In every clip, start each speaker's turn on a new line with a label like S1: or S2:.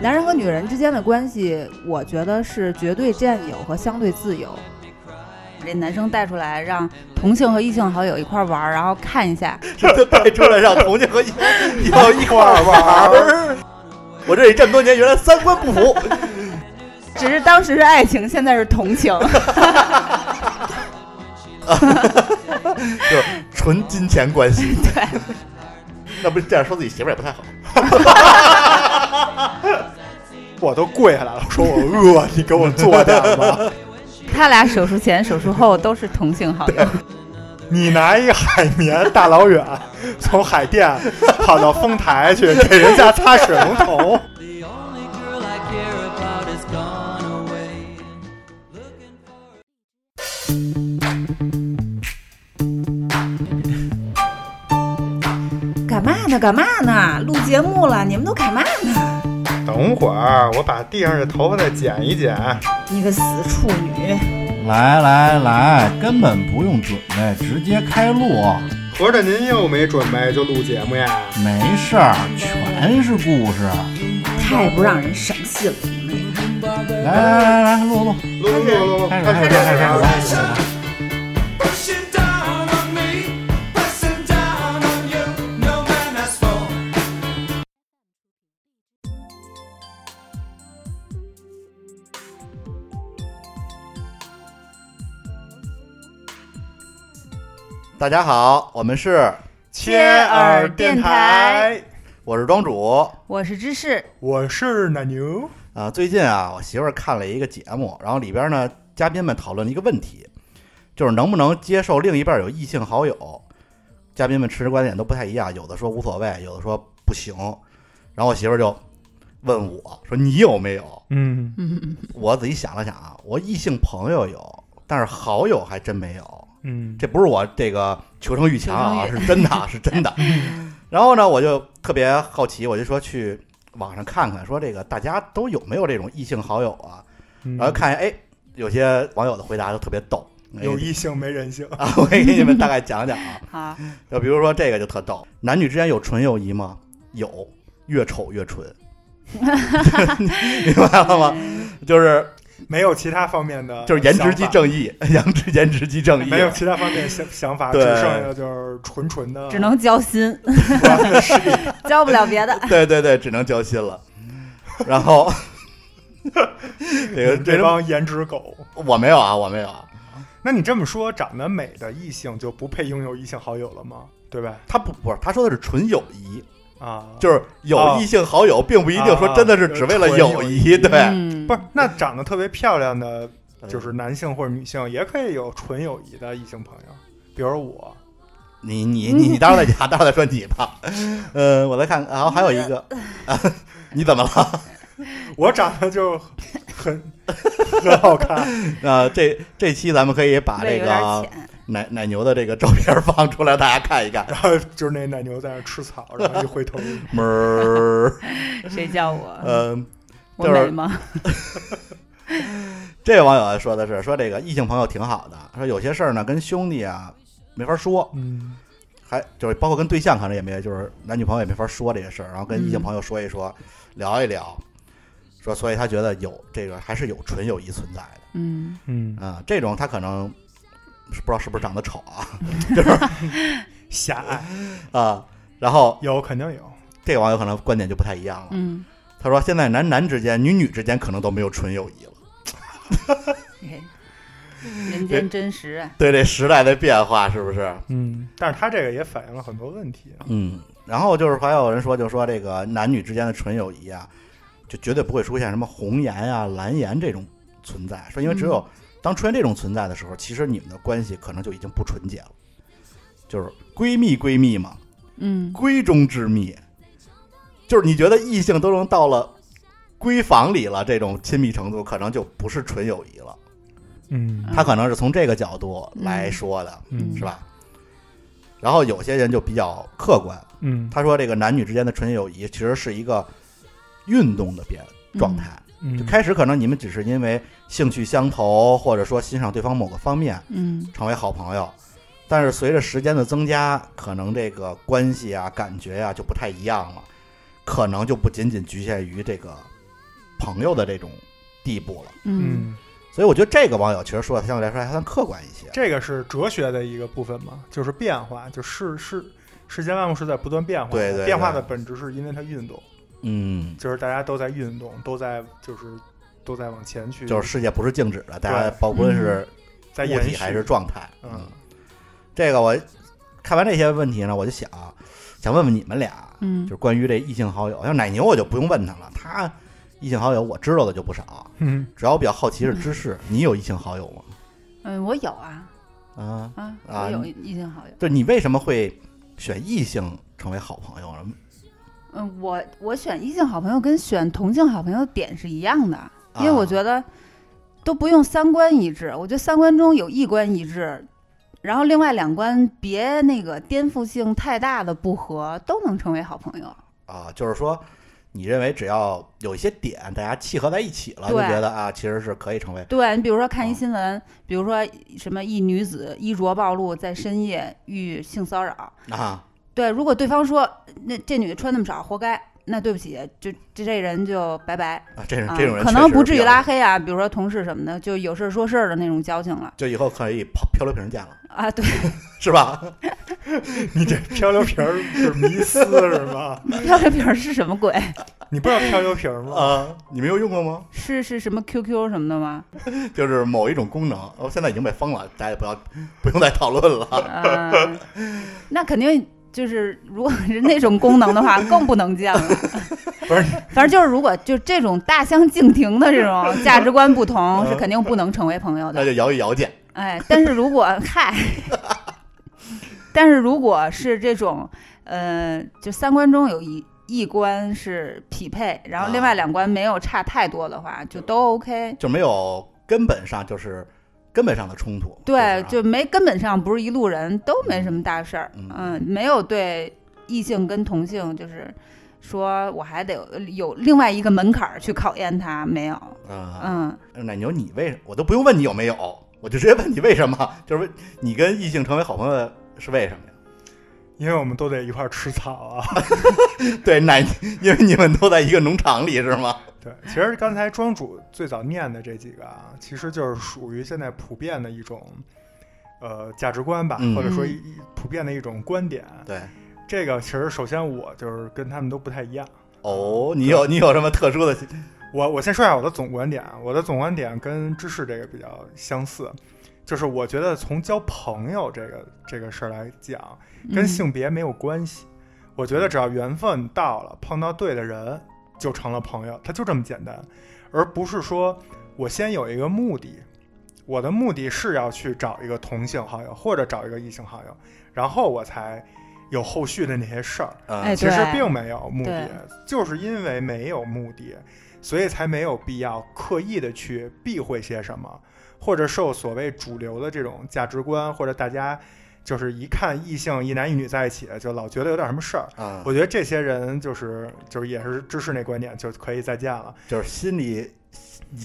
S1: 男人和女人之间的关系，我觉得是绝对占有和相对自由。
S2: 这男生带出来，让同性和异性好友一块儿玩儿，然后看一下，
S3: 这带出来让同性和异以后 一块儿玩儿。我这里这么多年，原来三观不符。
S2: 只是当时是爱情，现在是同 情。
S3: 就是纯金钱关系。对，那不是这样说自己媳妇儿也不太好。
S4: 我都跪下来了，我说我饿，你给我做点 吧。
S2: 他俩手术前、手术后都是同性好友，
S4: 你拿一海绵，大老远从海淀跑到丰台去给人家擦水龙头，
S5: The only girl I care about is gone away. Looking for
S1: 干嘛呢？干嘛呢？录节目了，你们都干嘛呢？
S6: 等会儿我把地上的头发再剪一剪。
S1: 你个死处女！
S7: 来来来，根本不用准备，直接开录。
S6: 合着您又没准备就录节目呀？
S7: 没事儿，全是故事。
S1: 太不让人省心了，你们这
S7: 来来来来，录录，
S6: 录录录录录，
S7: 开始开始开始开始。
S5: pushing down on me, pressing down on you. No man has for.
S3: 大家好，我们是，
S4: 切耳电台。
S3: 我是庄主。
S2: 我是芝士，
S4: 我是奶牛，
S3: 啊，最近啊，我媳妇儿看了一个节目，然后里边呢，嘉宾们讨论了一个问题，就是能不能接受另一半有异性好友。嘉宾们持观点都不太一样，有的说无所谓，有的说不行。然后我媳妇儿就问我说：“你有没有
S4: 嗯，？”
S3: 我仔细想了想啊，我异性朋友有，但是好友还真没有。
S4: 嗯，
S3: 这不是我这个求生欲嗯强啊，
S2: 求
S3: 是真的啊，是真 的。然后呢，我就特别好奇，我就说去网上看看，说这个大家都有没有这种异性好友啊？然后看，哎，有些网友的回答都特别逗。哎
S4: 有异性没人性，
S3: 啊，我给你们大概讲讲啊。
S2: 好，
S3: 就比如说这个就特逗，男女之间有纯友谊吗？有，越丑越 纯。明白了吗？就是
S4: 没有其他方面的想法，
S3: 就是颜值即正义， 颜值颜值即正义。啊
S4: 没有其他方面想想法，只
S3: 对
S4: 剩下就是纯纯的，
S2: 只能交心， 交不了别的。
S3: 对对对，只能交心了。然后，这个这
S4: 这
S3: 种
S4: 帮颜值狗。
S3: 我没有啊，我没有啊，
S4: 那你这么说，长得美的异性就不配拥有异性好友了吗？对吧？
S3: 他不不是，他说的是纯友谊，
S4: 啊，
S3: 就是有异性好友，并不一定说真的是只为了友谊，嗯
S4: 啊
S3: 对，
S2: 嗯
S4: 不是那长得特别漂亮的，就是男性或者女性也可以有纯友谊的异性朋友，比如我，
S3: 你你你你待会儿再讲，待会儿再说你吧。嗯，我再看，然后还有一 个，啊你怎么了？
S4: 我长得就很 很好看，
S3: 啊，这这期咱们可以把
S2: 胃
S3: 这
S2: 有点
S3: 个啊
S2: 浅，
S3: 奶奶牛的这个照片放出来，大家看一看。
S4: 然后就是那奶牛在那吃草，然后一回 头，
S3: 哞儿，
S2: 谁叫我？
S3: 嗯，
S2: 我
S3: 就是
S2: 美 吗？
S3: 这位网友说的是说这个异性朋友挺好的，说有些事儿呢跟兄弟啊没法说，
S4: 嗯，
S3: 还就是包括跟对象可能也没，就是男女朋友也没法说这些事儿，然后跟异性朋友说一说，聊一聊，说所以他觉得有这个还是有纯友谊存在的
S2: 嗯，
S4: 嗯，
S3: 啊、这种他可能是不知道是不是长得丑啊
S4: 狭隘
S3: 啊、然后
S4: 有肯定有，
S3: 这个网友可能观点就不太一样了，
S2: 嗯，
S3: 他说现在男男之间、女女之间可能都没有纯友谊了。
S2: 嘿人间真实啊。
S3: 对这时代的变化是不是？
S4: 嗯，但是他这个也反映了很多问题，啊
S3: 嗯，然后就是还有人说，就说这个男女之间的纯友谊啊，就绝对不会出现什么红颜啊、蓝颜这种存在。说因为只有当出现这种存在的时候，其实你们的关系可能就已经不纯洁了。就是闺蜜闺蜜嘛，
S2: 嗯，
S3: 闺中之蜜，就是你觉得异性都能到了闺房里了，这种亲密程度可能就不是纯友谊了。
S4: 嗯
S3: 他可能是从这个角度来说的，
S2: 嗯
S3: 是吧？然后有些人就比较客观，
S4: 嗯
S3: 他说这个男女之间的纯友谊其实是一个运动的变状态。
S4: 嗯
S3: 就开始可能你们只是因为兴趣相投，或者说欣赏对方某个方面
S2: 嗯，
S3: 成为好朋友，但是随着时间的增加，可能这个关系啊、感觉啊就不太一样了，可能就不仅仅局限于这个朋友的这种地步了。
S2: 嗯，
S4: 嗯，
S3: 所以我觉得这个网友其实说的相对来说还算客观一些。
S4: 这个是哲学的一个部分嘛，就是变化，就是是世间万物是在不断变化的，
S3: 对对对
S4: 变化的本质是因为它运动，
S3: 嗯，
S4: 就是大家都在运动，都在就是都在往前去，
S3: 就是世界不是静止的，大家
S4: 对嗯
S3: 包无论是
S4: 在
S3: 物
S4: 延
S3: 体
S4: 续
S3: 还是状态。
S4: 嗯，
S3: 这个我看完这些问题呢，我就想想问问你们俩，
S2: 嗯
S3: 就是关于这异性好友，像奶牛我就不用问他了，他异性好友我知道的就不少。
S4: 嗯，
S3: 主要我比较好奇是芝士，你有异性好友吗？
S2: 嗯，我有啊
S3: 啊，
S2: 啊，
S3: 啊
S2: 我有异性好友。
S3: 就是你为什么会选异性成为好朋友呢？
S2: 嗯，我我选异性好朋友跟选同性好朋友点是一样的，因为
S3: 啊
S2: 我觉得都不用三观一致，我觉得三观中有一观一致，然后另外两观别那个颠覆性太大的不合，都能成为好朋友。
S3: 啊，就是说，你认为只要有一些点大家契合在一起了，就
S2: 对
S3: 觉得啊，其实是可以成为
S2: 对你比如说看
S3: 哦
S2: 一新闻，比如说什么一女子衣着暴露在深夜遇性骚扰，
S3: 啊，
S2: 对，如果对方说那这女的穿那么少，活该，那对不起，就这这人就拜拜。
S3: 啊这种
S2: 啊
S3: 这种人、
S2: 可能不至于拉，黑啊，比如说同事什么的，就有事儿说事儿的那种交情了
S3: 就以后可以抛漂流瓶见了，
S2: 啊。对，
S3: 是吧？
S4: 你这漂流瓶儿是迷思是吗？
S2: 漂流瓶儿是什么鬼？
S4: 你不知道漂流瓶儿吗？
S3: 啊，你没有用过吗？
S2: 是是什么 QQ 什么的吗？
S3: 就是某一种功能，哦，现在已经被封了，大家也不要不用再讨论了。
S2: 啊，那肯定就是，如果是那种功能的话，更不能 见了。
S4: 不是，
S2: 反正就是，如果就这种大相径庭的这种价值观不同，是肯定不能成为朋友的
S3: 嗯那。就摇一摇见，
S2: 哎，但是如果 嗨，但是如果是这种，呃，就三观中有一一关是匹配，然后另
S3: 啊
S2: 外两关没有差太多的话，就都 OK。
S3: 就没有根本上就是根本上的冲突。
S2: 对，
S3: 就是
S2: 就没根本上不是一路人，都没什么大事儿。
S3: 嗯
S2: 嗯，没有对异性跟同性就是。说我还得有有另外一个门槛儿去考验他，没有，
S3: 啊啊，
S2: 嗯，
S3: 奶牛，你为什我都不用问你有没有，我就直接问你为什么？就是为你跟异性成为好朋友是为什么呀？
S4: 因为我们都得一块儿吃草啊。
S3: 对，奶，因为你们都在一个农场里是吗？
S4: 对，其实刚才庄主最早念的这几个啊，其实就是属于现在普遍的一种呃价值观吧，
S3: 嗯
S4: 或者说一一普遍的一种观点。
S3: 对，
S4: 这个其实首先我就是跟他们都不太一样。
S3: 哦，你有你有什么特殊的？
S4: 我我先说一下我的总观点，啊，我的总观点跟知识这个比较相似，就是我觉得从交朋友这个这个事儿来讲，跟
S2: 嗯
S4: 性别没有关系。我觉得只要缘分到了，碰到对的人，就成了朋友，他就这么简单，而不是说我先有一个目的，我的目的是要去找一个同性好友或者找一个异性好友，然后我才有后续的那些事儿。
S2: 哎
S3: 嗯，
S4: 其实
S2: 对
S4: 并没有目的
S2: 对，
S4: 就是因为没有目的，所以才没有必要刻意的去避讳些什么，或者受所谓主流的这种价值观，或者大家就是一看异性一男一女在一起，就老觉得有点什么事儿。
S3: 啊，
S4: 我觉得这些人就是就是也是支持那观点，就可以再见了。
S3: 就是心里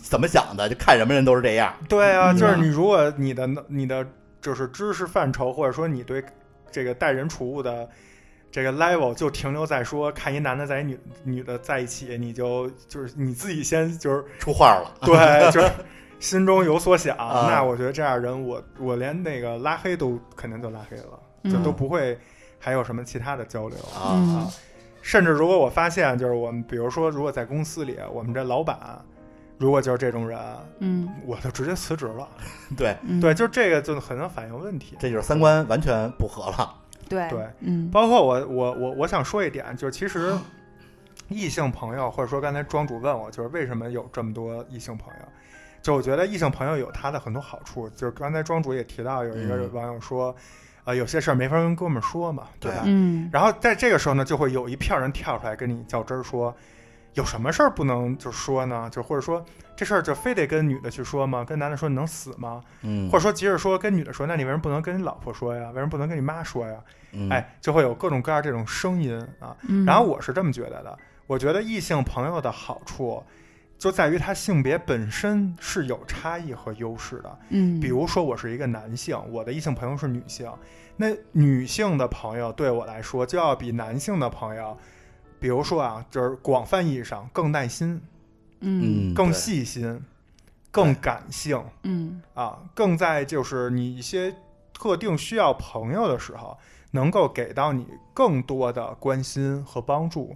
S3: 怎么想的，就看什么人都是这样。
S4: 对啊，
S2: 嗯
S4: 就是你如果你的你的就是知识范畴，或者说你对这个待人处物的这个 level 就停留在说看一男的在一女女的在一起，你就就是你自己先就是
S3: 出话了
S4: 对就是。心中有所想，
S3: 啊
S4: 那我觉得这样人，我我连那个拉黑都肯定就拉黑了，就
S2: 嗯
S4: 都不会还有什么其他的交流。
S3: 啊，
S4: 啊，甚至如果我发现，就是我们，比如说，如果在公司里，我们这老板如果就是这种人，
S2: 嗯
S4: 我就直接辞职了。
S3: 对，
S2: 嗯，
S4: 对，就这个就很能反映问题。
S3: 这就是三观完全不合了。
S2: 对
S4: 对，
S2: 嗯，
S4: 包括我，我，我，我想说一点，就是其实异性朋友，或者说刚才庄主问我，就是为什么有这么多异性朋友？就我觉得异性朋友有他的很多好处，就是刚才庄主也提到，有一个
S3: 嗯
S4: 网友说，呃，有些事儿没法跟哥们儿说嘛，对
S3: 对
S4: 吧？
S2: 嗯
S4: 然后在这个时候呢，就会有一票人跳出来跟你较真儿说，有什么事儿不能就说呢？就或者说这事儿就非得跟女的去说吗？跟男的说你能死吗？
S3: 嗯
S4: 或者说即使说跟女的说，那你为什么不能跟你老婆说呀？为什么不能跟你妈说呀？
S3: 嗯
S4: 哎，就会有各种各样这种声音啊。
S2: 嗯，
S4: 然后我是这么觉得的，我觉得异性朋友的好处就在于他性别本身是有差异和优势的。
S2: 嗯，
S4: 比如说我是一个男性，我的异性朋友是女性，那女性的朋友对我来说就要比男性的朋友，比如说啊，就是广泛意义上更耐心，
S2: 嗯
S3: 嗯，
S4: 更
S3: 对
S4: 细心，更感性
S2: 嗯
S4: 啊，更在就是你一些特定需要朋友的时候，能够给到你更多的关心和帮助。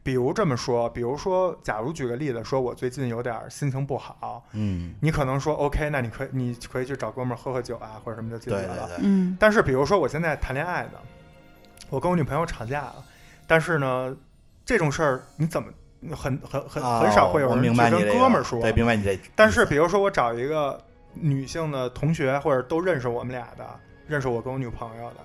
S4: 比如这么说，比如说，假如举个例子，说我最近有点儿心情不好，
S3: 嗯，
S4: 你可能说 OK，那你可以你可以去找哥们儿喝喝酒啊，或者什么就解
S3: 对
S4: 决
S3: 对
S4: 了。
S3: 对，
S2: 嗯
S4: 但是比如说我现在谈恋爱呢，我跟我女朋友吵架了，但是呢，这种事儿你怎么很很很
S3: 哦
S4: 很少会有
S3: 我
S4: 人去
S3: 明白
S4: 跟
S3: 你这个
S4: 哥们儿说。
S3: 对，明白你这意思。
S4: 但是比如说我找一个女性的同学或者都认识我们俩的，认识我跟我女朋友的，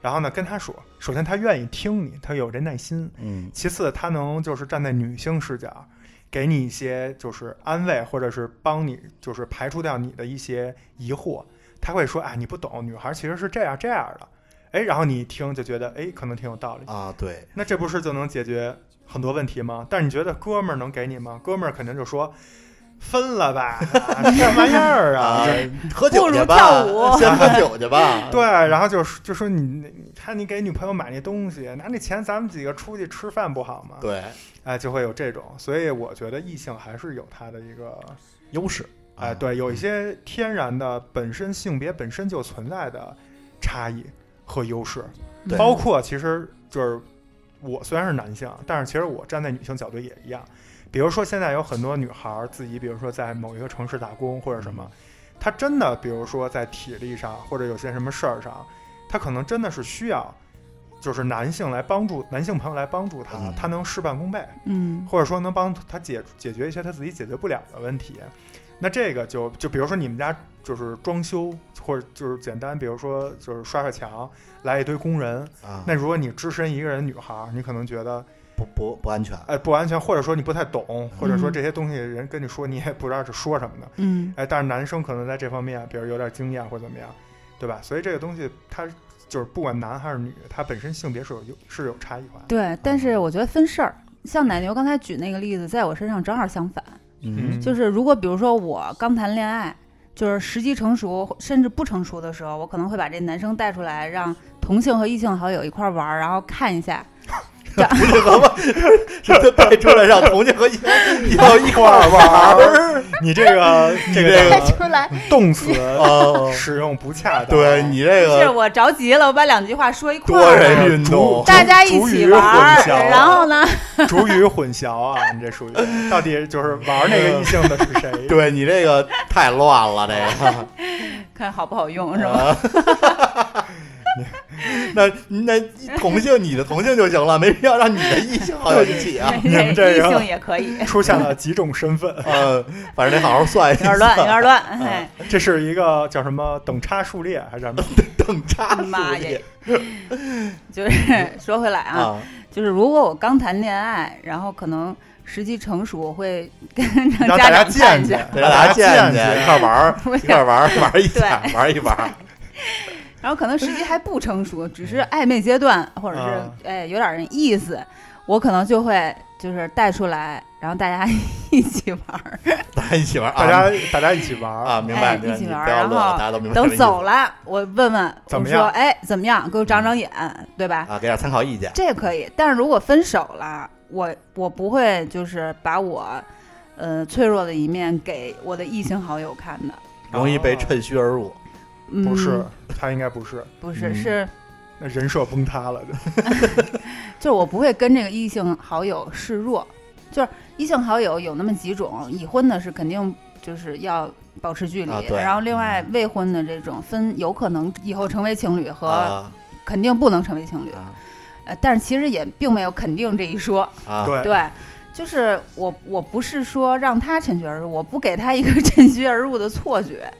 S4: 然后呢跟她说，首先她愿意听你，她有这耐心，
S3: 嗯，
S4: 其次，他能就是站在女性视角，给你一些就是安慰，或者是帮你就是排除掉你的一些疑惑。他会说：“啊，你不懂，女孩其实是这样这样的。”哎，然后你一听就觉得，哎，可能挺有道理。
S3: 啊，对，
S4: 那这不是就能解决很多问题吗？但是你觉得哥们儿能给你吗？哥们儿肯定就说：“分 了吧，啊什么玩意儿啊
S3: 啊，喝酒
S1: 不如
S3: 去
S1: 跳舞
S3: 吧，先喝酒去 吧。？”
S4: 对，然后就是就说你你你看你给女朋友买那东西，拿那钱咱们几个出去吃饭不好吗？
S3: 对，啊
S4: 哎，就会有这种，所以我觉得异性还是有它的一个，
S3: 优势。啊
S4: 哎，对，有一些天然的本身性别本身就存在的差异和优势，
S2: 嗯
S3: 对
S4: 包括其实就是我虽然是男性，但是其实我站在女性角度也一样。比如说现在有很多女孩儿自己，比如说在某一个城市打工或者什
S3: 嗯
S4: 么，她真的比如说在体力上或者有些什么事儿上，她可能真的是需要。就是男性来帮助男性朋友来帮助她，
S3: 嗯
S4: 她能事半功倍。
S2: 嗯
S4: 或者说能帮他解解决一些他自己解决不了的问题。那这个就就比如说你们家就是装修，或者就是简单，比如说就是刷刷墙，来一堆工人。
S3: 啊，
S4: 那如果你只身一个人，女孩儿，你可能觉得
S3: 不不不安全。
S4: 哎不安全，或者说你不太懂，或者说
S3: 嗯
S4: 这些东西人跟你说你也不知道是说什么的。
S2: 嗯
S4: 哎，但是男生可能在这方面，比如有点经验或者怎么样，对吧？所以这个东西它就是不管男还是女，它本身性别是有是有差异化的。
S2: 对，但是我觉得分事儿。像奶牛刚才举那个例子，在我身上正好相反，
S3: 嗯
S2: 就是如果比如说我刚谈恋爱，就是时机成熟甚至不成熟的时候，我可能会把这男生带出来，让同性和异性好友一块儿玩儿，然后看一下。
S3: 这个吧， 这带出来让同性和 异以后一块儿玩 儿。
S4: 你这个这
S3: 这
S4: 个
S3: 个
S2: 来，
S4: 动词
S3: 哦，
S4: 使用不恰当。
S3: 对你这
S2: 是
S3: 个
S2: 我着急了，我把两句话说一块
S3: 多
S2: 儿了。
S3: 人运动
S4: 哎主
S2: 大家一起玩儿
S4: 啊主语混淆，
S2: 然后呢，
S4: 主语混淆啊，你这属于到底就是玩那个异性的是谁？
S3: 对你这个太乱了，这
S2: 看好不好用
S3: 个
S2: 是吧？
S3: 啊 那那同性你的同性就行了，没必要让你的异性好友一起啊。
S4: 你们这
S2: 异
S4: 个
S2: 性也可以，
S4: 出现了几种身份，
S3: 呃，反正得好好算一
S2: 有
S3: 下。
S2: 点乱，有点乱。
S4: 啊
S2: 哎，
S4: 这是一个叫什么等差数列还是什么？
S3: 等
S4: 啊
S3: 差
S2: 哎妈
S3: 数
S2: 耶
S3: 列！
S2: 就是 说回来啊，
S3: 啊，
S2: 就是如果我刚谈恋爱，然后可能时机成熟，我会跟让家
S4: 让大家
S2: 长看
S4: 见
S2: 一
S4: 见
S2: 下，，
S3: 得
S4: 让
S3: 让大家
S4: 见啊
S3: 见见，一块儿玩儿，
S2: 我
S3: 一块儿玩儿，玩儿一下，
S2: 对
S3: 玩儿一玩儿。
S2: 然后可能时机还不成熟，只是暧昧阶段，或者
S4: 嗯啊
S2: 是哎有点儿意思，我可能就会就是带出来，然后大家一起玩 儿。
S3: 大家一起玩儿啊，
S4: 大家大家一起玩
S3: 啊，明白，
S2: 哎
S3: 明白
S2: 一起
S3: 你
S2: 玩儿
S3: 不要
S2: 然
S3: 乐了，
S2: 后
S3: 大家都明白。
S2: 等走了，我问问，
S4: 怎么
S2: 我说
S4: 样嗯
S2: 哎怎么样？给我长长眼，对吧？
S3: 啊，给点参考意见。
S2: 这可以，但是如果分手了，我我不会就是把我，呃，脆弱的一面给我的异性好友看的。
S3: 容易被趁虚而入。
S2: 嗯、
S4: 不是，他应该不是，
S2: 不是、
S3: 嗯
S2: 是，
S4: 那人设崩塌了。
S2: 就是我不会跟这个异性好友示弱，就是异性好友有那么几种，已婚的是肯定就是要保持距离，
S3: 啊对
S2: 然后另外未婚的这种分有可能以后成为情侣和
S3: 啊
S2: 肯定不能成为情侣，
S3: 啊
S2: 呃，但是其实也并没有肯定这一说，
S3: 啊！
S4: 对，
S2: 对，就是我我不是说让他趁虚而入，我不给他一个趁虚而入的错觉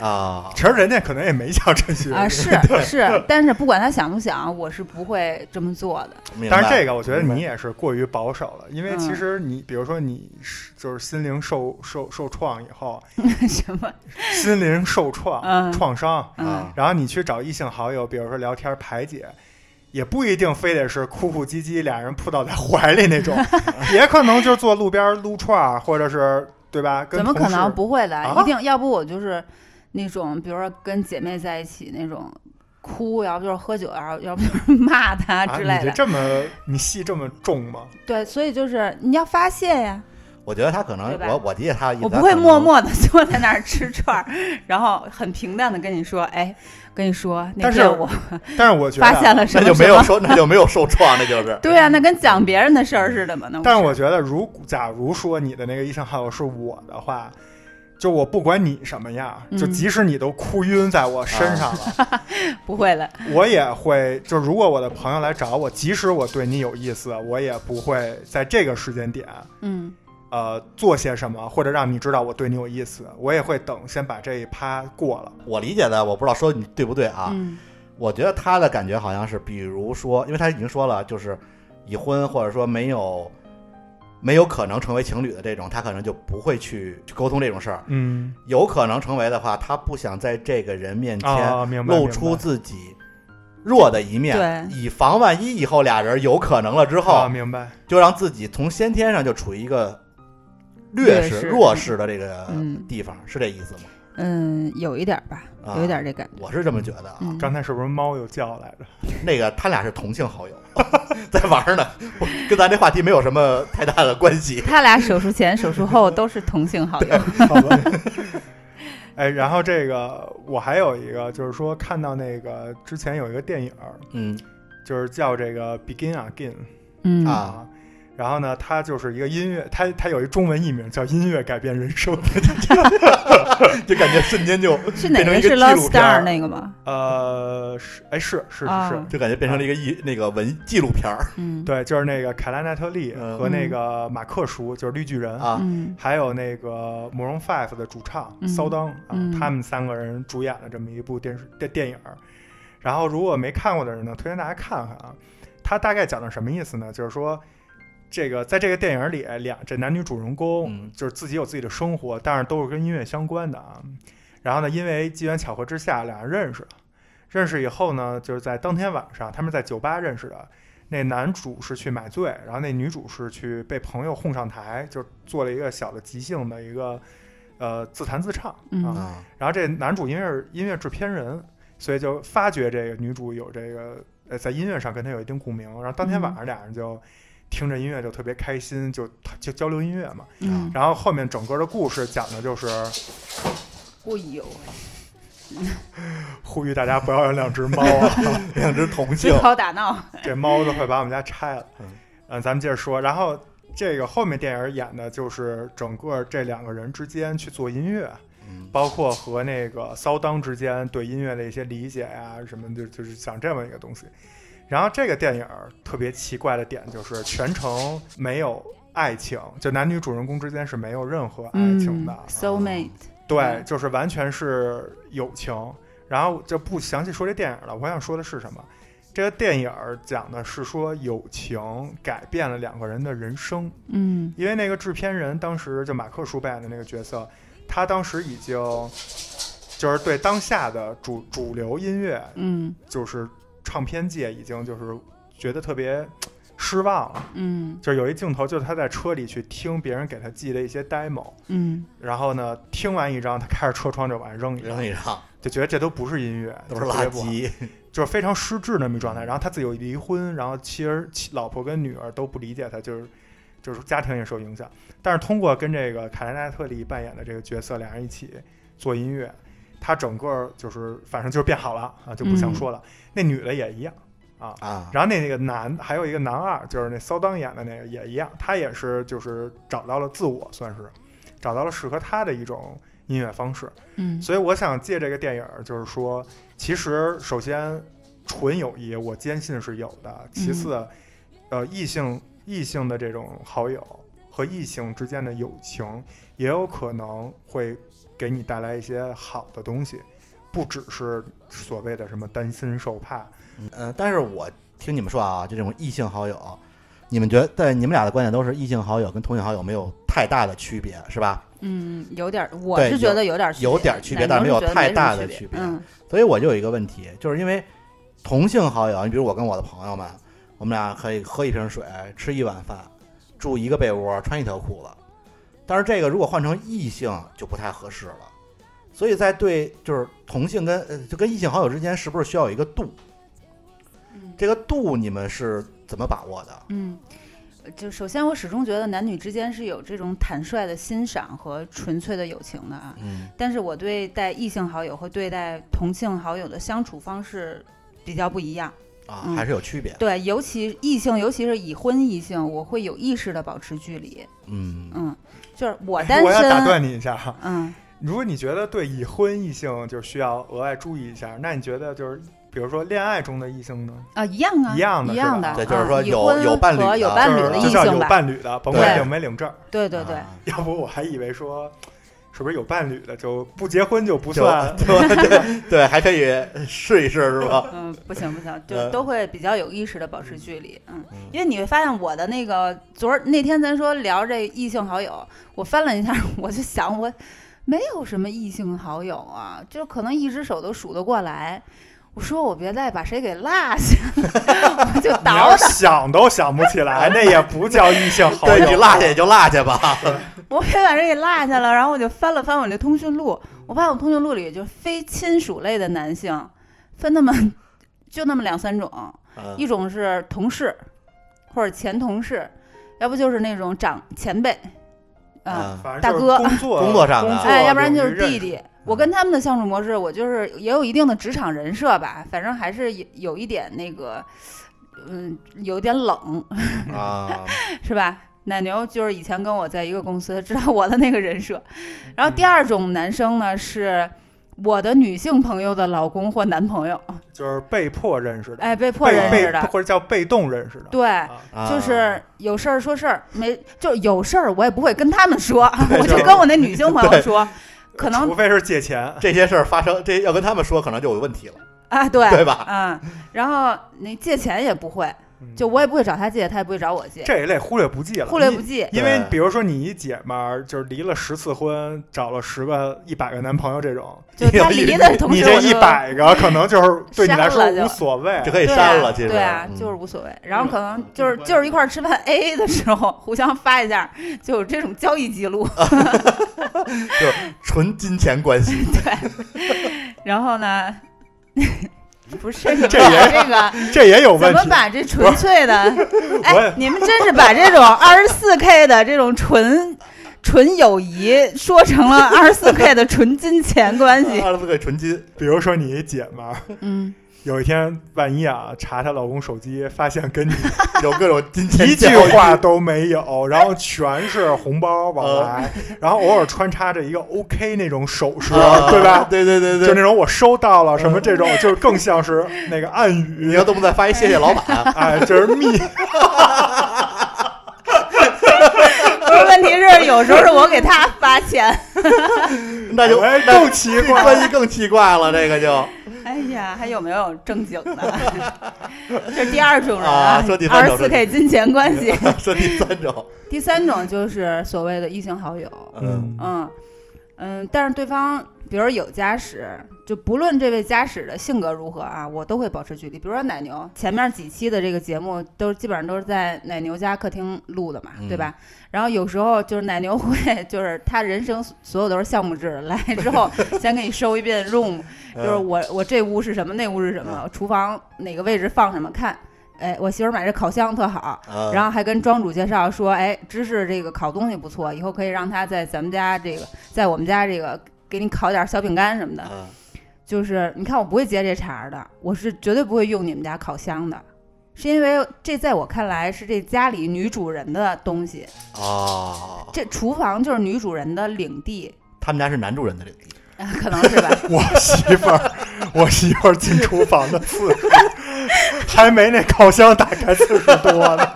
S3: 啊，
S4: 其实人家可能也没叫这些
S2: 啊、。 是是，但是不管他想不想，我是不会这么做的。
S3: 明白 啊
S4: 但是这个我觉得
S3: 明
S4: 你
S3: 白
S4: 也是过于保守了，因为
S2: 嗯
S4: 其实你比如说你是就是心灵受受受创以后，
S2: 什么？
S4: 心灵受创
S2: 嗯
S4: 创伤，
S2: 嗯
S3: 啊，
S4: 然后你去找异性好友，比如说聊天排解，也不一定非得是哭哭唧唧俩人扑倒在怀里 那种，也可能就是坐路边撸串儿，或者是对吧？跟
S2: 怎么
S4: 同
S2: 可
S4: 事
S2: 能？不会的？
S4: 啊
S2: 一定，要不我就是那种，比如说跟姐妹在一起那种哭，要不就是喝酒，然后要不就是 骂她
S4: 啊
S2: 之类
S4: 你
S2: 的。
S4: 这这么你戏这么重吗？
S2: 对，所以就是你要发泄呀。
S3: 我觉得他可能
S2: 对吧
S3: 我我理解他的意思，
S2: 我
S3: 他
S2: 不会
S3: 可能
S2: 默默的 坐在那儿吃串儿，然后很平淡的跟你说，哎，跟你说，那
S4: 但是
S2: 天我
S4: 但是我觉得啊
S2: 发现了什
S3: 那
S2: 么
S3: 就没有
S2: 什么
S3: 受那就没有受创，那就是
S2: 对啊，那跟讲别人的事儿似的嘛。那不
S4: 但是我觉得如，假如说你的那个医生好友是我的话，就我不管你什么样，
S2: 嗯
S4: 就即使你都哭晕在我
S3: 啊
S4: 身上 了，
S2: 不会了，
S4: 我也会。就如果我的朋友来找我，即使我对你有意思，我也不会在这个时间点，
S2: 嗯
S4: 呃，做些什么，或者让你知道我对你有意思。我也会等，先把这一趴过了。
S3: 我理解的，我不知道说你对不对啊？
S2: 嗯
S3: 我觉得他的感觉好像是，比如说，因为他已经说了，就是已婚或者说没有没有可能成为情侣的这种，他可能就不会去去沟通这种事儿。
S4: 嗯，
S3: 有可能成为的话，他不想在这个人面前
S4: 啊，明白。
S3: 露
S4: 明白
S3: 出自己弱的一面，
S2: 对
S3: 以防万一以后俩人有可能了之
S4: 啊，
S3: 后，
S4: 明白。
S3: 就让自己从先天上就处于一个劣
S2: 劣
S3: 势
S2: 势
S3: 弱势的这个
S2: 嗯
S3: 地方，是这意思吗？
S2: 嗯，有一点儿吧，
S3: 啊
S2: 有一点儿这感觉。
S3: 我是这么觉得啊。
S2: 嗯
S4: 刚才是不是猫又叫来 着？
S3: 那个他俩是同性好友， 在玩儿呢，我跟咱这话题没有什么太大的关系。
S2: 他俩手术前、手术后都是同性好 友。
S4: 好吧。哎，然后这个我还有一个，就是说看到那个之前有一个电影儿，
S3: 嗯
S4: 就是叫这个《Begin Again
S2: 嗯》
S3: 啊，
S4: 然后呢，它就是一个音乐，它它有一中文译名叫《音乐改变人生》，
S3: 就感觉瞬间就
S2: 是哪
S3: 变成一
S2: 个？是
S3: 个纪
S2: Lost
S3: 录片儿
S2: Star 那个吗？
S4: 呃，是哎是是是是，
S2: 啊
S3: 就感觉变成了一个一那个文纪录片儿
S2: 嗯，
S4: 对，就是那个凯拉奈特利
S3: 嗯
S4: 和那个马克叔，就是绿巨人，
S3: 啊。
S2: 嗯
S4: 还有那个 Maroon Five 的主唱
S2: 嗯
S4: 骚当啊
S2: 嗯，
S4: 他们三个人主演了这么一部电视电电影儿。然后，如果没看过的人呢，推荐大家看看啊。它大概讲的什么意思呢？就是说，这个在这个电影里，两这男女主人公
S3: 嗯
S4: 就是自己有自己的生活，但是都是跟音乐相关的啊。然后呢，因为机缘巧合之下，两人认识了。认识以后呢，就是在当天晚上，他们在酒吧认识的。那男主是去买醉，然后那女主是去被朋友哄上台，就做了一个小的即兴的一个呃自弹自唱啊。
S2: 嗯
S3: 啊，
S4: 然后这男主因为是音乐制片人，所以就发觉这个女主有这个呃在音乐上跟他有一定共鸣。然后当天晚上俩人就听着音乐就特别开心，就就交流音乐嘛。
S2: 嗯，
S4: 然后后面整个的故事讲的就是
S2: 哎呦，
S4: 呼吁大家不要养两只猫啊，
S3: 两只同性
S2: 只，好打
S3: 哎
S2: 闹。
S4: 这猫都会把我们家拆了
S3: 嗯。
S4: 嗯，咱们接着说，然后。这个后面电影演的就是整个这两个人之间去做音乐，
S3: 嗯
S4: 包括和那个骚当之间对音乐的一些理解呀、什么的，就是讲这么一个东西。然后这个电影儿特别奇怪的点就是全程没有爱情，就男女主人公之间是没有任何爱
S2: 嗯
S4: 情的，
S2: ，Soul Mate。
S4: 对，
S2: 嗯
S4: 就是完全是友情。然后就不详细说这电影了，我想说的是什么？这个电影儿讲的是说友情改变了两个人的人生，
S2: 嗯
S4: 因为那个制片人当时就马克舒扮演的那个角色，他当时已经就是对当下的主主流音乐，
S2: 嗯
S4: 就是唱片界已经就是觉得特别失望了。
S2: 嗯
S4: 就是有一镜头，就是他在车里去听别人给他寄的一些 demo，
S2: 嗯
S4: 然后呢，听完一张，他开着车窗就往外扔一
S3: 扔
S4: 张，
S3: 一让
S4: 就觉得这都不是音乐，
S3: 都是
S4: 就特别
S3: 垃
S4: 不好，
S3: 圾，
S4: 就是非常失智那么一状态。然后他自己又离婚，然后妻儿、妻老婆跟女儿都不理解他，就是就是家庭也受影响。但是通过跟这个凯莱奈特利扮演的这个角色，俩人一起做音乐，他整个就是反正就是变好了啊，就不想说了。那女的也一样啊。
S3: 啊。
S4: 然后那那个男还有一个男二，就是那骚当演的那个也一样，他也是就是找到了自我，算是找到了适合他的一种音乐方式。
S2: 嗯
S4: 所以我想借这个电影儿，就是说，其实首先纯友谊，我坚信是有的。
S2: 嗯
S4: 其次，呃，异性异性的这种好友和异性之间的友情，也有可能会给你带来一些好的东西，不只是所谓的什么担心受怕。
S3: 嗯，但是我听你们说啊，就这种异性好友，你们觉得在你们俩的观点都是异性好友跟同性好友没有太大的区别，是吧？
S2: 嗯，有点儿，我
S3: 对
S2: 是觉得有点儿
S3: 有点区别但
S2: 男
S3: 没有
S2: 生觉得
S3: 太
S2: 什么
S3: 大的区
S2: 区
S3: 别
S2: 嗯
S3: 所以我就有一个问题，就是因为同性好友，你比如我跟我的朋友们，我们俩可以喝一瓶水，吃一碗饭，住一个被窝，穿一条裤子。但是这个如果换成异性就不太合适了，所以在对就是同性跟呃就跟异性好友之间是不是需要有一个度？
S2: 嗯
S3: 这个度你们是怎么把握的？
S2: 嗯，就首先我始终觉得男女之间是有这种坦率的欣赏和纯粹的友情的啊。
S3: 嗯，
S2: 但是我对待异性好友和对待同性好友的相处方式比较不一样。
S3: 啊，
S2: 嗯
S3: 还是有区别。
S2: 对，尤其异性，尤其是已婚异性，我会有意识的保持距离。
S3: 嗯，
S2: 嗯，就是我
S4: 哎
S2: 单
S4: 我要打
S2: 身，
S4: 断你一下哈，
S2: 嗯，
S4: 如果你觉得对已婚异性就是需要额外注意一下，那你觉得就是比如说恋爱中的异性呢，
S2: 啊，一样啊，
S4: 一样的
S2: 一
S4: 是吧
S2: 样的。
S3: 对就是
S2: 啊
S3: 说
S2: 已
S3: 有
S2: 婚
S3: 有伴侣
S2: 和
S3: 的
S2: 有伴侣
S3: 就是
S2: 的
S4: 就
S2: 异
S4: 是要有
S2: 性吧？
S4: 伴侣的，甭管
S2: 对
S4: 领没领证儿，
S2: 对对对，
S3: 啊
S4: 要不我还以为说是不是有伴侣的就不结婚就不
S3: 就
S4: 算
S3: 对对对，还可以试一试，是吧？
S2: 嗯，不行不行，就
S3: 呃
S2: 是都会比较有意识的保持距离，嗯
S3: 嗯，
S2: 因为你会发现我的那个昨儿那天咱说聊这异性好友，我翻了一下， 我就想我没有什么异性好友啊，就可能一只手都数得过来。我说我别再把谁给落下， 我就
S4: 你
S2: 倒
S4: 要
S2: 腾，
S4: 想都想不起 来，那也不叫异性好
S3: 对
S4: 友。
S3: 你落下也就落下吧。
S2: 我别把谁给落下了。然后我就翻了翻我这通讯录，我发现我通讯录里就非亲属类的男性分那么就那么两三种，
S3: 嗯
S2: 一种是同事或者前同事，要不就是那种长前辈，啊、
S3: 啊
S4: 反正
S2: 大
S4: 就是
S2: 哥
S4: 工作
S3: 工作上的啊
S4: 工作
S2: 哎，要不然就
S4: 领
S2: 是
S4: 域认
S2: 弟
S4: 识
S2: 弟。我跟他们的相处模式，我就是也有一定的职场人设吧，反正还是有有一点那个，嗯，有点冷，
S3: 啊，
S2: 是吧？奶牛就是以前跟我在一个公司，知道我的那个人设。然后第二种男生呢，是我的女性朋友的老公或男朋友，
S4: 就是被迫认识的，
S2: 哎，被迫认
S4: 被
S2: 识
S4: 被
S2: 的，
S4: 或者叫被动认识的。
S2: 对，
S3: 啊
S2: 就是有事儿说事儿，没就是有事儿我也不会跟他们说， 我
S3: 就
S2: 就跟我那女性朋友说，可
S4: 除
S2: 能
S4: 非是借钱，
S3: 这些事儿发生，这要跟他们说，可能就有问题了，
S2: 啊对
S3: 对吧？
S2: 啊，然后那借钱也不会，
S4: 嗯
S2: 就我也不会找他借，他也不会找我借，
S4: 这一类忽略不计了，
S2: 忽略不
S4: 计。
S2: 计。
S4: 因为
S3: 对
S4: 比如说你一姐们儿就是离了十次婚，找了十个、一百个男朋友这种，
S2: 就他离的同
S4: 你
S2: 时，
S4: 这
S2: 我
S4: 一
S2: 就
S4: 百个可能就是对你来 说
S2: 删了就
S4: 无所谓，
S3: 就可以
S2: 对啊
S3: 删了，其实
S2: 对啊，
S3: 嗯
S2: 就是无所谓。然后可能就是就是一块儿吃饭 AA 的时候，互相发一下，就有这种交易记录。
S3: 纯金钱关系，
S2: 然后呢， 不是你们
S4: 这
S2: 俩
S4: 也
S2: 这 个。
S4: 这也有问
S2: 怎么
S4: 题。
S2: 把这纯粹的？
S4: 我也
S2: 哎，你们真是把这种二十四 K 的这种纯纯友谊说成了二十四 K 的纯金钱关系。
S3: 二十四个纯金，
S4: 比如说你一姐们儿
S2: 嗯，
S4: 有一天万一啊查她老公手机，发现跟你
S3: 有各种金钱
S4: 一句
S3: 交易啊
S4: 话都没 有，然后全是红包往来，
S3: 嗯
S4: 然后偶尔穿插着一个 OK 那种手势，
S3: 啊
S4: 对吧？
S3: 对对对
S4: 就
S3: 对
S4: 那，种我收到了什么这种，就是更像是那个暗
S3: 你
S4: 语
S3: 要，动不动发一谢谢老板，
S4: 哎，就是密，
S2: 不是，问题是有时候是我给他发钱。
S3: 那就
S4: 哎
S3: 那
S4: 更奇怪
S3: 关系更奇怪了，这个 就
S2: 哎呀，还有没有正经 的？这是第二种人
S3: 啊说第三
S2: 二
S3: 种
S2: 十四 K 金钱关系。
S3: 说第三种，
S2: 第三种就是所谓的异性好友。
S3: 嗯，
S2: 嗯，嗯，但是对方比如有家室，就不论这位家室的性格如何啊，我都会保持距离。比如说奶牛，前面几期的这个节目都基本上都是在奶牛家客厅录的嘛，对吧？然后有时候就是奶牛会，就是他人生所有都是项目制的，来之后先给你收一遍 room，就是
S3: 嗯
S2: 我我这屋是什么，那屋是什么，厨房哪个位置放什么，看，哎，我媳妇儿买这烤箱特好，
S3: 嗯，
S2: 然后还跟庄主介绍说，哎，芝士这个烤东西不错，以后可以让他在咱们家这个，在我们家这个给你烤点小饼干什么的。
S3: 嗯
S2: 就是你看，我不会接这茬儿的，我是绝对不会用你们家烤箱的，是因为这在我看来是这家里女主人的东西，
S3: 哦，
S2: 这厨房就是女主人的领地，
S3: 他们家是男主人的领地，
S2: 啊可能 是吧？
S4: 我媳妇儿，我媳妇儿进厨房的次数，还没那烤箱打开次数多呢。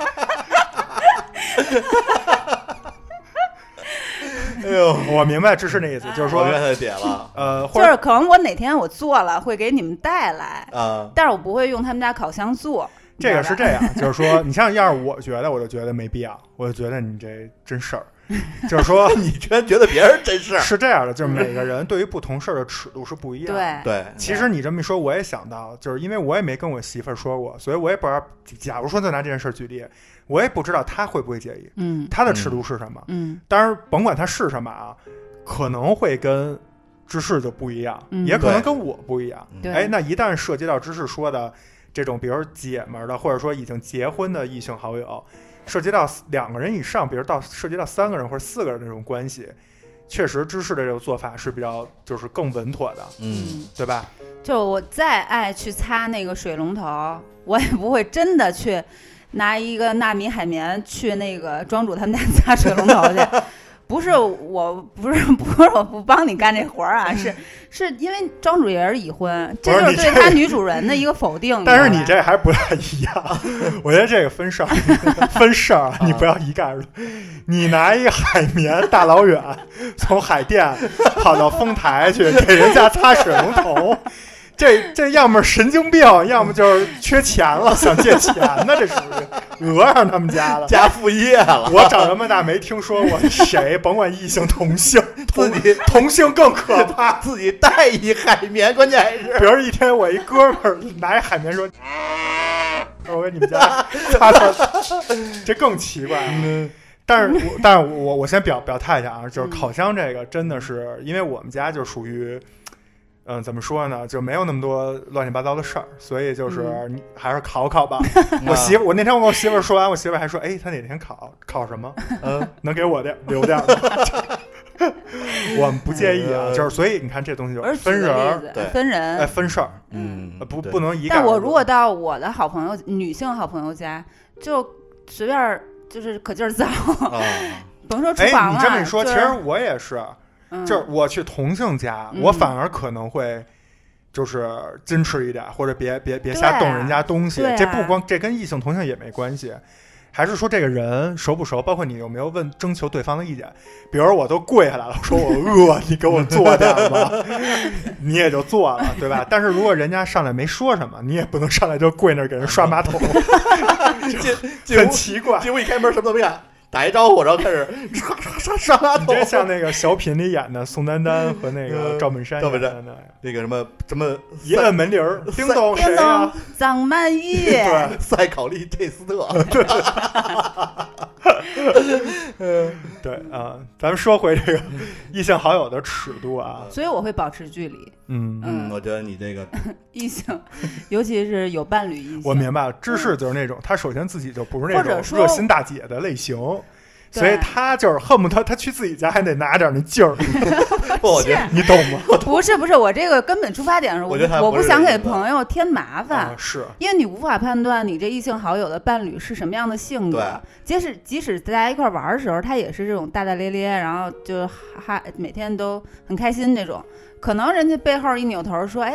S3: 哎呦，
S4: 我明白芝士那意思，就是
S3: 我明白他
S4: 说，
S3: 的点了，
S4: 呃，或
S2: 就
S4: 者
S2: 是可能我哪天我做了会给你们带来，
S3: 啊，
S2: 但是我不会用他们家烤箱做。你知
S4: 这
S2: 道
S4: 个
S2: 吧
S4: 是这样，就是说，你像要是我觉得，我就觉得没必要，我就觉得你这真事儿，就是 说
S3: 你居然觉得别人真事儿，
S4: 是这样的，就是每个人对于不同事儿的尺度是不一样的。
S2: 对
S3: 对，
S4: 其实你这么一说，我也想到，就是因为我也没跟我媳妇儿说过，所以我也不知道。假如说就拿这件事儿举例，我也不知道她会不会介意，
S2: 嗯
S4: 她的尺度是什么。
S2: 嗯
S4: 当然，甭管它是什么啊，可能会跟芝士就不一样，
S2: 嗯
S4: 也可能
S3: 对
S4: 跟我不一样。
S3: 嗯
S2: 对，
S4: 哎，那一旦涉及到芝士说的这种，比如姐们儿的，或者说已经结婚的异性好友，涉及到两个人以上，比如到涉及到三个人或者四个人这种关系，确实芝士的这个做法是比较就是更稳妥的，
S3: 嗯，
S4: 对吧？
S2: 就我再爱去擦那个水龙头，我也不会真的去拿一个纳米海绵去那个庄主他们家擦水龙头 去。不是我，不是不是我不帮你干这活 儿啊，是是因为庄主也是已婚，这
S4: 不是
S2: 就是
S4: 你
S2: 对
S4: 这
S2: 他女主人的一个否 定。
S4: 但是
S2: 知
S3: 嗯
S2: 道
S4: 你
S2: 吧
S4: 这还不太一样，我觉得这个分事儿，分事儿，你不要一概而论。你拿一个海绵，大老远从海淀跑到丰台去给人家擦水龙头，这这要么神经病，要么就是缺钱了，想借钱呢，这属于讹上他们家了。
S3: 家副业了，
S4: 我长这么大没听说过谁，甭管异性同性，
S3: 自
S4: 同
S3: 己
S4: 同性更可
S3: 哦
S4: 怕。
S3: 自己带一海绵，关键 还是
S4: 比如一天，我一哥们儿拿一海绵说：“我给你们家擦擦。”这更奇怪、啊。但是我，但是我我先表表态一下啊，
S2: 嗯
S4: 就是烤箱这个真的是，因为我们家就属于，嗯、怎么说呢，就没有那么多乱七八糟的事儿，所以就是、
S2: 嗯
S4: 你还是烤 烤吧。我媳妇，我那天我跟我媳妇儿说完，我媳妇儿还说：“哎，她哪天烤烤什么？
S3: 嗯
S4: 能给我点留点儿吗？” 我们不介意啊，
S3: 呃
S4: 就是所以你看这东西就
S2: 我是举
S4: 分人
S2: 个例
S4: 儿，
S2: 子
S3: 对
S2: 分
S4: 哎，
S2: 人。
S4: 分事儿。
S3: 嗯
S4: 呃，不
S3: 对
S4: 不能一概而
S2: 但
S4: 论。
S2: 我如果到我的好朋友女性好朋友家，就随便儿就是可劲儿造，
S3: 啊，
S2: 甭说厨
S4: 哎，
S2: 房
S4: 你
S2: 了。
S4: 这么一说，
S2: 就
S4: 其
S2: 是
S4: 实我也是，
S2: 嗯
S4: 就是我去同性家，
S2: 嗯
S4: 我反而可能会就是矜持一点，或者别别别
S2: 对
S4: 瞎
S2: 啊
S4: 动人家东西
S2: 对。啊
S4: 这不光这跟异性同性也没关系。还是说这个人熟不熟，包括你有没有问征求对方的意见。比如我都跪下来了，我说我饿，你给我做点吧， 你也就做了，对吧？但是如果人家上来没说什么，你也不能上来就跪那儿给人刷马桶，
S3: 进进
S4: 很
S3: 屋
S4: 奇怪。
S3: 进屋一开门什么都没干，打一招呼，然后开始刷刷刷刷马
S4: 你
S3: 桶
S4: 这，像那个小品里演的宋丹丹和那个
S3: 嗯
S4: 赵本山
S3: 赵
S4: 演
S3: 本
S4: 的那样，
S3: 那个什么什么
S4: 一摁门铃儿，叮咚，谁
S2: 叮
S4: 呀
S2: 咚？，张曼玉，
S4: 对，
S3: 塞考利这斯特，
S4: 对啊，咱们说回这个异性好友的尺度啊，
S2: 所以我会保持距离。
S4: 嗯，
S3: 嗯，
S2: 嗯，
S3: 我觉得你这个
S2: 异性， 尤其是有伴侣异性，
S4: 我明白了，芝士就是那种，他首先自己就不是那
S2: 嗯或者
S4: 种
S2: 说
S4: 热心大姐的类型。
S2: 对
S4: 所以他就是恨不得他去自己家还得拿点那 劲儿，
S3: 不，我觉得
S4: 你懂吗？
S2: 不是不是，我这个根本出发点是
S3: 我觉得他
S2: 不我
S3: 不是
S2: 想
S3: 这
S2: 给
S3: 意思
S2: 朋友添麻烦。
S4: 啊，是
S2: 因为你无法判断你这异性好友的伴侣是什么样的性格，即使即使大家一块儿玩儿的时候，他也是这种大大咧咧，然后就哈每天都很开心这种。可能人家背后一扭头说：“哎，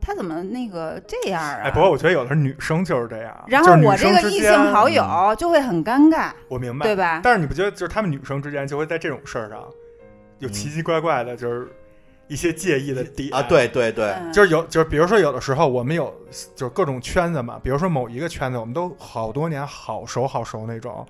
S2: 他怎么那个这样啊？”
S4: 哎，不过我觉得有的是女生就是这样，
S2: 然
S4: 就
S2: 后
S4: 是女
S2: 我这
S4: 生
S2: 个
S4: 之
S2: 异
S4: 间
S2: 性好友就会很尴尬，
S4: 我明白
S2: 对，吧？
S4: 但是你不觉得，就是她们女生之间就会在这种事儿上有奇奇怪怪的，就是一些介意的点
S3: 啊，，对对对，
S2: 嗯
S4: 就是有，就是比如说有的时候我们有就是各种圈子嘛，比如说某一个圈子，我们都好多年好熟好熟那种，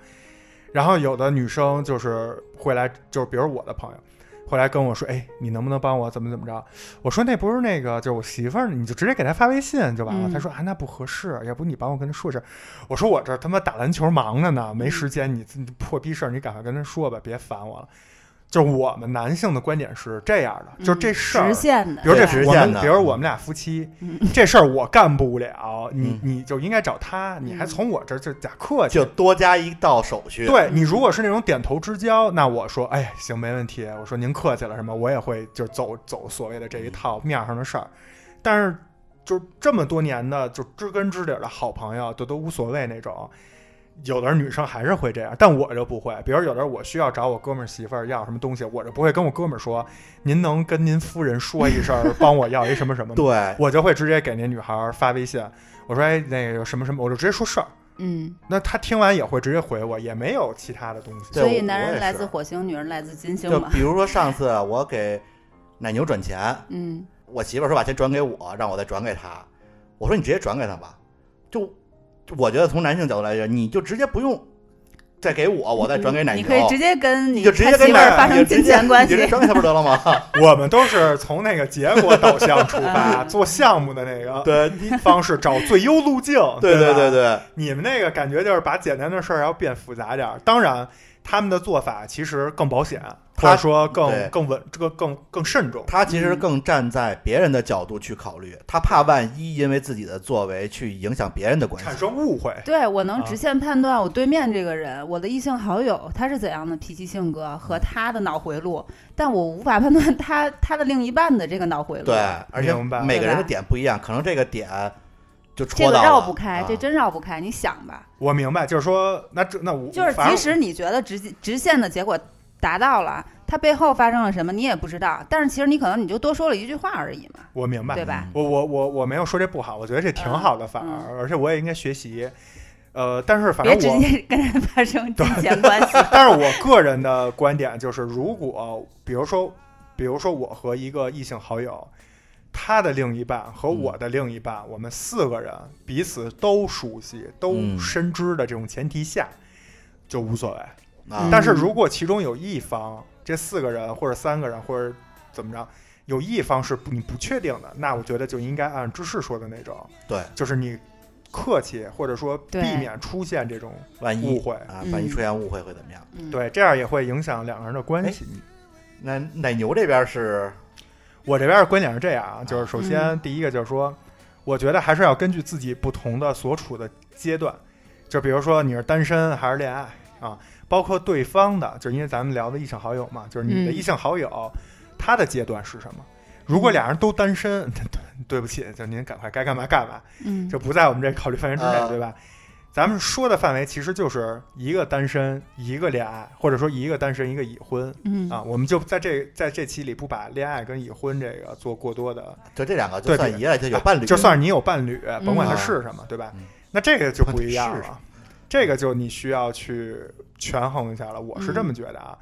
S4: 然后有的女生就是会来，就是比如我的朋友。会来跟我说，哎，你能不能帮我怎么怎么着？我说那不是那个，就是我媳妇儿，你就直接给她发微信就完了。
S2: 嗯
S4: 她说啊，那不合适，要不你帮我跟她说一声。我说我这他妈打篮球忙着呢，没时间，你你破逼事儿，你赶快跟她说吧，别烦我了。就是我们男性的观点是这样的，就是这事
S2: 嗯
S4: 儿、
S2: 直线的
S4: 比，如这
S3: 对直
S4: 我
S3: 线
S4: 们，
S3: 的
S4: 比如我们俩夫妻
S2: 嗯，
S4: 这事儿我干不了，你
S3: 嗯
S4: 你就应该找他，你还
S2: 嗯
S4: 从我这儿就假客气
S3: 就。多加一道手续，
S4: 对你如果是那种点头之交，那我说，哎呀，行，没问题。我说您客气了，什么我也会就是走走所谓的这一套面儿上的事儿。但是就是这么多年的就知根知底儿的好朋友，都都无所谓那种。有的女生还是会这样，但我就不会。比如有的我需要找我哥们儿媳妇儿要什么东西，我就不会跟我哥们儿说，您能跟您夫人说一声儿，帮我要一什么什么吗？
S3: 对，
S4: 我就会直接给那女孩儿发微信，我说哎那个什么什么，我就直接说事儿。
S2: 嗯。
S4: 那她听完也会直接回我，也没有其他的东西。
S3: 对
S2: 所以
S3: 我
S2: 男
S3: 我
S2: 人
S3: 也
S2: 来
S3: 是
S2: 自火星，女人来自金星
S3: 就
S2: 嘛。
S3: 比如说上次我给奶牛转钱，
S2: 嗯，
S3: 我媳妇儿说把钱转给我，让我再转给她。我说你直接转给她吧，就就我觉得从男性角度来说，你就直接不用再给我，我再转给奶
S2: 你
S3: 牛，
S2: 可以直接跟
S3: 你
S2: 你
S3: 就直接
S2: 他
S3: 跟
S2: 媳妇
S3: 奶
S2: 儿发
S3: 你就
S2: 生
S3: 直
S2: 金
S3: 接
S2: 钱关
S3: 你就直接
S2: 系。
S3: 转给她不是得了 吗？
S4: 我们都是从那个结果导向出发，做项目的那个
S3: 对，
S4: 方式找最优路径。
S3: 对
S4: 对
S3: 对对
S4: 吧，
S3: 对，
S4: 你们那个感觉就是把简单的事儿要变复杂点儿。当然，他们的做法其实更保险，或
S3: 他
S4: 者说
S3: 对
S4: 更更稳，这个更更慎重。
S3: 他其实更站在别人的角度去考虑，他怕万一因为自己的作为去影响别人的关
S4: 产
S3: 系。
S4: 生误会，
S2: 对我能
S4: 啊
S2: 直线判断我对面这个人，我的异性好友他是怎样的脾气性格和他的脑回路，但我无法判断他他的另一半的这个脑回路。
S3: 对，而且
S4: 明白
S3: 每个人的
S2: 对吧
S3: 点不一样，可能这个点就
S2: 这
S3: 戳
S2: 个
S3: 到
S2: 绕
S3: 了
S2: 不开，
S3: 啊
S2: 这真绕不开。你想吧，
S4: 我明白，就是说，那这那我
S2: 就是
S4: 反正
S2: 即使你觉得直直线的结果达到了，它背后发生了什么你也不知道，但是其实你可能你就多说了一句话而已嘛，
S4: 我明白，
S2: 对吧？
S4: 我我我我没有说这不好，我觉得这挺好的，反而、而且我也应该学习。呃，但是反
S2: 别
S4: 正
S2: 直
S4: 我，
S2: 接跟人发生金钱关 系。
S4: 但是我个人的观点就是，如果比如说，比如说我和一个异性好友，他的另一半和
S3: 嗯
S4: 我的另一半，我们四个人彼此都熟悉、都
S3: 嗯
S4: 深知的这种前提下，就无所谓。
S3: 啊，
S2: 嗯
S4: 但是如果其中有一方，这四个人或者三个人或者怎么着，有一方是不你不确定的，那我觉得就应该按芝士说的那种，
S3: 对，
S4: 就是你客气或者说避
S2: 对
S4: 免出现这种
S3: 万
S4: 误
S3: 一
S4: 会，
S3: 啊，
S2: 嗯
S3: 万一出现误会会怎么样？
S2: 嗯，哎
S4: 对，这样也会影响两个人的关系。
S3: 那奶牛这边是
S4: 我这边的观点是这样啊，就是首
S2: 嗯
S4: 先第一个就是说，我觉得还是要根据自己不同的所处的阶段，就比如说你是单身还是恋爱啊，包括对方的，就是因为咱们聊的异性好友嘛，就是你的
S2: 嗯
S4: 异性好友，他的阶段是什么？如果俩人都单身， 对对不起，就您赶快该干嘛干嘛，
S2: 嗯，
S4: 就不在我们这考虑范围之内，
S3: 啊
S4: 对吧？咱们说的范围其实就是一个单身，一个恋爱，或者说一个单身，一个已婚，
S2: 嗯
S4: 啊，我们就在这在这期里不把恋爱跟已婚这个做过多的，
S3: 就这两个就
S4: 对
S3: 算
S4: 对
S3: 一了，就有伴侣，
S4: 就算是你有伴侣，甭管它
S3: 嗯
S4: 是什么，对吧
S3: 嗯？
S4: 那这个就不一样
S3: 是
S4: 了，这个就你需要去权衡一下了。我是这么觉得啊，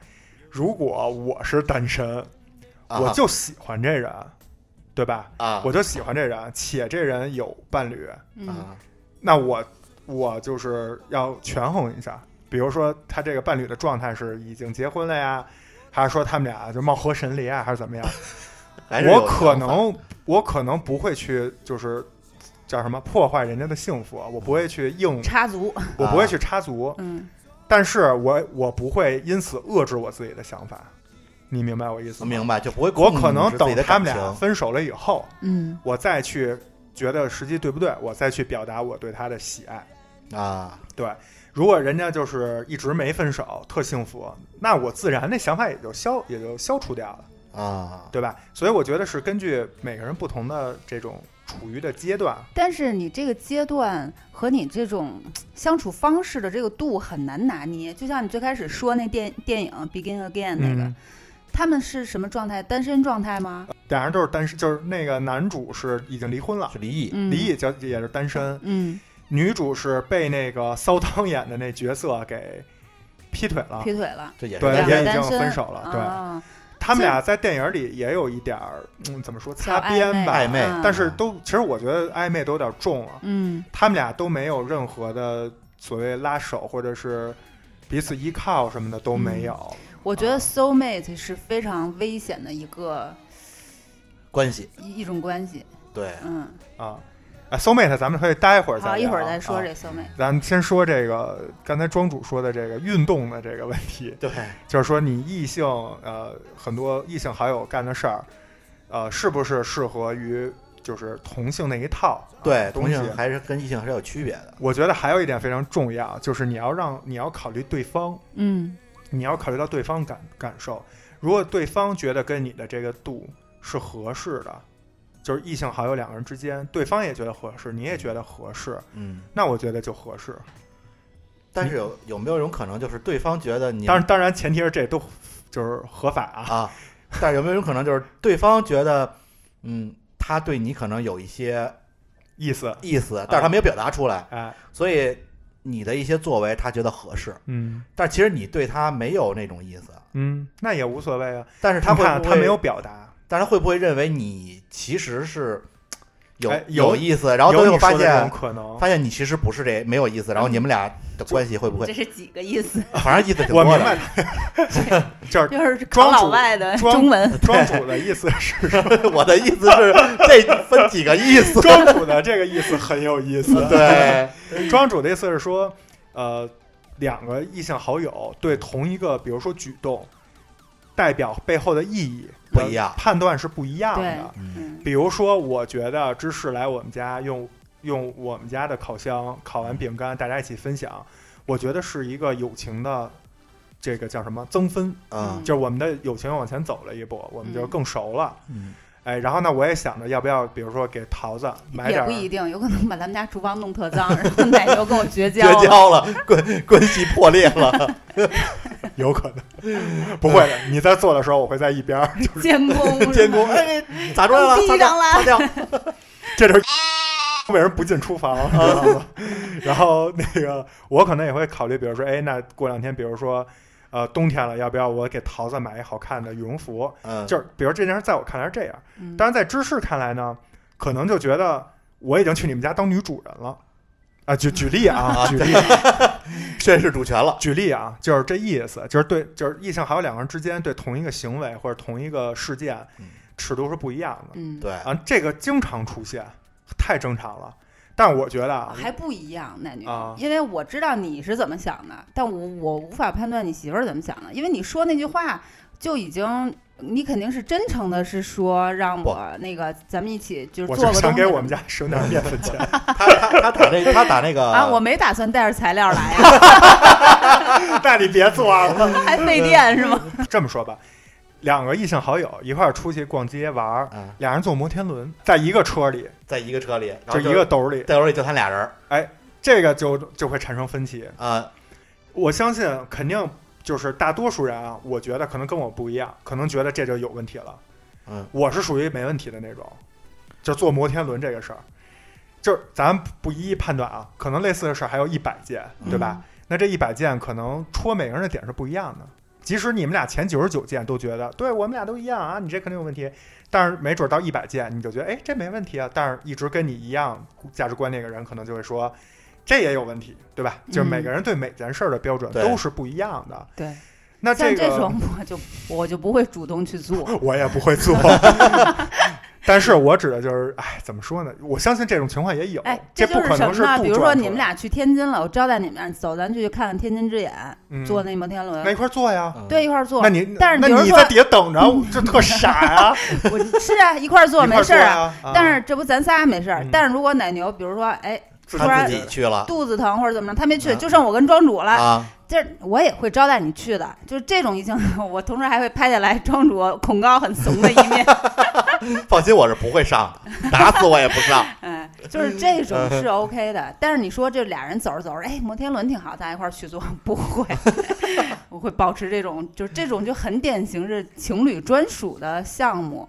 S4: 如果我是单身，
S3: 啊
S4: 我就喜欢这人，对吧？
S3: 啊
S4: 我就喜欢这人，且这人有伴侣，
S2: 嗯
S3: 啊
S4: 那我我就是要权衡一下，比如说他这个伴侣的状态是已经结婚了呀，还是说他们俩就貌合神离啊，还是怎么样？
S3: 还是有
S4: 我可
S3: 想法
S4: 能我可能不会去就是叫什么破坏人家的幸福，啊我不会去硬，
S2: 插足，
S4: 我不会去插足，
S2: 嗯
S4: 但是我我不会因此遏制我自己的想法，你明白我意
S3: 我
S4: 思吗？
S3: 明白，就不会
S4: 我
S3: 控制
S4: 可能
S3: 自己
S4: 等
S3: 的
S4: 他
S3: 感
S4: 们俩
S3: 情
S4: 分手了以后，
S2: 嗯
S4: 我再去觉得时机对不对，我再去表达我对他的喜爱。
S3: 啊，
S4: 如果人家就是一直没分手，特幸福，那我自然那想法也就消也就消除掉了，
S3: 啊，
S4: 对吧？所以我觉得是根据每个人不同的这种处于的阶段，
S2: 但是你这个阶段和你这种嘖相处方式的这个度很难拿捏，就像你最开始说那电电影《Begin Again》那个，
S4: 嗯呃
S2: 他们是什么状态？单身状态吗？
S4: 俩人都是单身，就是那个男主是已经离婚了，
S3: 是离异，
S2: 嗯
S4: 离异就也是单身，
S2: 嗯，
S4: 女主是被那个骚当演的那角色给劈腿了，
S2: 劈腿了，
S3: 这也是
S4: 对
S2: 两个
S3: 单
S4: 也
S3: 身
S4: 已经
S2: 单身
S4: 分手了，对。
S2: 啊、
S4: 他们俩在电影里也有一点儿，嗯，怎么说
S2: 小
S4: 擦边吧，
S3: 暧昧
S2: 嗯
S4: 但是都其实我觉得暧昧都有点重了、
S2: 嗯
S4: 他们俩都没有任何的所谓拉手或者是彼此依靠什么的都没有。
S2: 我觉得
S4: 啊
S2: soul mate 是非常危险的一个
S3: 关系，
S2: 一一种关系。
S3: 对，
S2: 嗯，
S4: 啊啊，soul mate，咱们可以待会儿再
S2: 好，
S4: 聊
S2: 一会儿再说这
S4: 啊
S2: soul mate。
S4: 咱们先说这个刚才庄主说的这个运动的这个问题，
S3: 对，
S4: 就是说你异性呃很多异性好友干的事儿，呃是不是适合于就是同性那一套？啊
S3: 对，
S4: 东
S3: 同
S4: 西
S3: 性还是跟异性还是有区别的，
S4: 我觉得还有一点非常重要，就是你要让你要考虑对方，
S2: 嗯
S4: 你要考虑到对方感感受。如果对方觉得跟你的这个度是合适的，就是异性好友两个人之间，对方也觉得合适，你也觉得合适，
S3: 嗯。
S4: 那我觉得就合适。
S3: 但是有有没有一种可能，就是对方觉得你
S4: 当然，当然前提是这都就是合法啊。
S3: 啊，但是有没有一种可能，就是对方觉得，嗯，他对你可能有一些
S4: 意思，
S3: 意思，但是他没有表达出来，
S4: 哎，
S3: 所以你的一些作为他觉得合适，
S4: 嗯
S3: 但其实你对他没有那种意思，
S4: 嗯，那也无所谓啊。
S3: 但是他
S4: 你
S3: 会
S4: 看
S3: 不
S4: 他
S3: 会
S4: 没有，表达，
S3: 但是他会不会认为你其实是有
S4: 哎有
S3: 有意思，然后
S4: 有
S3: 最后
S4: 你说
S3: 发
S4: 的这种
S3: 现
S4: 可能。
S3: 发现你其实不是这没有意思，然后你们俩的关系会不
S2: 这
S3: 会，
S2: 是几个意 思？
S3: 反正意思挺
S4: 我
S3: 多的
S4: 明白， 就是
S2: 就是考
S4: 庄主
S2: 老外的
S4: 庄
S2: 中文。
S4: 庄主的意思是，
S3: 我的意思是这分几个意 思，
S4: 庄主的这个意思很有 意思。
S3: 对，
S4: 庄主的意思是说，呃，两个异性好友对同一个，比如说举动，代表背后的意义
S3: 不一样
S4: 判断是不一样
S2: 对
S4: 的。
S3: 嗯
S2: 嗯
S4: 比如说，我觉得芝士来我们家用用我们家的烤箱烤完饼干，大家一起分享，我觉得是一个友情的这个叫什么增分，
S3: 啊，
S4: 就是我们的友情往前走了一步，我们就
S2: 嗯
S4: 更熟了。
S7: 嗯，
S4: 哎，然后呢，我也想着要不要，比如说给桃子买
S2: 也
S4: 点
S2: 不
S4: 儿
S2: 一定，有可能把咱们家厨房弄特脏， 然后奶牛跟我绝交
S3: 绝
S2: 了。
S3: 交了，关关系破裂了，
S4: 有可能， 不会的。你在做的时候，我会在一边儿，
S2: 监 工，
S3: 监工，哎，咋着了？
S2: 地
S3: 擦
S2: 上
S3: 掉，
S2: 了
S3: 擦掉，
S4: 这阵儿为什么不进厨房？知道吗？ 然后那个我可能也会考虑，比如说，哎，那过两天，比如说，呃，冬天了，要不要我给桃子买一好看的羽绒服？
S3: 嗯，
S4: 就是，比如这件事，在我看来是这样，
S2: 嗯
S4: 但是在芝士看来呢，可能就觉得我已经去你们家当女主人了。啊，举举例啊，举例，
S3: 宣誓主权了，
S4: 举例啊，就是这意思，就是对，就是异性好友两个人之间对同一个行为或者同一个事件
S3: 嗯，
S4: 尺度是不一样的。
S2: 嗯，
S3: 对，
S4: 啊，这个经常出现，太正常了。但我觉得啊，
S2: 还不一样，奶牛，
S4: 啊
S2: 因为我知道你是怎么想的，但我我无法判断你媳妇儿怎么想的，因为你说那句话就已经。你肯定是真诚的，是说让我那个咱们一起就是
S4: 我
S2: 做个
S4: 就
S2: 东
S4: 想
S2: 西
S4: 给我们家省点面子钱。
S3: 他他他打那他打那个
S2: 啊，我没打算带着材料来 呀，
S4: 那你别做了。
S2: 还费电是吗？
S4: 这么说吧，两个异性好友一块儿出去逛街玩儿，
S3: 啊，
S4: 俩人坐摩天轮，在一个车里，
S3: 在一个车里，然后
S4: 就一个兜里，
S3: 队友里就他俩人儿
S4: 这个就就会产生分歧。
S3: 啊，
S4: 我相信肯定就是大多数人啊，我觉得可能跟我不一样，可能觉得这就有问题了。
S3: 嗯，
S4: 我是属于没问题的那种，就坐摩天轮这个事儿，就是咱不一一判断啊，可能类似的事儿还有一百件，对吧？
S2: 嗯
S4: 那这一百件可能戳每个人的点是不一样的。即使你们俩前九十九件都觉得对我们俩都一样啊，你这肯定有问题，但是没准到一百件你就觉得哎这没问题啊，但是一直跟你一样价值观那个人可能就会说这也有问题，对吧？就是每个人对每件事儿的标准
S3: 对
S4: 都是不一样的。
S2: 对，
S4: 那
S2: 像
S4: 这
S2: 这
S4: 个
S2: 种我就我就不会主动去做，
S4: 我也不会做。 但是我指的就是，哎，怎么说呢？我相信这种情况也有，
S2: 哎，就
S4: 不可
S2: 什
S4: 能
S2: 么呢？
S4: 杜
S2: 比如
S4: 撰
S2: 说
S4: 出
S2: 你们
S4: 来
S2: 俩去天津了，我招待你们俩走，咱去看看天津之眼，
S4: 嗯
S2: 坐那摩天
S4: 那一
S2: 轮，
S4: 块儿做呀。
S3: 嗯
S2: 对，一块儿坐
S4: 那。你
S2: 但是
S4: 那
S2: 比如
S4: 你
S2: 说
S4: 在底下等着，就特傻 呀。
S2: 我是啊，一块儿坐
S4: 一块
S2: 没
S4: 儿
S2: 事
S4: 做
S2: 儿啊。
S4: 呀。啊
S2: 但是这不咱仨没事儿
S4: 嗯，
S2: 但是如果奶牛，比如说哎
S4: 自己
S2: 突
S3: 他
S2: 然
S3: 自己去了
S2: 肚子疼或者怎么着，他没去，
S3: 嗯
S2: 就剩我跟庄主了，
S3: 啊，
S2: 这我也会招待你去的。就是这种一性， 我同时还会拍下来庄主恐高很怂的一面，
S3: 放心，我是不会上 的，打死我也不上。
S2: 哎，就是这种是 OK 的。但是你说这俩人走着走着，哎，摩天轮挺好，咱一块儿去坐， 不会，我会保持这种，就是这种就很典型是情侣专属的项目，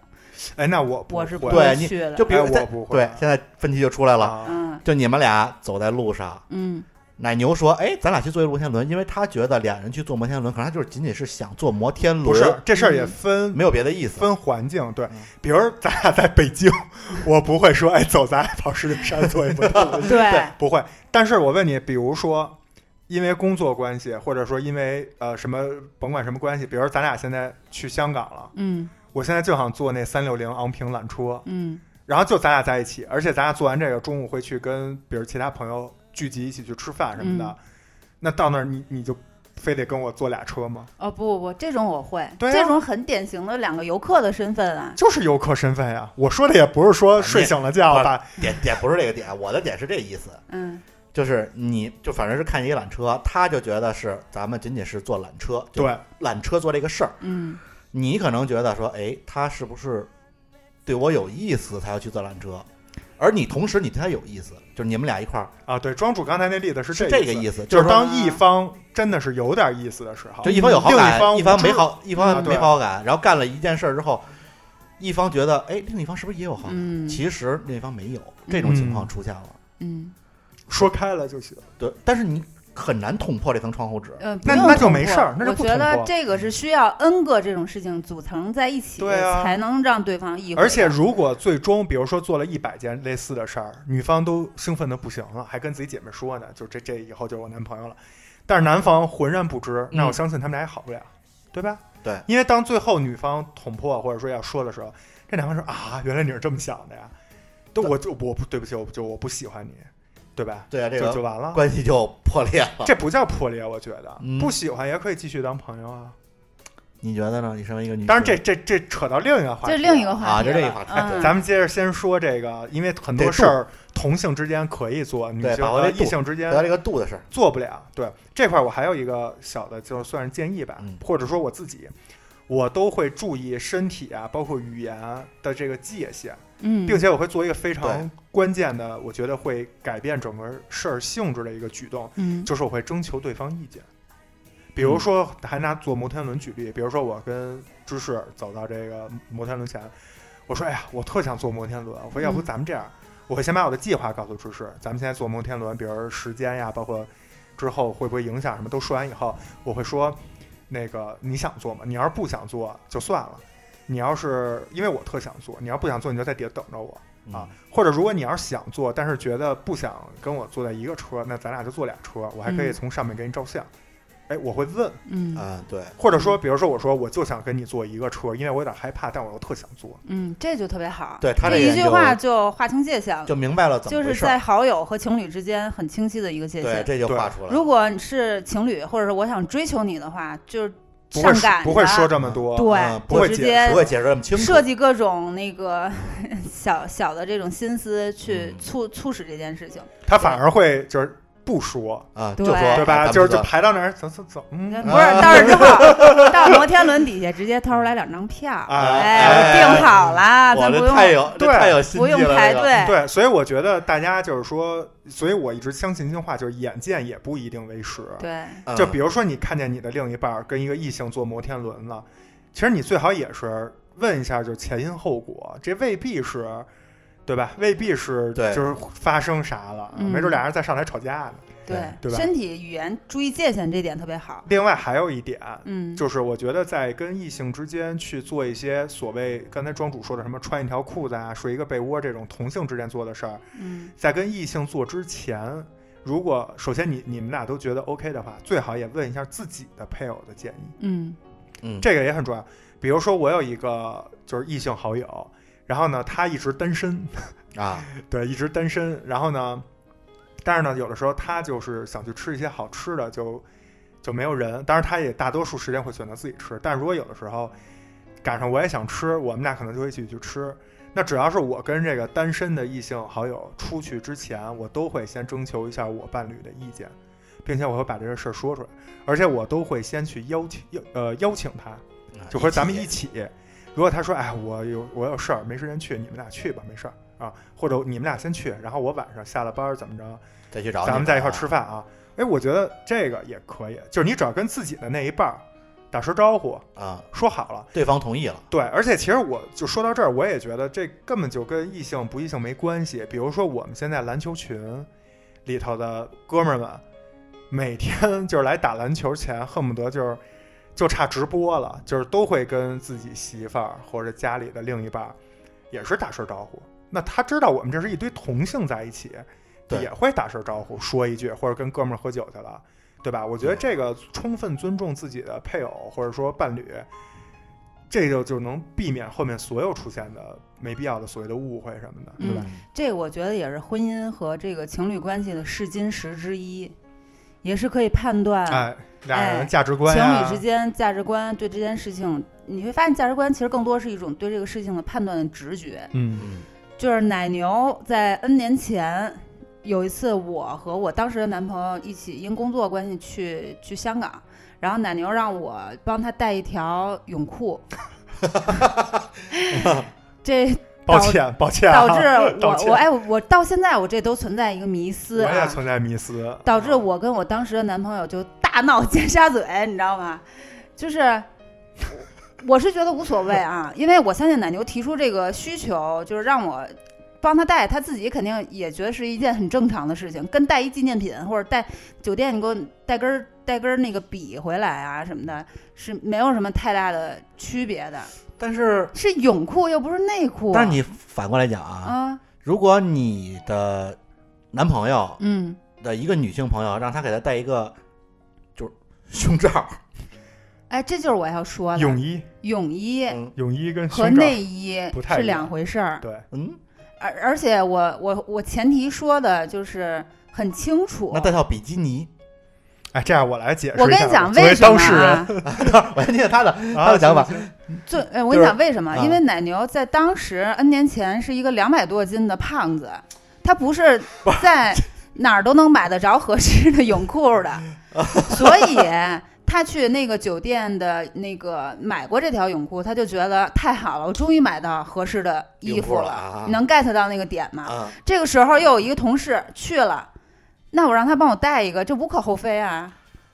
S4: 哎，那我不
S2: 我是不
S4: 会
S3: 对
S2: 会
S3: 你
S2: 去的
S3: 就。比如
S4: 哎
S3: 在
S4: 我不会
S3: 对，现在问题就出来了，
S4: 啊
S2: 嗯
S3: 就你们俩走在路上，
S2: 嗯，
S3: 奶牛说：“哎，咱俩去坐一摩天轮，因为他觉得俩人去坐摩天轮，可能他就是仅仅是想坐摩天轮，
S4: 不是这事儿也分
S3: 没有别的意思。
S4: 分环境，对
S3: 嗯，
S4: 比如咱俩在北京， 我不会说，哎，走，咱俩跑石景山坐一 坐，
S2: 对，
S4: 不会。但是我问你，比如说，因为工作关系，或者说因为呃什么，甭管什么关系，比如咱俩现在去香港了，
S2: 嗯
S4: 我现在就想坐那三六零昂平缆车，
S2: 嗯
S4: 然后就咱俩在一起，而且咱俩做完这个，中午会去跟比如其他朋友聚集一起去吃饭什么的，
S2: 嗯
S4: 那到那儿你你就非得跟我坐俩车吗？
S2: 哦不不不，这种我会，
S4: 对啊
S2: 这种很典型的两个游客的身份啊。
S4: 就是游客身份呀、我说的也不是说睡醒了觉
S3: 啊
S4: 吧，
S3: 点点不是这个点，我的点是这意思，
S2: 嗯，
S3: 就是你就反正是看一个缆车，他就觉得是咱们仅仅是坐缆车，就
S4: 对，
S3: 缆车做这个事儿，
S2: 嗯，
S3: 你可能觉得说，哎，他是不是对我有意思才要去坐缆车？而你同时你对他有意思，就是你们俩一块儿
S4: 啊，对，庄主刚才那例子是
S3: 是
S4: 这
S3: 这个意
S4: 思，
S3: 思，就
S4: 就是是
S3: 说
S4: 当一方真的是有点意思的时候，
S3: 就一方有好
S4: 另
S3: 感
S4: 一，方
S3: 一方
S4: 无
S3: 没
S4: 知
S3: 好，一方
S4: 嗯
S3: 没
S4: 对
S3: 好感，然后干了一件事儿之后，一方觉得，哎，另一方是不是也有好感？
S2: 嗯
S3: 其实另一方没有，这种情况出现了。
S2: 嗯，
S4: 说开了就行。
S3: 对，但是你很难捅破这层窗户纸。
S2: 呃，不
S4: 那
S2: 用
S4: 那就
S2: 捅
S4: 没
S2: 破
S4: 事儿那就
S2: 我
S4: 不
S2: 觉
S4: 捅
S2: 得
S4: 破
S2: 这个是需要 N 个这种事情组成在一起，
S4: 对啊
S2: 才能让对方意会到。
S4: 而且如果最终，比如说做了一百件类似的事儿，女方都兴奋的不行了，还跟自己姐妹说呢，就这这以后就是我男朋友了。但是男方浑然不知，
S2: 嗯
S4: 那我相信他们俩也好不了，对吧？
S3: 对
S4: 因为当最后女方捅破或者说要说的时候，这男方说啊，原来你是这么想的呀，都我就我不对不起，我就我不喜欢你，对吧？
S3: 对啊，这
S4: 就就
S3: 个
S4: 完了，
S3: 关系就破裂了。
S4: 这不叫破裂，我觉得、
S3: 嗯
S4: 不喜欢也可以继续当朋友啊，
S3: 你觉得呢？你身为一个女士，
S4: 当然这这这扯到另一个话题
S2: 这
S4: 了，
S2: 是另一个话
S3: 啊
S2: 题
S3: 这
S2: 了，
S3: 是另一个话题
S2: 嗯
S4: 咱们接着先说这个，因为很
S3: 得度
S4: 多事儿同性之间可以做，女
S3: 对
S4: 性
S3: 把握
S4: 和
S3: 这度
S4: 异性之
S3: 回到
S4: 间
S3: 这个度的事儿，
S4: 做不了。对这块，我还有一个小的，就是算是建议吧，
S3: 嗯
S4: 或者说我自己，我都会注意身体啊，包括语言的这个界限，
S2: 嗯，
S4: 并且我会做一个非常
S3: 对
S4: 关键的，我觉得会改变整个事儿性质的一个举动，
S2: 嗯
S4: 就是我会征求对方意见。比如说，还拿坐摩天轮举例，比如说我跟芝士走到这个摩天轮前，我说：“哎呀，我特想坐摩天轮。”我说：“要不咱们这样，我会先把我的计划告诉芝士，咱们现在坐摩天轮，比如时间呀，包括之后会不会影响什么，都说完以后，我会说，那个你想做吗？你要是不想做就算了，你要是因为我特想做，你要不想做你就在底下等着我。”啊，或者如果你要是想坐，但是觉得不想跟我坐在一个车，那咱俩就坐俩车，我还可以
S2: 嗯
S4: 从上面给你照相。哎，我会问，
S2: 嗯
S3: 嗯，对，
S4: 或者说，比如说我说我就想跟你坐一个车，因为我有点害怕，但我又特想坐。
S2: 嗯，这就特别好。
S3: 对他
S2: 这
S3: 这
S2: 一
S3: 个
S2: 句
S3: 就
S2: 话就划清界限了，
S3: 就明白了怎
S2: 就
S3: 么回
S2: 是
S3: 事
S2: 在
S3: 儿，
S2: 好友和情侣之间很清晰的一个界
S3: 对，
S2: 限。
S3: 这就
S4: 对
S3: 画出来了。
S2: 如果你是情侣，或者是我想追求你的话，就是
S4: 不会
S2: 上赶
S4: 不会
S2: 着
S4: 说这么多，
S2: 对，
S3: 嗯不
S2: 就
S4: 会
S2: 直
S4: 解
S2: 接
S3: 不会解释这么清楚，
S2: 设计各种那个 小小的这种心思去
S3: 嗯
S2: 促促使这件事情。
S4: 他反而会就是不说，
S3: 啊，就
S2: 对
S3: 说
S4: 对吧？
S3: 哎咱
S4: 就是
S3: 们
S4: 就
S3: 就
S4: 排到那儿，走走走，嗯，
S3: 啊
S2: 不是，到时之后 到摩天轮底下直接掏出来两张票，
S4: 哎
S2: 哎，
S3: 哎
S2: 订好了，
S3: 啊我
S2: 咱不
S3: 这太
S2: 用
S3: 有这
S4: 对
S3: 太有心
S2: 不
S3: 机了，
S2: 用排
S3: 这个。
S2: 队。
S4: 对，所以我觉得大家就是说，所以我一直相信一句话，就是眼见也不一定为实。
S2: 对，
S3: 嗯
S4: 就比如说，你看见你的另一半儿跟一个异性坐摩天轮了，其实你最好也是问一下，就前因后果，这未必是，对吧？未必是，
S3: 对
S4: 就是发生啥了，
S2: 嗯
S4: 没准俩人在上台吵架呢。
S2: 对，
S4: 对吧
S2: 身体语言注意界限这点特别好。
S4: 另外还有一点，
S2: 嗯，
S4: 就是我觉得在跟异性之间去做一些所谓刚才庄主说的什么穿一条裤子啊、睡一个被窝这种同性之间做的事儿，
S2: 嗯
S4: 在跟异性做之前，如果首先你你们俩都觉得 OK 的话，最好也问一下自己的配偶的建议。
S2: 嗯
S3: 嗯，
S4: 这个也很重要。比如说，我有一个就是异性好友，然后呢，他一直单身，
S3: 啊，
S4: 对，一直单身。然后呢，但是呢，有的时候他就是想去吃一些好吃的，就就没有人。当然，他也大多数时间会选择自己吃。但如果有的时候赶上我也想吃，我们俩可能就会一起去吃。那只要是我跟这个单身的异性好友出去之前，我都会先征求一下我伴侣的意见，并且我会把这个事儿说出来，而且我都会先去邀请邀呃邀请他，就和咱们一起。如果他说，哎，我有我有事儿没时间去，你们俩去吧，没事儿啊，或者你们俩先去，然后我晚上下了班儿怎么着，
S3: 再去找
S4: 咱
S3: 你
S4: 们在一
S3: 啊
S4: 块儿吃饭啊。哎，我觉得这个也可以，就是你只要跟自己的那一半儿打声招呼，
S3: 啊，
S4: 说好了。
S3: 对方同意了，
S4: 对，而且其实我就说到这儿，我也觉得这根本就跟异性不异性没关系。比如说我们现在篮球群里头的哥们儿们，每天就是来打篮球前，恨不得就是就差直播了，就是都会跟自己媳妇儿或者家里的另一半儿也是打声招呼。那他知道我们这是一堆同性在一起，
S3: 对
S4: 也会打声招呼，说一句，或者跟哥们儿喝酒去了，对吧？我觉得这个充分尊重自己的配偶或者说伴侣，这就就能避免后面所有出现的没必要的所谓的误会什么的，对吧？
S2: 嗯，这我觉得也是婚姻和这个情侣关系的试金石之一，也是可以判断
S4: 哎，俩
S2: 哎
S4: 人价值观、啊
S2: 情
S4: 呀，
S2: 侣之间价值观对这件事情，你会发现价值观其实更多是一种对这个事情的判断的直觉。
S4: 嗯
S3: 嗯
S2: 就是奶牛在 N 年前有一次，我和我当时的男朋友一起因工作关系去去香港，然后奶牛让我帮他带一条泳裤，这
S4: 抱歉，抱歉、啊，
S2: 导致
S4: 道
S2: 我
S4: 歉
S2: 我哎我到现在我这都存在一个迷思、
S4: 我也
S2: 啊，
S4: 存在迷思，
S2: 导致我跟我当时的男朋友就大闹尖沙咀，你知道吗？就是。我是觉得无所谓啊，因为我相信奶牛提出这个需求，就是让我帮他带，他自己肯定也觉得是一件很正常的事情，跟带一纪念品或者带酒店你给我带根儿带根儿那个笔回来啊什么的，是没有什么太大的区别的。
S3: 但是
S2: 是泳裤又不是内裤，
S3: 但是你反过来讲啊，
S2: 啊，
S3: 如果你的男朋友
S2: 嗯，
S3: 的一个女性朋友让他给他戴一个就是胸罩，
S2: 哎，这就是我要说的
S4: 泳衣，
S2: 泳衣
S3: 嗯
S4: 泳衣跟
S2: 和
S4: 胸罩，
S2: 内衣
S4: 不太一
S2: 是
S4: 样
S2: 两回事儿。
S4: 对，
S3: 嗯，
S2: 而而且我我我前提说的就是很清楚
S3: 那，带套比基尼
S4: 哎，这样我来解释一下吧。
S2: 我跟你讲，
S4: 作为
S2: 为什么
S4: 当事人
S2: 啊？
S3: 我先听听他的他
S4: 啊
S3: 的想法，
S2: 最， 哎我跟你讲为什么？
S3: 就是
S2: 因为奶牛在当时 N 年前是一个两百多斤的胖子，他不是在哪儿都能买得着合适的泳裤 的，所以他去那个酒店的那个买过这条泳裤，他就觉得太好了，我终于买到合适的衣
S3: 泳
S2: 服
S3: 裤了啊
S2: 你能 get 到那个点吗？
S3: 啊，
S2: 这个时候又有一个同事去了，那我让他帮我带一个，这无可厚非啊。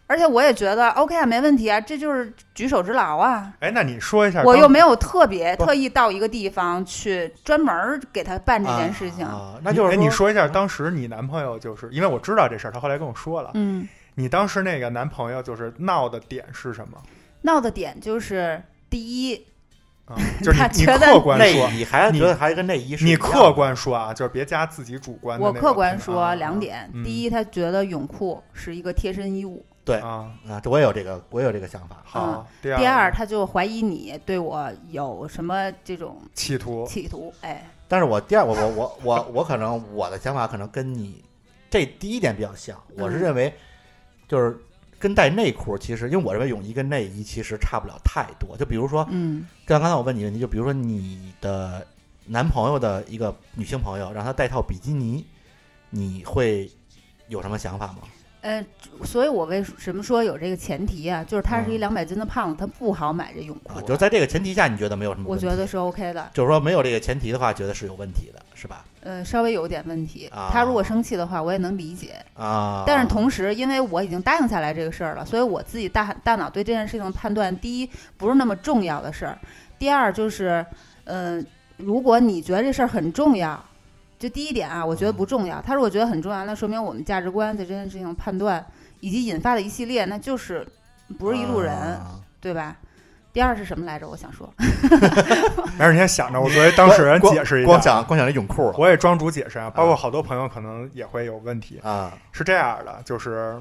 S2: 而且我也觉得 OK 啊，没问题啊，这就是举手之劳啊。
S4: 哎，那你说一下，
S2: 我
S4: 刚
S2: 又没有特别
S3: 不
S2: 特意到一个地方去专门儿给他办这件事情。
S3: 啊，那就是
S4: 哎，你说一
S2: 嗯
S4: 下，
S3: 啊
S4: 当时你男朋友就是因为我知道这事儿，他后来跟我说了，
S2: 嗯，
S4: 你当时那个男朋友就是闹的点是什么？
S2: 闹的点就是第一，
S4: 啊，就是
S2: 他
S4: 你你
S2: 觉得
S4: 客观
S3: 内
S4: 说，
S3: 衣还
S4: 你
S3: 觉得还跟内衣是一
S4: 你
S3: 样的
S4: 客观说啊，就是别加自己主观的
S2: 我
S4: 那个。
S2: 客观
S4: 啊
S2: 说两点：
S4: 嗯
S2: 第一，他觉得泳裤是一个贴身衣物；
S4: 啊，
S3: 啊，这我也有这个，我也有这个想法，
S4: 好。第
S2: 嗯第二，他就怀疑你对我有什么这种
S4: 企图
S2: 企图。哎，
S3: 但是我第二我我我我我可能我的想法可能跟你这第一点比较像，我是认
S2: 嗯
S3: 为就是跟带内裤其实，因为我认为泳衣跟内衣其实差不了太多。就比如说，
S4: 哦
S2: 嗯
S3: 就像刚才我问你的问题，就比如说你的男朋友的一个女性朋友让他带套比基尼，你会有什么想法吗？
S2: 呃，所以我为什么说有这个前提啊？就是他是一两百斤的胖子，他不好买这泳裤
S3: 嗯啊，。就是在这个前提下，你觉得没有什么
S2: 我
S3: 问题？
S2: 觉得是 OK 的，
S3: 就是说没有这个前提的话，觉得是有问题的，是吧？
S2: 呃，稍微有点问题
S3: 啊。
S2: 他如果生气的话，我也能理解。
S3: 啊，
S2: 但是同时，因为我已经答应下来这个事儿了，所以我自己大大脑对这件事情的判断，第一不是那么重要的事儿，第二就是，呃，如果你觉得这事儿很重要，就第一点啊，我
S3: 嗯
S2: 觉得不重要。他如果觉得很重要，那说明我们价值观对这件事情的判断以及引发的一系列，那就是不是一路人，
S3: 啊
S2: 对吧？第二是什么来着？我想说，
S4: 没事，你先想着，我作为当事人解释一
S3: 光光
S4: 下。
S3: 想光想这泳裤了
S4: 我也庄主解释啊，包括好多朋友可能也会有问题。
S3: 啊，
S4: 是这样的，就是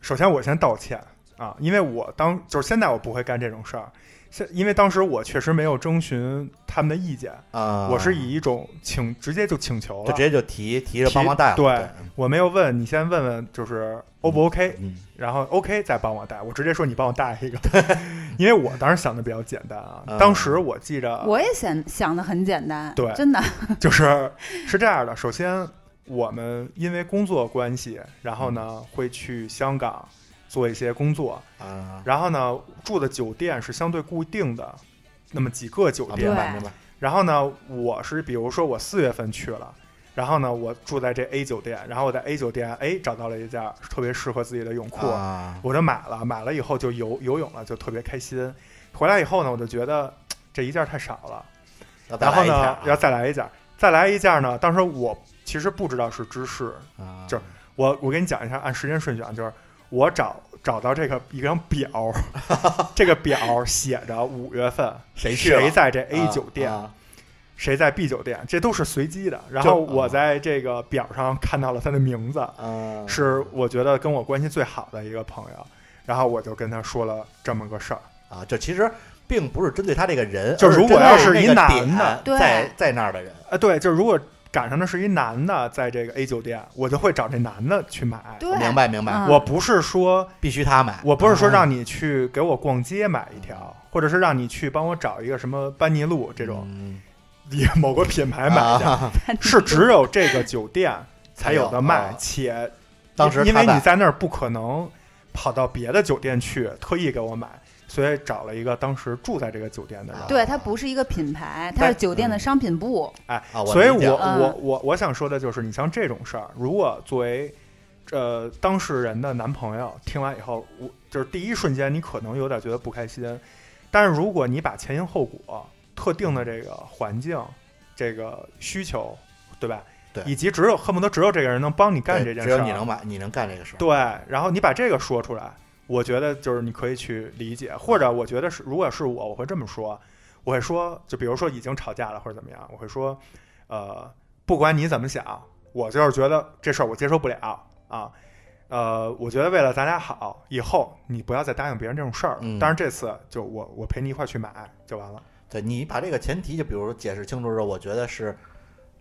S4: 首先我先道歉啊，因为我当就是现在我不会干这种事儿，现因为当时我确实没有征询他们的意见，
S3: 啊，
S4: 我是以一种请直接就请求
S3: 就直
S4: 了，
S3: 接就提提着帮忙带了，
S4: 提对我没有问你先问问就是
S3: 嗯
S4: O 不 OK，
S3: 嗯
S4: 然后 OK 再帮我带，我直接说你帮我带 一个，因为我当时想的比较简单啊
S3: 嗯，
S4: 当时我记着
S2: 我也想想的很简单，
S4: 啊对
S2: 真的，
S4: 就是是这样的，首先我们因为工作关系，然后呢
S3: 嗯
S4: 会去香港做一些工作。
S3: 啊，
S4: 然后呢，住的酒店是相对固定的，那么几个酒
S3: 啊明
S4: 店。
S3: 白明白，
S4: 然后呢，我是比如说我四月份去了，然后呢，我住在这 A 酒店，然后我在 A 酒店哎找到了一件特别适合自己的泳裤，
S3: 啊
S4: 我就买了，买了以后就游游泳了，就特别开心。回来以后呢，我就觉得嘖这一件太少了，然后呢，
S3: 啊
S4: 要再来一件，再来一件呢，当时我其实不知道是芝士，
S3: 啊，
S4: 就是我我给你讲一下，按时间顺序啊，就是我找找到这个一张 表，这个表写着五月份
S3: 谁去了
S4: 谁在这 A
S3: 啊
S4: 酒店，
S3: 啊
S4: 谁在 B 酒店，这都是随机的。然后
S3: 嗯
S4: 我在这个表上看到了他的名字，
S3: 啊
S4: 是我觉得跟我关系最好的一个朋友，然后我就跟他说了这么个事儿。
S3: 啊，就其实并不是针对他这个人，
S4: 就如果
S3: 而
S4: 要
S3: 针
S4: 是
S3: 对
S4: 一
S3: 那个
S4: 男
S3: 点
S4: 的
S2: 对
S3: 在在那儿的人，
S4: 啊，对，就如果赶上的是一男的在这个 A 酒店，我就会找这男的去买。
S2: 对，
S3: 我明白明白，
S2: 嗯
S4: 我不是说
S3: 必须他买，嗯
S4: 我不是说让
S3: 你
S4: 你去给我逛街买一条，或者是让你去帮我找一个什么班尼路这种也某个品牌买一
S3: 嗯
S4: 下，
S3: 啊，
S4: 是只有这个酒店才有的
S3: 才有
S4: 卖
S3: 啊，
S4: 且
S3: 当时
S4: 因
S3: 他
S4: 为你
S3: 在
S4: 在那儿不可能跑到别的酒店去特意给我买，所以找了一个当时住在这个酒店的人。
S2: 对，它不是一个品牌，它是酒
S4: 嗯
S2: 店的商品部。
S3: 啊， 我
S4: 所以
S3: 理解
S4: 我
S3: 了
S2: 嗯
S4: 我我我想说的就是，你像这种事儿，如果作为呃当事人的男朋友听完以后，我就是第一瞬间你可能有点觉得不开心，但是如果你把前因后果、特定的这个环境、这个需求，对吧？
S3: 对
S4: 以及只有恨不得只有这个人能帮你干这
S3: 对
S4: 件
S3: 只
S4: 事
S3: 有你能
S4: 儿，啊
S3: 买，你能干这个事儿，
S4: 对，然后你把这个说出来，我觉得就是你可以去理解，或者我觉得是，如果是我，我会这么说，我会说，就比如说已经吵架了或者怎么样，我会说，呃，不管你怎么想，我就是觉得这事儿我接受不了啊。呃，我觉得为了咱俩好，以后你不要再答应别人这种事儿了。
S3: 嗯
S4: 但是这次就我我陪你一块儿去买就完了。
S3: 对你把这个前提就比如说解释清楚之后，我觉得是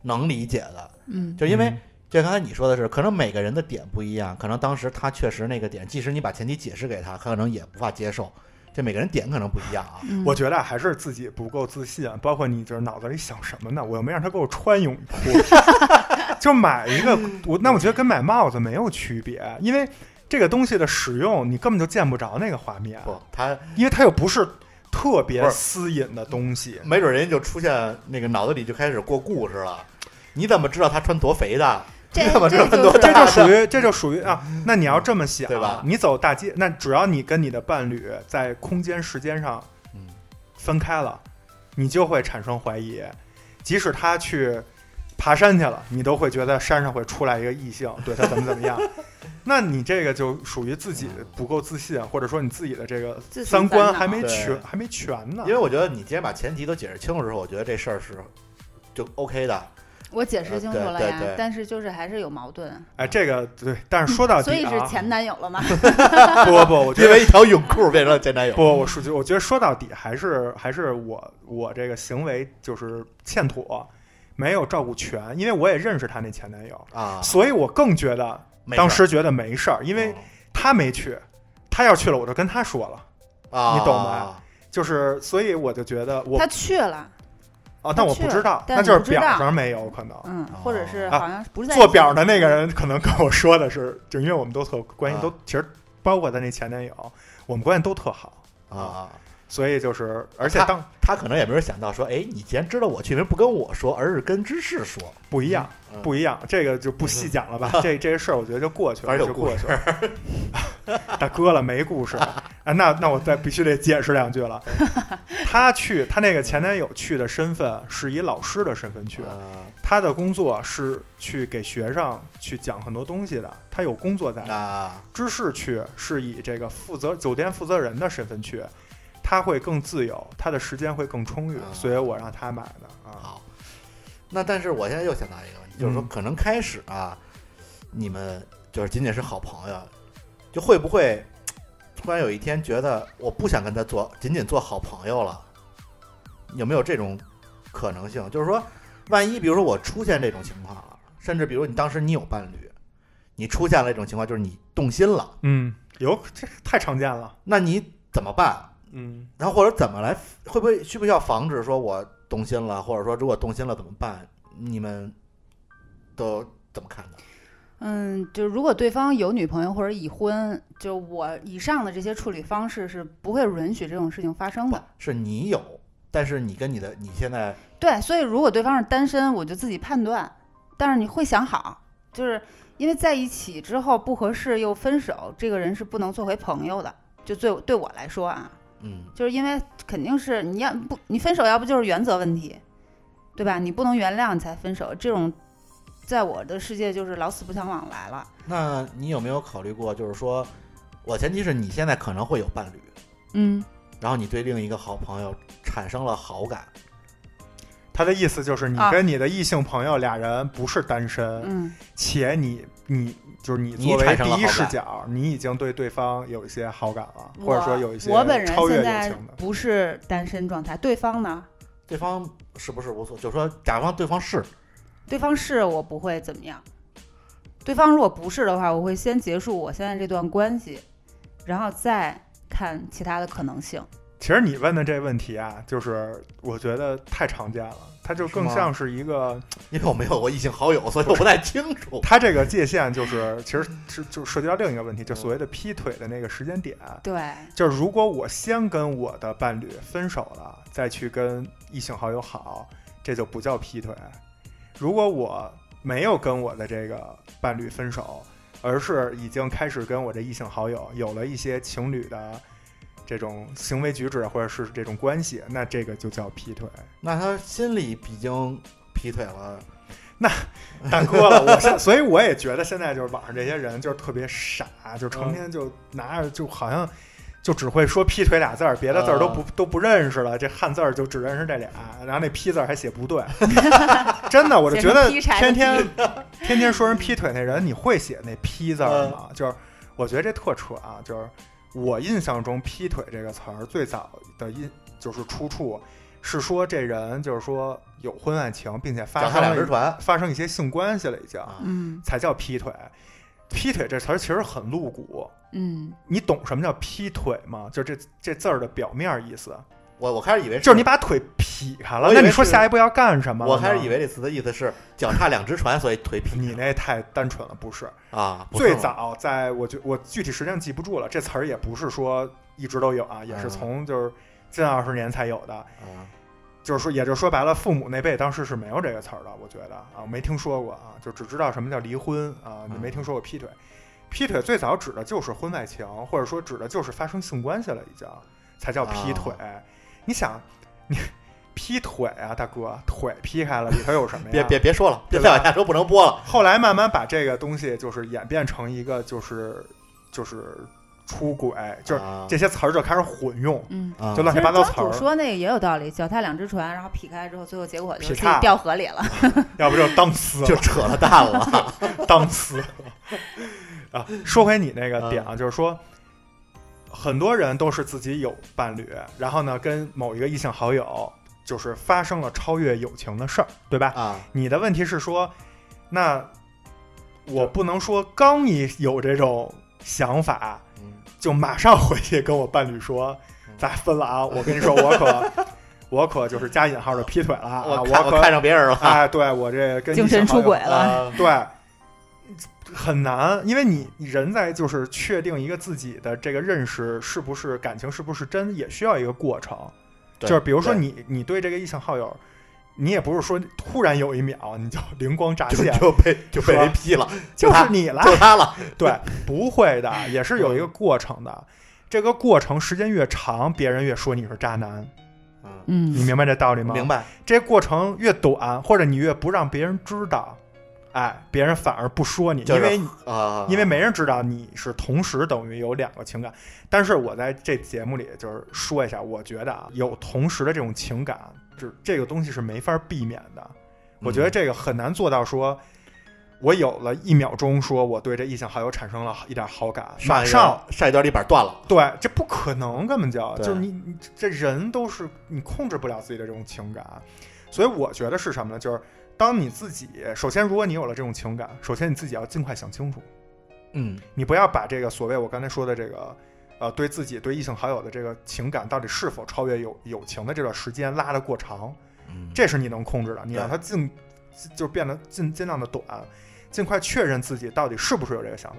S3: 能理解的，
S2: 嗯，
S3: 就因为
S4: 嗯
S3: 就刚才你说的是，可能每个人的点不一样，可能当时他确实那个点，即使你把前提解释给他，他可能也无法接受。这每个人点可能不一样啊。
S2: 嗯
S4: 我觉得还是自己不够自信，包括你就是脑子里想什么呢？我又没让他给我穿泳裤， 就买一个
S3: 嗯
S4: 我那我觉得跟买帽子没有区别，因为这个东西的使用你根本就见不着那个画面，
S3: 不，他
S4: 因为它又不是特别
S3: 不是
S4: 私隐的东西。
S3: 没准人家就出现那个脑子里就开始过故事了。你怎么知道他穿多肥的？
S2: 这
S3: 你怎么知道他
S2: 这
S3: 多
S2: 就是
S4: 这
S3: 大
S4: 就
S3: 的
S4: 属于，这就属于啊！那你要这么想，啊
S3: 对吧
S4: 你走大街，那只要你跟你的伴侣在空间、时间上
S3: 嗯
S4: 分开了，你就会产生怀疑。即使他去爬山去了，你都会觉得山上会出来一个异性，对他怎么怎么样。那你这个就属于自己
S3: 嗯
S4: 不够自信，或者说你自己的这个
S2: 自寻
S4: 三
S2: 烦
S4: 观
S2: 恼
S4: 还没全
S3: 对，
S4: 还没全呢
S3: 因。为我觉得你今天把前提都解释清楚之后，我觉得这事儿是就 OK 的。
S2: 我解释清楚了
S3: 呃
S2: 呀
S3: 对对对，
S2: 但是就是还是有矛盾，
S4: 哎，这个对，但是说到
S2: 所以
S4: 底
S2: 是
S4: 啊，
S2: 前男友了吗？
S4: 不不不，我觉
S3: 因
S4: 得
S3: 为一条泳裤变成了前男友，
S4: 不，我是觉，我觉得说到底还是还是我我这个行为就是欠妥，没有照顾全，因为我也认识她那前男友，
S3: 啊，
S4: 所以我更觉得
S3: 没事儿
S4: 当时觉得没事儿，因为
S3: 嗯
S4: 他没去，他要去了我就跟他说了，
S3: 啊，
S4: 你懂吗？就是所以我就觉得 我
S2: 他去了，
S4: 啊，但我
S2: 去
S4: 不
S2: 了
S4: 知道，
S2: 但
S4: 那
S2: 你
S4: 就是
S2: 不知
S4: 表
S2: 道
S4: 上没有可能。
S2: 嗯，或者是
S3: 哦
S2: 好像不是在
S4: 啊做表的那个人可能跟我说的是，就因为我们都特关系都
S3: 啊
S4: 其实包括他那前男友，我们关系都特好，
S3: 啊，
S4: 所以就是而且
S3: 他
S4: 当
S3: 他可能也没有想到说，哎，你既然知道我去，为什么不跟我说，而是跟芝士说？
S4: 不一样
S3: 嗯，
S4: 不一样，这个就不细讲了吧。这这些事儿，我觉得就过去
S3: 反
S4: 了，
S3: 正
S4: 就
S3: 有
S4: 过去了。大哥了， 没故事啊。那那我再必须得解释两句了。他去，他那个前男友去的身份是以老师的身份去，
S3: 啊
S4: 他的工作是去给学生去讲很多东西的，他有工作在。
S3: 啊
S4: 知识去是以这个负责酒店负责人的身份去，他会更自由，他的时间会更充裕
S3: 啊，
S4: 所以我让他买的啊。
S3: 好，那但是我现在又想到一个问题，就是说
S4: 嗯
S3: 可能开始啊，你们就是仅仅是好朋友，就会不会突然有一天觉得我不想跟他做，仅仅做好朋友了？有没有这种可能性？就是说，万一比如说我出现这种情况了，甚至比如你当时你有伴侣，你出现了一种情况，就是你动心了，
S4: 嗯，有这太常见了。
S3: 那你怎么办？
S4: 嗯，
S3: 然后或者怎么来，会不会需不需要防止说我动心了，或者说如果动心了怎么办？你们都怎么看的？
S2: 嗯，就如果对方有女朋友或者已婚，就我以上的这些处理方式是不会允许这种事情发生
S3: 不
S2: 的。
S3: 是你有，但是你跟你的你现在
S2: 对，所以如果对方是单身，我就自己判断，但是你会想好，就是因为在一起之后不合适又分手，这个人是不能做回朋友的。就对对我来说啊，
S3: 嗯
S2: 就是因为肯定是你要不你分手，要不就是原则问题，对吧？你不能原谅你才分手，这种在我的世界就是老死不相往来了。
S3: 那你有没有考虑过，就是说我前提是你现在可能会有伴侣，
S2: 嗯，
S3: 然后你对另一个好朋友产生了好感，
S4: 他的意思就是你
S2: 啊
S4: 跟你的异性朋友俩人不是单身，
S2: 嗯，
S4: 且你你就是你
S3: 你
S4: 作为
S3: 产生了
S4: 第一
S3: 好
S4: 视
S3: 感
S4: 角，你已经对对方有一些好感了，
S2: 我
S4: 或者说有一些
S2: 我本人
S4: 超
S2: 现
S4: 越友
S2: 在
S4: 情的。
S2: 不是单身状态，对方呢？
S3: 对方是不是无所？就是说，假如说对方是，
S2: 对方是我不会怎么样，对方如果不是的话，我会先结束我现在这段关系，然后再看其他的可能性。
S4: 其实你问的这问题啊，就是我觉得太常见了，它就是更
S3: 吗
S4: 像是一个，
S3: 因为我没有过异性好友，所以我不太清楚。
S4: 它这个界限就是其实是就涉及到另一个问题，就所谓的劈腿的那个时间点。
S2: 对，
S4: 就是如果我先跟我的伴侣分手了，再去跟异性好友好，这就不叫劈腿。如果我没有跟我的这个伴侣分手，而是已经开始跟我这异性好友有了一些情侣的这种行为举止或者是这种关系，那这个就叫劈腿。
S3: 那他心里已经劈腿了，
S4: 大哥了，我现所以我也觉得现在就是网上这些人就是特别傻，就
S2: 嗯
S4: 成天就拿着就好像就只会说劈腿俩字儿，别的字儿都
S2: 嗯
S4: 不、都不认识了，这汉字儿就只认识这俩，然后那劈字儿还写 不对，真的我就觉得
S2: 写成劈柴的
S4: 天天 天天说人劈腿那人，你会写那劈字
S2: 嗯
S4: 儿吗？就是我觉得这特扯啊，就是我印象中劈腿这个词儿最早的印就是出处是说这人就是说有婚外情，并且发
S3: 脚踏
S4: 生
S3: 两只
S4: 了
S3: 船，
S4: 发生一些性关系了，已经
S3: 啊
S2: 嗯
S4: 才叫劈腿。劈腿这词儿其实很露骨，
S2: 嗯，
S4: 你懂什么叫劈腿吗？就这这字儿的表面意思，
S3: 我我开始以为
S4: 就是你把腿劈开了
S3: 我以，为
S4: 那你说
S3: 是
S4: 下一步要干什么了呢？
S3: 我开始以为这词的意思是脚踏两只船，所以腿劈
S4: 你那太单纯了，不是？
S3: 啊，不是
S4: 最
S3: 吗
S4: 早在我觉我具体时间记不住了，这词儿也不是说一直都有啊，
S3: 嗯
S4: 也是从就是近二十年才有的。
S3: 啊
S4: 就是说，也就说白了，父母那辈当时是没有这个词儿的，我觉得啊，没听说过啊，就只知道什么叫离婚啊，你
S3: 嗯
S4: 没听说过劈腿。劈腿最早指的就是婚外情，或者说指的就是发生性关系了，已经才叫劈腿。
S3: 哦
S4: 你想，你劈腿啊，大哥，腿劈开了，里头有什么 呀？
S3: 别别别说了，别
S4: 对
S3: 再
S4: 吧
S3: 往下说不能播了。
S4: 后来慢慢把这个东西就是演变成一个就是就是出轨，就是
S3: 啊
S4: 这些词儿就开始混用，
S2: 嗯，
S3: 啊
S4: 就乱
S2: 其实
S4: 七八糟
S2: 庄
S4: 词
S2: 主
S4: 儿，
S2: 说那个也有道理，脚踏两只船，然后劈开之后，最后结果就是
S4: 劈
S2: 自
S4: 叉
S2: 己掉河里了。
S4: 要不就当撕，
S3: 就扯了蛋 了。
S4: 当撕啊。说回你那个点
S3: 嗯
S4: 啊，就是说。很多人都是自己有伴侣，然后呢，跟某一个异性好友就是发生了超越友情的事儿，对吧？
S3: 啊，
S4: 你的问题是说，那我不能说刚一有这种想法，
S3: 嗯
S4: 就马上回去跟我伴侣说
S3: 嗯，
S4: 咱分了啊！我跟你说，我 可我可就是加引号的劈腿了啊！
S3: 我看我
S4: 可
S3: 看上别人了。
S4: 哎，对我这跟
S2: 精神
S4: 异性
S2: 出轨
S4: 好
S2: 了，
S3: 啊
S4: 友， 对，很难，因为你你人在就是确定一个自己的这个认识是不是感情是不是真，也需要一个过程。
S3: 对
S4: 就是比如说
S3: 对
S4: 你你对这个异性好友，你也不是说突然有一秒你就灵光乍
S3: 就
S4: 现，
S3: 就被就被
S4: 是吧
S3: 人劈了，
S4: 就
S3: 他
S4: 是你了，
S3: 就嗯他了。
S4: 对，不会的，也是有一个过程的。这个过程时间越长，别人越说你是渣男，
S3: 嗯，
S4: 你
S2: 嗯
S4: 明白这道理吗？
S3: 明。白。
S4: 这过程越短，或者你越不让别人知道，哎，别人反而不说你，
S3: 就是
S4: 因为
S3: 啊，
S4: 因为没人知道你是同时等于有两个情感。但是我在这节目里就是说一下，我觉得啊，有同时的这种情感，这这个东西是没法避免的。
S3: 嗯
S4: 我觉得这个很难做到说。我有了一秒钟，说我对这异性好友产生了一点好感，
S3: 上一
S4: 马上
S3: 段上一段立板断了。
S4: 对，这不可能，根本就
S3: 啊对
S4: 就是你你这人都是你控制不了自己的这种情感，所以我觉得是什么呢？就是当你自己首先，如果你有了这种情感，首先你自己要尽快想清楚，
S3: 嗯，
S4: 你不要把这个所谓我刚才说的这个。呃，对自己对异性好友的这个情感到底是否超越友友情的这段时间拉得过长，
S3: 嗯
S4: 这是你能控制的。你让它尽就变得尽尽量的短，尽快确认自己到底是不是有这个想法，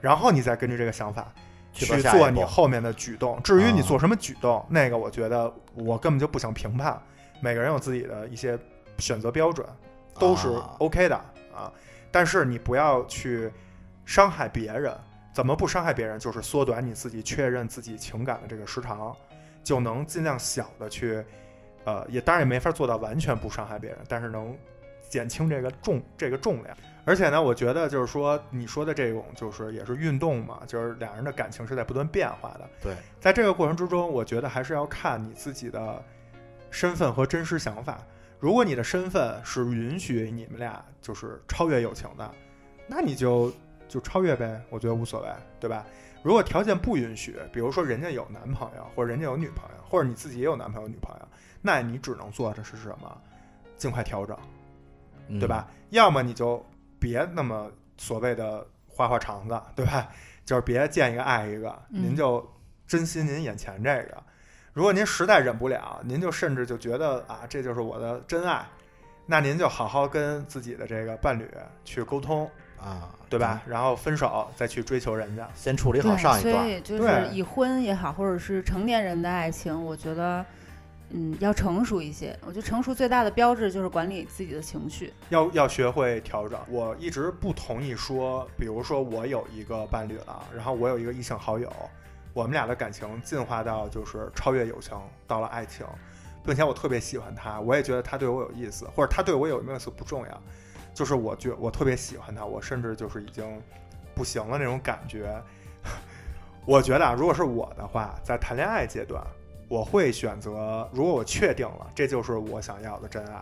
S4: 然后你再根据这个想法
S3: 去
S4: 去
S3: 做下一
S4: 做你
S3: 步啊
S4: 后面的举动。至于你做什么举动，那个我觉得我根本就不想评判，每个人有自己的一些选择标准，都是
S3: 啊
S4: OK 的啊。但是你不要去伤害别人，怎么不伤害别人？就是缩短你自己确认自己情感的这个时长，就能尽量小的去，呃，也当然也没法做到完全不伤害别人，但是能减轻这个重这个重量。而且呢，我觉得就是说，你说的这种就是也是运动嘛，就是两人的感情是在不断变化的。
S3: 对，
S4: 在这个过程之中，我觉得还是要看你自己的身份和真实想法。如果你的身份是允许你们俩就是超越友情的，那你就就超越呗，我觉得无所谓，对吧？如果条件不允许，比如说人家有男朋友，或者人家有女朋友，或者你自己也有男朋友、女朋友，那你只能做的是什么？尽快调整，
S3: 嗯
S4: 对吧？？要么你就别那么所谓的花花肠子，对吧？ 就是别见一个爱一个，
S2: 嗯
S4: 您就珍惜您眼前这个。如果您实在忍不了，您就甚至就觉得啊，这就是我的真爱，那您就好好跟自己的这个伴侣去沟通，
S3: 啊，嗯
S4: 对吧？？然后分手再去追求人家。
S3: 先处理好
S2: 对，
S3: 上一
S2: 所
S3: 段。
S2: 以就是
S4: 对
S2: 已婚也好，或者是成年人的爱情，我觉得。嗯，要成熟一些。我觉得成熟最大的标志就是管理自己的情绪。
S4: 要要学会调整。我一直不同意说，比如说我有一个伴侣了，然后我有一个异性好友，我们俩的感情进化到就是超越友情，到了爱情，并且我特别喜欢他，我也觉得他对我有意思，或者他对我有没有意思不重要，就是我觉我特别喜欢他，我甚至就是已经不行了那种感觉。我觉得啊，如果是我的话，在谈恋爱阶段，我会选择，如果我确定了这就是我想要的真爱，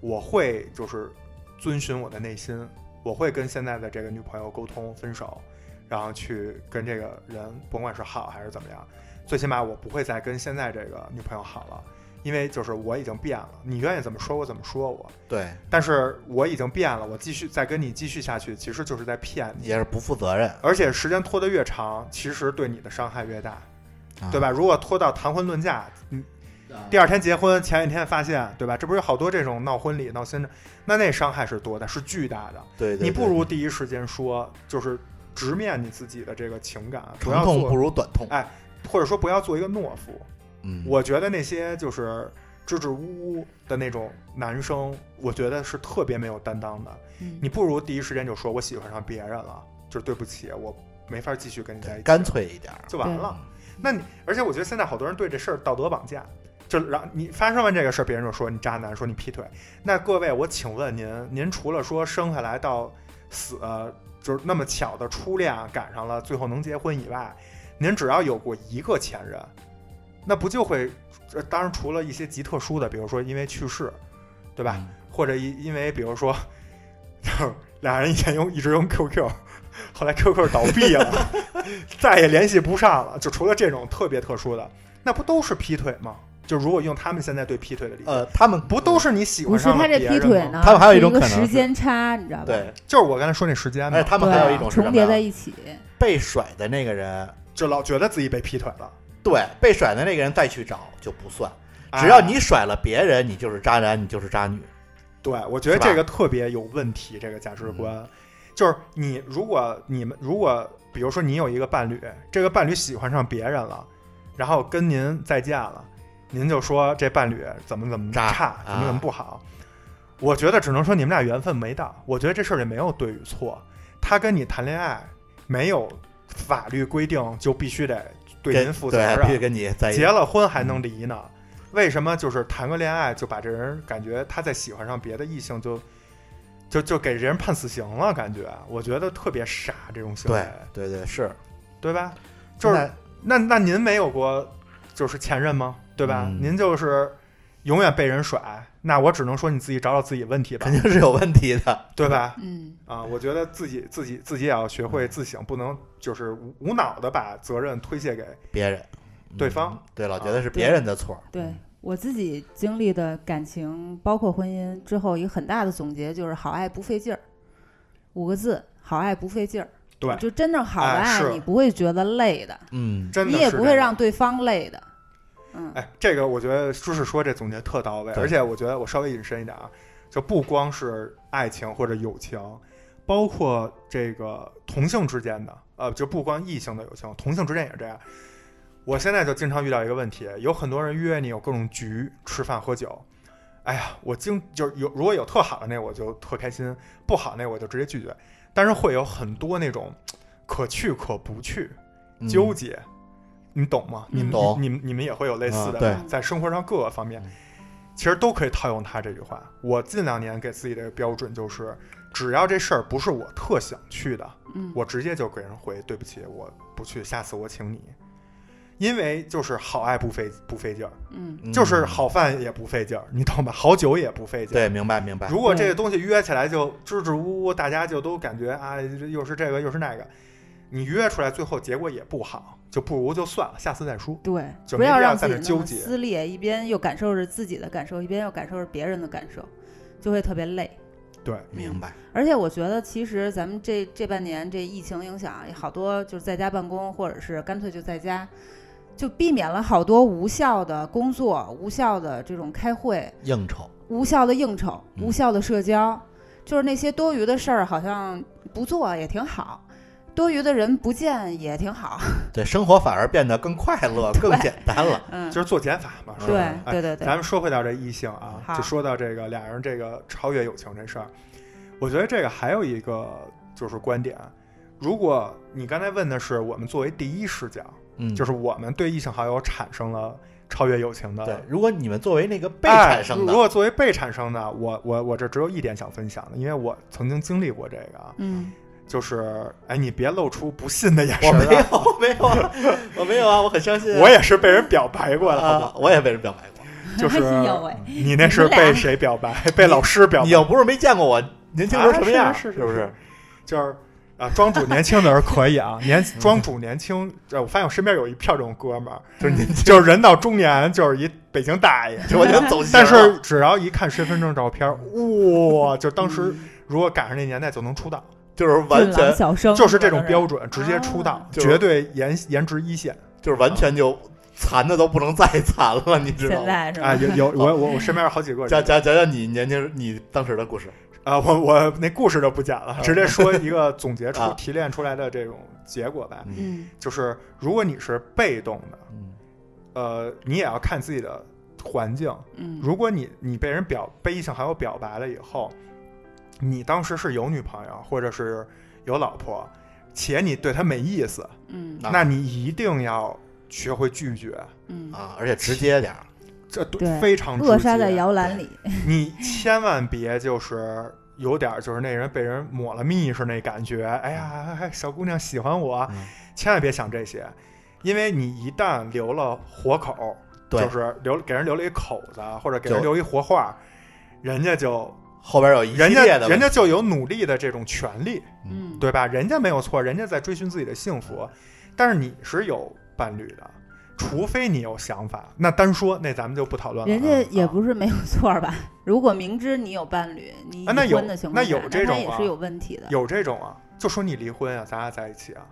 S4: 我会就是遵循我的内心，我会跟现在的这个女朋友沟通分手，然后去跟这个人，甭管是好还是怎么样，最起码我不会再跟现在这个女朋友好了，因为就是我已经变了，你愿意怎么说我怎么说我，
S3: 对，
S4: 但是我已经变了，我继续再跟你继续下去，其实就是在骗你，
S3: 也是不负责任，
S4: 而且时间拖得越长，其实对你的伤害越大，
S3: 啊
S4: 对吧？如果拖到谈婚论嫁，嗯，第二天结婚，前一天发现，对吧？这不是有好多这种闹婚礼、闹新的，那那伤害是多大？是巨大的。
S3: 对对对
S4: 你不如第一时间说，就是直面你自己的这个情感，不
S3: 长
S4: 要
S3: 痛不
S4: 做，
S3: 如短痛。
S4: 哎或者说不要做一个懦夫。
S3: 嗯，
S4: 我觉得那些就是支支吾吾的那种男生，我觉得是特别没有担当的。
S2: 嗯
S4: 你不如第一时间就说我喜欢上别人了，就是对不起，我没法继续跟你在一起，
S3: 干脆一点儿。
S4: 就完了。那你，而且我觉得现在好多人对这事儿道德绑架，就是让你发生完这个事儿，别人就说你渣男，说你劈腿。那各位，我请问您，您除了说生下来到死，呃就是那么巧的初恋啊赶上了，最后能结婚以外，您只要有过一个前任，那不就会？呃当然，除了一些极特殊的，比如说因为去世，对吧？
S3: 嗯
S4: 或者因因为比如说，就是俩人以前用一直用 QQ，后来 QQ 倒闭了， 再也联系不上了。就除了这种特别特殊的，那不都是劈腿吗？就如果用他们现在对劈腿的理解，
S3: 呃，他们
S4: 不都是你喜
S1: 不
S4: 欢
S1: 是
S4: 上
S1: 他这
S4: 了别
S1: 劈
S4: 人
S1: 腿
S4: 吗？
S1: 呢，
S3: 他们还有一种
S1: 是个
S3: 可能
S1: 时
S3: 是
S1: 间差，你知道
S4: 嗯
S1: 吧？
S3: 对，
S4: 就是我刚才说那时间嘛，
S3: 而且哎他们还有一种是什么
S1: 啊重叠
S3: 呀
S1: 在一起，
S3: 被甩的那个人，
S4: 就老觉得自己被劈腿了。
S3: 对，被甩的那个人再去找就不算，只要你
S4: 哎
S3: 甩了别人，你就是渣男，你就是渣女。
S4: 对我觉得
S3: 是吧嗯
S4: 这个特别有问题，这个价值观，就是你如果你们如果比如说你有一个伴侣，这个伴侣喜欢上别人了，然后跟您再见了，您就说这伴侣怎么怎么
S3: 渣啊
S4: 差，怎么怎么不好，我觉得只能说你们俩缘分没到，我觉得这事儿也没有对与错，他跟你谈恋爱没有法律规定就必须得对您
S3: 跟
S4: 负责
S3: 对，必须
S4: 任，
S3: 跟你在一起
S4: 结。了婚还能离呢？为什么就是谈个恋爱就把这人感觉他再喜欢上别的异性就就就给人判死刑了？感觉我觉得特别傻这种行为
S3: 对，对对是，
S4: 对吧？就是
S3: 现
S4: 那那您没有过就是前任吗？对吧？
S3: 嗯
S4: 您就是永远被人甩，那我只能说你自己找找自己问题
S3: 在
S4: 吧
S3: 肯，定是有问题的。
S4: 对吧？
S2: 嗯，
S4: 啊，我觉得自己自己自己也要学会自省，不能就是无无脑的把责任推卸给
S3: 别人，嗯
S4: 对方
S3: 对，老觉
S4: 啊
S3: 得是别人的错儿。
S2: 对，
S1: 我自己经历的感情，包括婚姻之后，一个很大的总结就是“好爱不费劲儿”，五个字，“好爱不费劲儿”。
S4: 对
S1: 就真正好的
S4: 哎
S1: 爱，
S4: 是
S1: 你不会觉得累的，
S3: 嗯，
S4: 真的
S1: 你也
S4: 是
S1: 不会
S4: 这样
S1: 让对方累的。嗯，
S4: 哎，这个我觉得舒适说这总结特到位，
S3: 对
S4: 而且我觉得我稍微引申一点啊，就不光是爱情或者友情，包括这个同性之间的，呃，就不光异性的友情，同性之间也是这样。我现在就经常遇到一个问题，有很多人约你有各种局，吃饭喝酒。哎呀，我经就是有如果有特好的那我就特开心，不好那我就直接拒绝。但是会有很多那种可去可不去，
S3: 嗯
S4: 纠结，你懂吗？你们
S3: 懂
S4: 你们你们也会有类似
S3: 啊
S4: 的，
S3: 哦对
S4: 在生活上各个方面
S3: 嗯，
S4: 其实都可以套用他这句话。我近两年给自己的标准就是，只要这事儿不是我特想去的，
S2: 嗯
S4: 我直接就给人回对不起，我不去，下次我请你。因为就是好爱不费不费劲儿，
S2: 嗯
S3: 嗯
S4: 就是好饭也不费劲儿，你懂吧？好酒也不费劲儿。
S3: 对，明白明白。
S4: 如果这个东西约起来就支支吾吾，大家就都感觉啊，又是这个又是那个，你约出来最后结果也不好，就不如就算了，下次再说。
S1: 对，
S4: 就
S1: 不
S4: 没
S1: 要
S4: 必要
S1: 让
S4: 在
S1: 自
S4: 那
S1: 己
S4: 儿
S1: 那
S4: 纠
S1: 么
S4: 结
S1: 撕裂，一边又感受着自己的感受，一边又感受着别人的感受，就会特别累。
S4: 对，
S3: 明白，
S1: 而且我觉得，其实咱们这这半年这疫情影响，也好多就是在家办公，或者是干脆就在家，就避免了好多无效的工作、无效的这种开会、
S3: 应酬
S1: 无效的应酬、
S3: 嗯
S1: 无效的社交，就是那些多余的事儿，好像不做也挺好，多余的人不见也挺 好。
S3: 对生活反而变得更快 乐、更简单了。
S1: 嗯，
S4: 就是做减法嘛，是吧？
S1: 对
S4: 哎
S1: 对对
S4: 咱
S1: 对，
S4: 们说回到这异性啊，
S1: 好
S4: 就说到这个俩人这个超越友情这事儿，我觉得这个还有一个就是观点，如果你刚才问的是我们作为第一视角，
S3: 嗯，
S4: 就是是我们对异性好友产生了超越友情的
S3: 对。如果你们作为那个被
S4: 啊哎
S3: 产生的
S4: 如，果作为被产生的，我我我这只有一点想分享的，因为我曾经经历过这个啊，
S2: 嗯，
S4: 就是哎，你别露出不信的眼神
S3: 我没
S4: 啊，
S3: 有 没有啊，我没有啊，我很相信啊。
S4: 我也是被人表白过的，好不
S3: 啊
S4: 好，
S3: 我也被人表白过。
S4: 就是
S2: 喂，
S4: 你那是被谁表白？被老师表白
S3: 你？又不是没见过我年轻时候什么样，
S4: 啊是是是
S3: 不是？
S4: 就是啊，庄主年轻的时候可以啊， 年
S3: 嗯
S4: 庄主年轻，呃，我发现我身边有一票这种哥们儿，
S3: 就是你
S4: 就是人到中年就是一北京大爷，
S3: 就我 就走心
S4: 但
S3: 儿了
S4: 是只要一看身份证照片，哇，就当时
S1: 嗯
S3: 嗯
S4: 如果赶上那年代就能出道，
S3: 就是完
S8: 俊朗
S3: 全
S8: 小生
S4: 就是这种标
S3: 嗯
S4: 准，直接出道，
S3: 就是
S4: 绝对颜颜值一线
S3: 就是完全就残的都不能再残了，你知道
S8: 现
S3: 吗？
S8: 在是吧？
S4: 啊！有 有我我我身边有好几个人
S3: 讲讲讲讲你年轻你当时的故事，
S4: 啊，我我那故事就不讲了，直接说一个 总结出
S3: 哦啊
S4: 提炼出来的这种结果吧，
S2: 嗯
S4: 就是如果你是被动的，
S3: 嗯
S4: 呃，你也要看自己的环境。
S2: 嗯
S4: 如果你你被人表被异性好友表白了以后，你当时是有女朋友或者是有老婆，且你对她没意思，
S2: 嗯
S3: 啊
S4: 那你一定要学会拒绝，
S2: 嗯，
S3: 啊，而且直接点儿，
S4: 这对
S2: 对
S4: 非常
S8: 扼杀
S4: 直接
S8: 在摇篮里，
S4: 你千万别就是有点儿就是那人被人抹了蜜是那感觉，哎呀，哎小姑娘喜欢我，
S3: 嗯
S4: 千万别想这些，因为你一旦留了活口，
S3: 对
S4: 就是留给人留了一口子，啊或者给人
S3: 就
S4: 留一活话，人家就
S3: 后边有一系
S4: 人家
S3: 列的问
S4: 人
S3: 题，
S4: 家就有努力的这种权利，
S2: 嗯
S4: 对吧？人家没有错，人家在追寻自己的幸福，但是你是有伴侣的。除非你有想法，那单说那咱们就不讨论了。
S2: 人家也
S4: 啊
S2: 不是没有错儿吧？如果明知你有伴侣，你已
S4: 啊那有
S2: 婚的情况
S4: 那
S2: 下，
S4: 有这
S2: 他
S4: 种
S2: 也
S4: 啊
S2: 是有问题的。
S4: 有这种啊，就说你离婚啊，咱俩在一起啊。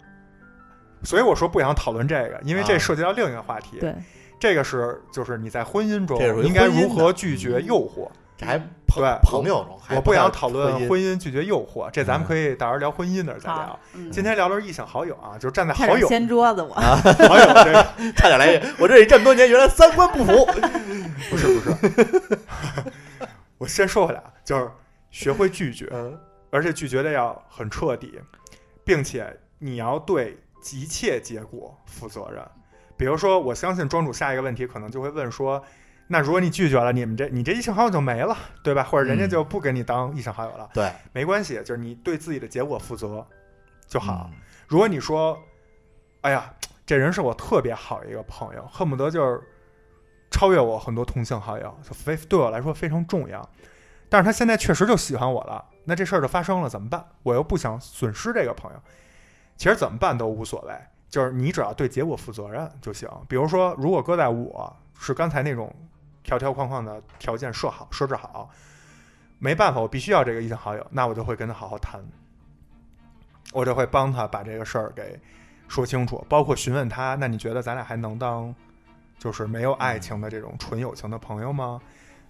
S4: 所以我说不想讨论这个，因为这
S3: 啊
S4: 涉及到另一个话题。
S8: 对，
S4: 这个是就是你在婚姻中
S3: 这是属于
S4: 应该
S3: 婚姻
S4: 如何
S3: 的嗯
S4: 拒绝诱惑。
S3: 这还
S4: 对
S3: 朋朋友中，还
S4: 我不想
S3: 太
S4: 讨论
S3: 婚姻，嗯
S4: 婚姻拒绝诱惑，这咱们可以到时候聊婚姻的时候再聊
S2: 好。嗯，
S4: 今天聊的是异性好友啊，就是站在
S2: 差
S4: 好
S2: 点
S4: 友
S2: 掀桌子我，
S4: 好友这个，
S3: 差点来一句，我这里这么多年，原来三观不符，
S4: 嗯不是不是。 我先说回来啊，就是学会拒绝，而且拒绝的要很彻底，并且你要对一切结果负责任。比如说，我相信庄主下一个问题可能就会问说，那如果你拒绝了，你们这你这异性好友就没了，对吧？或者人家
S3: 嗯
S4: 就不给你当异性好友了，
S3: 对，
S4: 没关系，就是你对自己的结果负责就好。
S3: 嗯，
S4: 如果你说，哎呀，这人是我特别好一个朋友，恨不得就是超越我很多同性好友，就非对我来说非常重要。但是他现在确实就喜欢我了，那这事儿就发生了，怎么办？我又不想损失这个朋友，其实怎么办都无所谓，就是你只要对结果负责任就行。比如说，如果搁在我是刚才那种条条框框的条件设好设置好，没办法，我必须要这个异性好友，那我就会跟他好好谈，我就会帮他把这个事儿给说清楚，包括询问他，那你觉得咱俩还能当就是没有爱情的这种纯友情的朋友吗？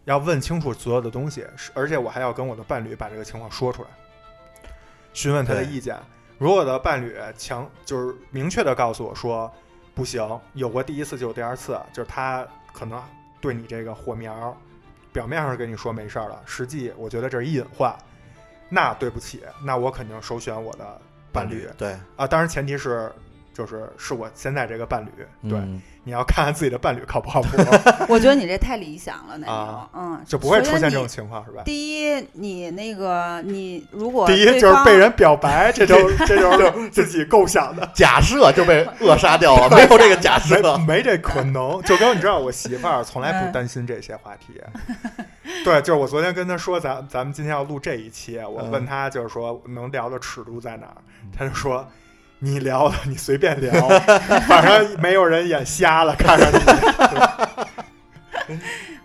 S4: 要问清楚所有的东西，是而且我还要跟我的伴侣把这个情况说出来，询问他的
S3: 对
S4: 意见。如果我的伴侣强就是明确的告诉我说不行，有过第一次就有第二次，就是他可能对你这个火苗，表面上是跟你说没事儿了，实际我觉得这是一隐患。那对不起，那我肯定首选我的伴侣
S2: 嗯
S3: 对
S4: 啊，当然前提是就是是我现在这个伴侣，对，
S3: 嗯
S4: 你要看看自己的伴侣靠 不靠谱，
S2: 我觉得你这太理想了，奶牛
S4: 啊，
S2: 嗯，
S4: 就不会
S2: 首
S4: 出
S2: 先
S4: 现这种
S2: 你
S4: 情况，是吧？
S2: 第一，你那个你如果
S4: 第一
S2: 对
S4: 就是
S2: 方
S4: 被人表白，这就这 就是自己构 想的，
S3: 假设就被扼杀掉了，没有这个假设，
S4: 没没这可能。就跟你知道，我媳妇儿从来
S2: 嗯
S4: 不担心这些话题。对，就是我昨天跟她说，咱咱们今天要录这一期，我
S3: 嗯
S4: 问她就是说能聊的尺度在哪儿，她就说。你聊的，你随便聊，反正没有人眼瞎了，看上 你。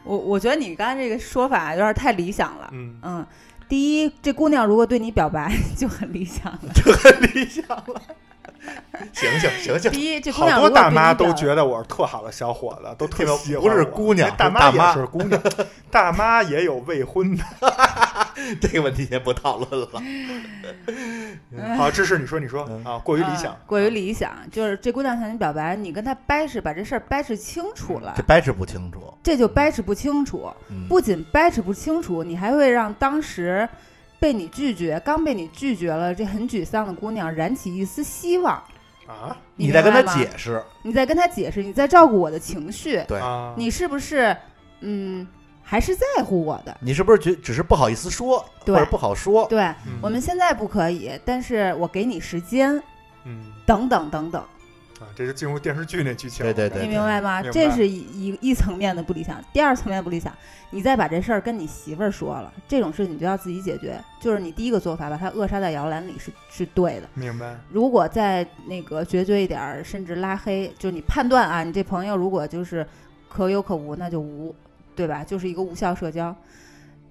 S2: 我我觉得你刚才这个说法有点太理想了，
S4: 嗯，
S2: 嗯。第一，这姑娘如果对你表白就很理想 了。
S3: 理想了。醒醒醒醒！
S2: 第一，这姑
S4: 好
S2: 娘如果
S4: 多
S2: 对
S4: 大
S2: 你
S4: 妈
S2: 表
S4: 都
S2: 白
S4: 觉得我是特好的小伙子，都特喜欢我。
S3: 不是姑娘
S4: 大
S3: 是大
S4: 也
S3: 妈
S4: 是姑 娘，大妈也有未婚的。
S3: 这个问题先不讨论了。
S4: 好，这是你说，你说
S3: 嗯
S4: 啊，过于理想
S2: 嗯，过于理想，就是这姑娘向你表白，你跟她掰扯，把这事儿掰扯清楚了
S4: 嗯
S3: 这，掰扯不清楚，
S2: 这就掰扯不清楚。
S3: 嗯
S2: 不仅掰扯不清楚，你还会让当时被你拒绝、刚被你拒绝了这很沮丧的姑娘燃起一丝希望。
S4: 啊
S3: 你在跟他
S2: 明白吗，
S3: 解释，
S2: 你在跟她解释，你在照顾我的情绪，
S3: 对
S4: 啊，
S2: 你是不是嗯还是在乎我的？
S3: 你是不是觉只是不好意思说，或
S2: 对
S3: 者不好说？
S2: 对
S4: 嗯
S2: 我们现在不可以，但是我给你时间，
S4: 嗯
S2: 等等等等，
S4: 啊，这就进入电视剧那剧情，
S3: 对对对
S2: 你明白吗？
S4: 明白
S2: 这是一一一层面的不理想，第二层面不理想，你再把这事儿跟你媳妇儿说了，这种事你就要自己解决，就是你第一个做法把她扼杀在摇篮里是是对的。
S4: 明白，
S2: 如果再那个决绝一点儿，甚至拉黑，就是你判断啊，你这朋友如果就是可有可无，那就无，对吧？就是一个无效社交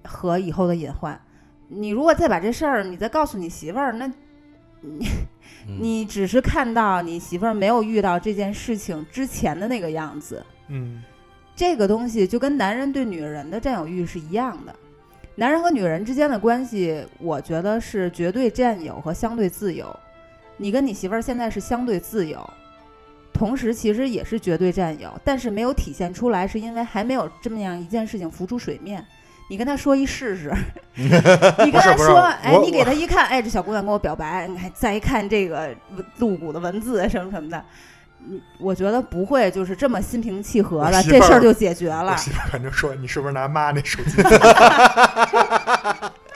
S2: 和以后的隐患。你如果再把这事儿你再告诉你媳妇儿，那
S3: 嗯
S2: 你只是看到你媳妇儿没有遇到这件事情之前的那个样子，
S4: 嗯
S2: 这个东西就跟男人对女人的占有欲是一样的。男人和女人之间的关系，我觉得是绝对占有和相对自由。你跟你媳妇儿现在是相对自由，同时其实也是绝对占有，但是没有体现出来，是因为还没有这么样一件事情浮出水面。你跟她说一试 试，你跟她
S4: 不是不是
S2: 说，哎
S4: 我，
S2: 你给她一看，哎，这小姑娘跟我表白，你还再一看这个露骨的文字什么什么的，嗯，我觉得不会就是这么心平气和
S4: 我
S2: 的，
S4: 媳妇儿
S2: 这事儿就解决了
S4: 我。媳妇儿肯定说你是不是拿妈那 手机？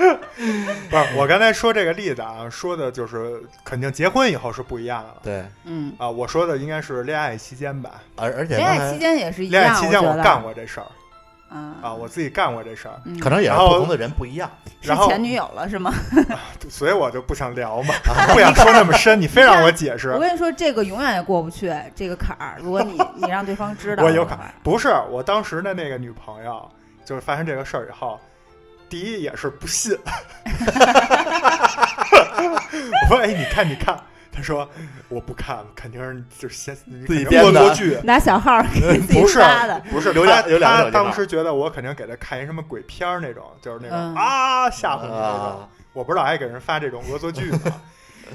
S4: 不是，我刚才说这个例子啊，说的就是肯定结婚以后是不一样的了
S3: 对，
S2: 嗯，
S4: 啊。我说的应该是恋爱期间吧，
S3: 而而且
S2: 恋
S3: 刚
S2: 爱期
S3: 才
S2: 间也是一
S4: 恋
S2: 样，
S4: 爱期间
S2: 我
S4: 我
S2: 觉得
S4: 干过这事儿啊，
S2: 啊
S4: 我自己干过这事儿，
S2: 嗯
S3: 可能也是
S4: 然后
S3: 不同的人不一样，
S2: 是
S4: 然后
S2: 前女友了是吗？
S4: 所以我就不想聊 嘛，不想说那么深，你非让我解 释
S2: 我。跟你说，这个永远也过不去这个坎儿。如果 你你让对方知道
S4: 我
S2: 的话，
S4: 有坎不是，我当时的那个女朋友，就是发生这个事儿以后，第一也是不信。 我说：“哎，你看，你看。”她说：“我不看，肯定是就是先
S3: 自己
S4: 肯定
S3: 编的
S4: 恶作剧。
S2: 拿小号儿给自己
S4: 嗯不是
S2: 发的，
S4: 不是，
S3: 有两
S4: 她
S3: 有两个手
S4: 她
S3: 机号
S4: 当时觉得我肯定给她看一什么鬼片儿那种，就是那种、
S2: 嗯
S4: 啊吓唬你那种。
S3: 啊，
S4: 我不是老爱给人发这种恶作 剧吗？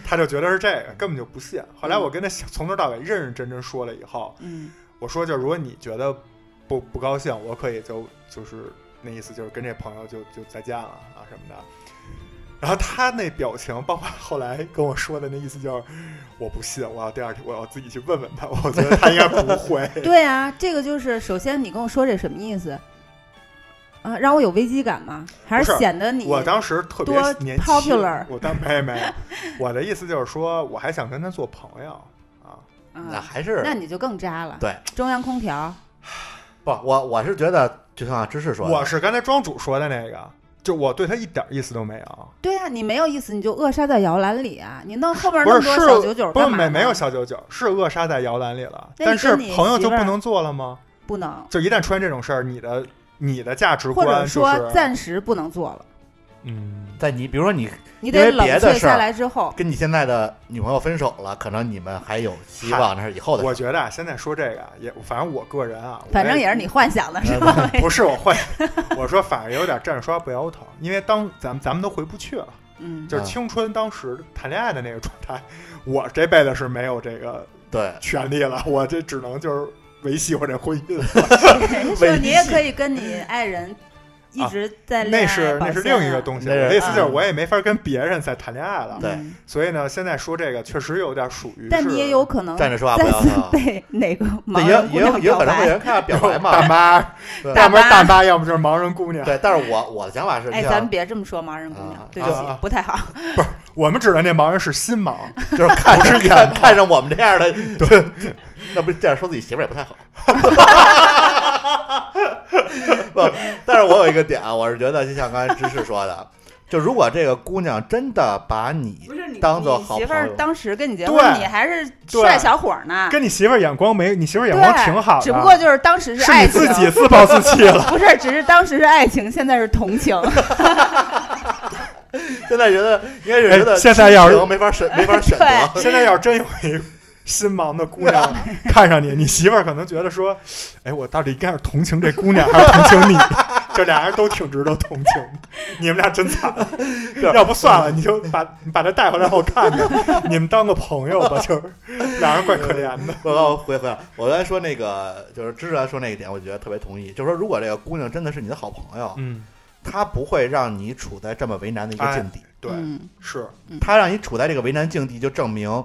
S4: 她就觉得是这个，根本就不信。后来我跟她从头到尾认认真真说了以后，
S2: 嗯
S4: 我说就如果你觉得不不高兴，我可以就就是那意思就是跟这朋友就就再见了啊什么的。然后他那表情，包括后来跟我说的那意思就是，我不信，我要第二天我要自己去问问他，我觉得他应该不 会。
S2: 对啊，这个就是首先你跟我说这什么意思啊？让我有危机感吗？还
S4: 不是
S2: 显得你
S4: 我当时特别
S2: 多
S4: 年轻
S2: popular
S4: 我当 没没，我的意思就是说，我还想跟他做朋友啊。
S3: 那
S2: 啊，
S3: 还是
S2: 那你就更渣了。
S3: 对，
S2: 中央空调
S3: 不，我我是觉得就像啊芝士说的，
S4: 我是刚才庄主说的那个，就我对他一点意思都没有。
S2: 对啊，你没有意思，你就扼杀在摇篮里啊！你弄后边
S4: 不
S2: 那
S4: 是
S2: 么
S4: 是
S2: 多小九九
S4: 不是
S2: 干嘛
S4: 没
S2: 呢？
S4: 没有小九九，是扼杀在摇篮里了。
S2: 那
S4: 但
S2: 你
S4: 是
S2: 跟你
S4: 朋友就
S2: 媳妇
S4: 不
S2: 儿
S4: 能做了吗？
S2: 不能，
S4: 就一旦出现这种事儿，你的你的价值
S2: 或
S4: 观
S2: 者
S4: 就是
S2: 说暂时不能做了，
S4: 嗯，
S3: 在你比如说你
S2: 你
S3: 因
S2: 得
S3: 为
S2: 冷
S3: 别的
S2: 却
S3: 事儿
S2: 下来之后，
S3: 跟你现在的女朋友分手了，可能你们还有希望，那是以后的事
S4: 我觉得啊，现在说这个啊也，反正我个人啊，我
S2: 反正也是你幻想的是吧？
S4: 不是我 会，我说反正有点站着说话不腰疼，因为当咱们咱们都回不去了，
S2: 嗯，
S4: 就是
S3: 嗯
S4: 青春当时谈恋爱的那个状态，我这辈子是没有这个
S3: 对，
S4: 权利了，我这只能就是维系我这婚姻。
S2: 就是你也可以跟你爱人一
S4: 啊
S2: 直在恋爱、啊
S4: 那是那是另一个东啊西，
S3: 那是
S4: 我的意思就是
S3: 嗯
S4: 我也没法跟别人再谈恋爱了
S2: 西。
S3: 对
S4: 所以呢，现在说这个确实有点属于
S2: 嗯
S4: 是，
S2: 但你也有可能
S3: 站着说话不
S2: 再
S3: 腰
S2: 次
S3: 疼。
S2: 被哪个
S3: 那
S2: 盲
S3: 也
S2: 人姑
S3: 也有
S2: 娘
S3: 也有
S2: 表
S3: 可能会有
S2: 白？
S3: 人看表白
S4: 大
S3: 嘛，
S4: 妈、
S3: 对
S4: 大
S2: 大
S4: 妈、
S2: 妈
S4: 大妈，要么就是盲人姑娘。
S3: 对。但是我我的想法是，
S2: 哎，
S3: 就
S2: 咱
S3: 像
S2: 们别这么说盲人姑娘
S3: 啊，
S2: 对不起，
S4: 啊啊
S2: 不太好。
S4: 我们指的那盲人是新盲，
S2: 啊
S3: 就是看是看看上我们这样的，对，那不这样说自己媳妇儿也不太好。 不，但是我有一个点啊，我是觉得就像刚才芝士说的，就如果这个姑娘真的把你
S2: 不是你
S3: 当做好
S2: 媳妇
S3: 朋
S2: 儿
S3: 友
S2: 当时跟你结
S4: 对
S2: 婚，你还是
S4: 对
S2: 帅小伙儿呢。
S4: 跟你媳妇儿眼光没，你媳妇儿眼
S2: 对，
S4: 光挺好的，
S2: 只不过就是当时
S4: 是
S2: 爱
S4: 你
S2: 情，
S4: 自己自暴自弃了。
S2: 不是，只是当时是爱情，现在是同情。
S3: 现在觉得应该是觉得
S4: 哎现在要是
S3: 亲情没法选没法选择，
S4: 现在要是真有一新盲的姑 娘看上你，你媳妇儿可能觉得说，哎，我到底应该是同情这姑娘，还是同情你？ 这俩人都挺值得同情的，你们俩 真惨。要不算了，你就把你把她带回来让我看看，你们当个朋友吧，就是俩人怪可怜的。
S3: 我我回回来，我刚才说那个就是芝芝说那一点，我觉得特别同意，就是说如果这个姑娘真的是你的好朋友，
S4: 嗯，
S3: 她不会让你处在这么为难的一
S4: 哎
S3: 个境地，
S4: 对，
S2: 嗯
S4: 是
S3: 她让你处在这个为难境地，就证明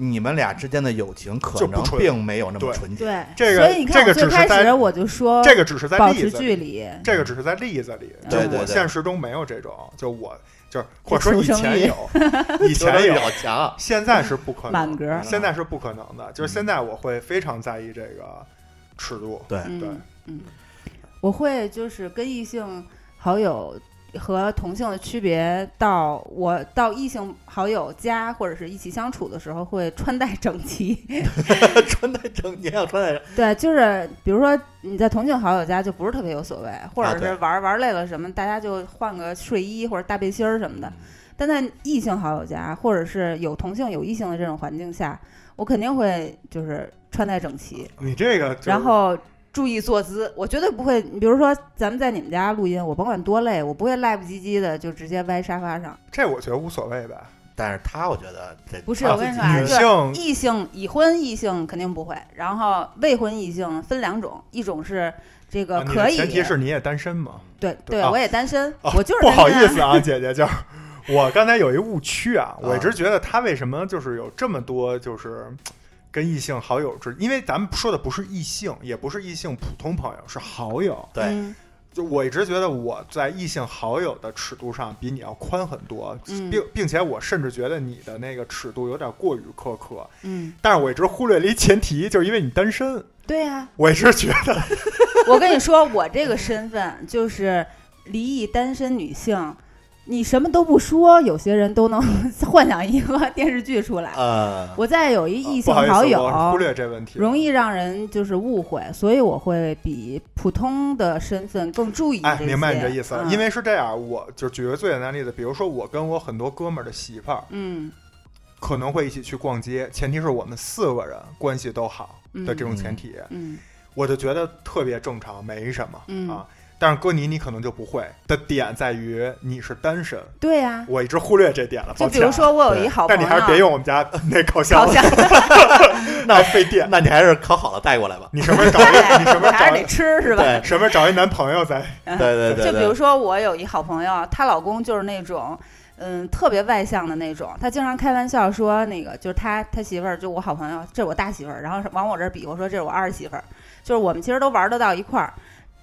S3: 你们俩之间的友情可
S4: 就不
S3: 能
S4: 纯
S3: 并没有那么
S4: 对
S3: 纯洁。
S2: 对，
S4: 这个
S2: 所以你看，
S4: 这
S2: 我
S4: 个只
S2: 最
S4: 是
S2: 开
S4: 在
S2: 始我就说
S4: 这个只是在
S2: 呃保
S4: 例
S2: 持
S4: 子
S2: 距
S4: 里，
S2: 离，
S4: 这个只是在例子里，
S2: 嗯
S4: 就
S3: 对对
S4: 我
S3: 对
S4: 现实中没有这种，就我就是或者说
S2: 求
S4: 以
S2: 生
S4: 前
S2: 欲
S4: 有，以
S3: 以前
S4: 前
S3: 也
S4: 有，
S3: 老强，
S4: 现在是不可
S2: 满
S4: 能，
S2: 格。
S4: 现在是嗯不可能的，就是现在我会非常在意这个尺度，
S3: 对
S2: 嗯
S4: 对
S2: 嗯，我会就是跟异性好友和同性的区别，到我到异性好友家或者是一起相处的时候，会穿戴整齐。
S3: 穿戴整，你还要穿戴整，
S2: 对，就是比如说你在同性好友家就不是特别有所谓，或
S3: 啊
S2: 者
S3: 对
S2: 是玩、玩累了什么，大家就换个睡衣或者大背心儿什么
S4: 嗯
S2: 的。但在异性好友家，或者是有同性有异性的这种环境下，我肯定会就是穿戴整齐，
S4: 你这个啊就是
S2: 然后注意坐姿。我绝对不会，比如说咱们在你们家录音，我甭管多累，我不会赖不唧唧的就直接歪沙发上。
S4: 这我觉得无所谓吧。
S3: 但是他我觉得这
S2: 不是，
S3: 他
S2: 我跟你说
S3: 自
S2: 啊，
S3: 己
S4: 女
S2: 就是
S4: 性
S2: 异性已婚异性肯定不会，然后未婚异性分两种，一种是这个
S4: 啊你的
S2: 可以，
S4: 前提是你也单身嘛。
S2: 对
S4: 对
S2: 对，
S4: 啊
S2: 我也单身，
S4: 啊
S2: 我就是
S4: 不
S2: 单身啊
S4: 好意思 啊，姐姐，就是我刚才有一误区啊，我一
S3: 啊
S4: 直觉得他为什么就是有这么多就是跟异性好友之，因为咱们说的不是异性，也不是异性普通朋友，是好友。
S3: 对
S2: 嗯
S4: 就我一直觉得我在异性好友的尺度上比你要宽很多，
S2: 嗯
S4: 并并且我甚至觉得你的那个尺度有点过于苛刻。
S2: 嗯，
S4: 但是我一直忽略了一前提，就是因为你单身，
S2: 对呀、
S4: 我一直觉得
S2: 我跟你说，我这个身份就是离异单身女性，你什么都不说，有些人都能 幻想一个 电视剧出来。
S3: 呃，
S2: 我再有一异
S4: 啊不
S2: 性
S4: 好意思，
S2: 好友，
S4: 我忽略这问题了。
S2: 容易让人就是误会，所以我会比普通的身份更注意。
S4: 哎，明白你这意思，因
S2: 为
S4: 为是这样，我就举个最简单的例子，比如说我跟我很多哥们儿的媳妇儿
S2: 嗯
S4: 可能会一起去逛街，前提是我们四个人关系都好
S2: 嗯
S4: 的这种前提，
S2: 嗯
S4: 我就觉得特别正常，没什么、
S2: 嗯
S4: 啊。但是哥尼你可能就不会的点在于你是单身，
S2: 对呀、
S4: 我一直忽略这点了。
S2: 就
S4: 抱
S2: 比
S4: 歉啊
S2: 如说我有
S3: 对
S2: 一好朋
S4: 但
S2: 友，啊
S4: 你还是别用我们家那烤箱
S2: 烤
S4: 了，
S2: 箱，
S4: 那 费电。
S3: 那你还是烤好了带 过来吧。
S4: 你什么时候找一？你什么时候
S2: 哎还
S4: 找
S2: 是得
S4: 一？
S2: 吃是吧？
S3: 对
S4: 什么时候找一男朋友再？
S3: 对对对，
S2: 就比如
S3: 对
S2: 说，我有一好朋友，她老公就是那种，嗯，特别外向的那种。他经常开玩笑说，那个就是他他媳妇儿，就我好朋友，这是我大媳妇儿，然后是往我这儿比划说这是我二媳妇儿，就是我们其实都玩得到一块儿。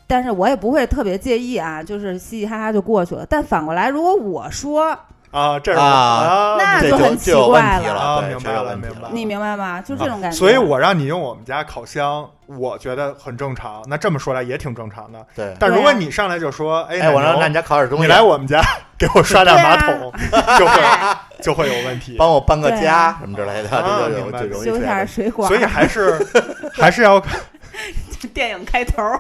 S2: 但是我也不会特别介意啊，就是嘻嘻哈哈就过去了。但反过来，如果我说，
S4: 啊，这是
S3: 啊
S2: 那
S3: 这
S2: 就
S3: 就
S2: 很奇
S3: 就有问
S2: 怪
S3: 题
S2: 了
S4: 啊
S3: 对
S4: 明
S3: 这
S4: 白
S3: 有
S4: 了
S3: 问题
S4: 明白
S3: 了
S4: 了。
S2: 你明白吗？就这种感觉。
S4: 所以我让你用我们家烤箱，我觉得很正常。那这么说来也挺正常的。
S3: 对，
S4: 但
S2: 对啊
S4: 如果你上来就说，哎，
S3: 哎，我
S4: 奶
S3: 让
S4: 牛
S3: 让你家烤点东西，
S4: 你来 我们家给我刷
S2: 啊
S4: 俩马 桶，就会就会有问题。
S3: 帮我搬个
S2: 对啊
S3: 家什么之类的，
S4: 啊
S3: 这就
S4: 明
S3: 有
S4: 白
S3: 就容易
S2: 修
S3: 出现
S2: 下
S3: 问题。
S2: 水管
S4: 所以啊
S2: 儿，
S4: 还 是还是要
S2: 电影开头儿，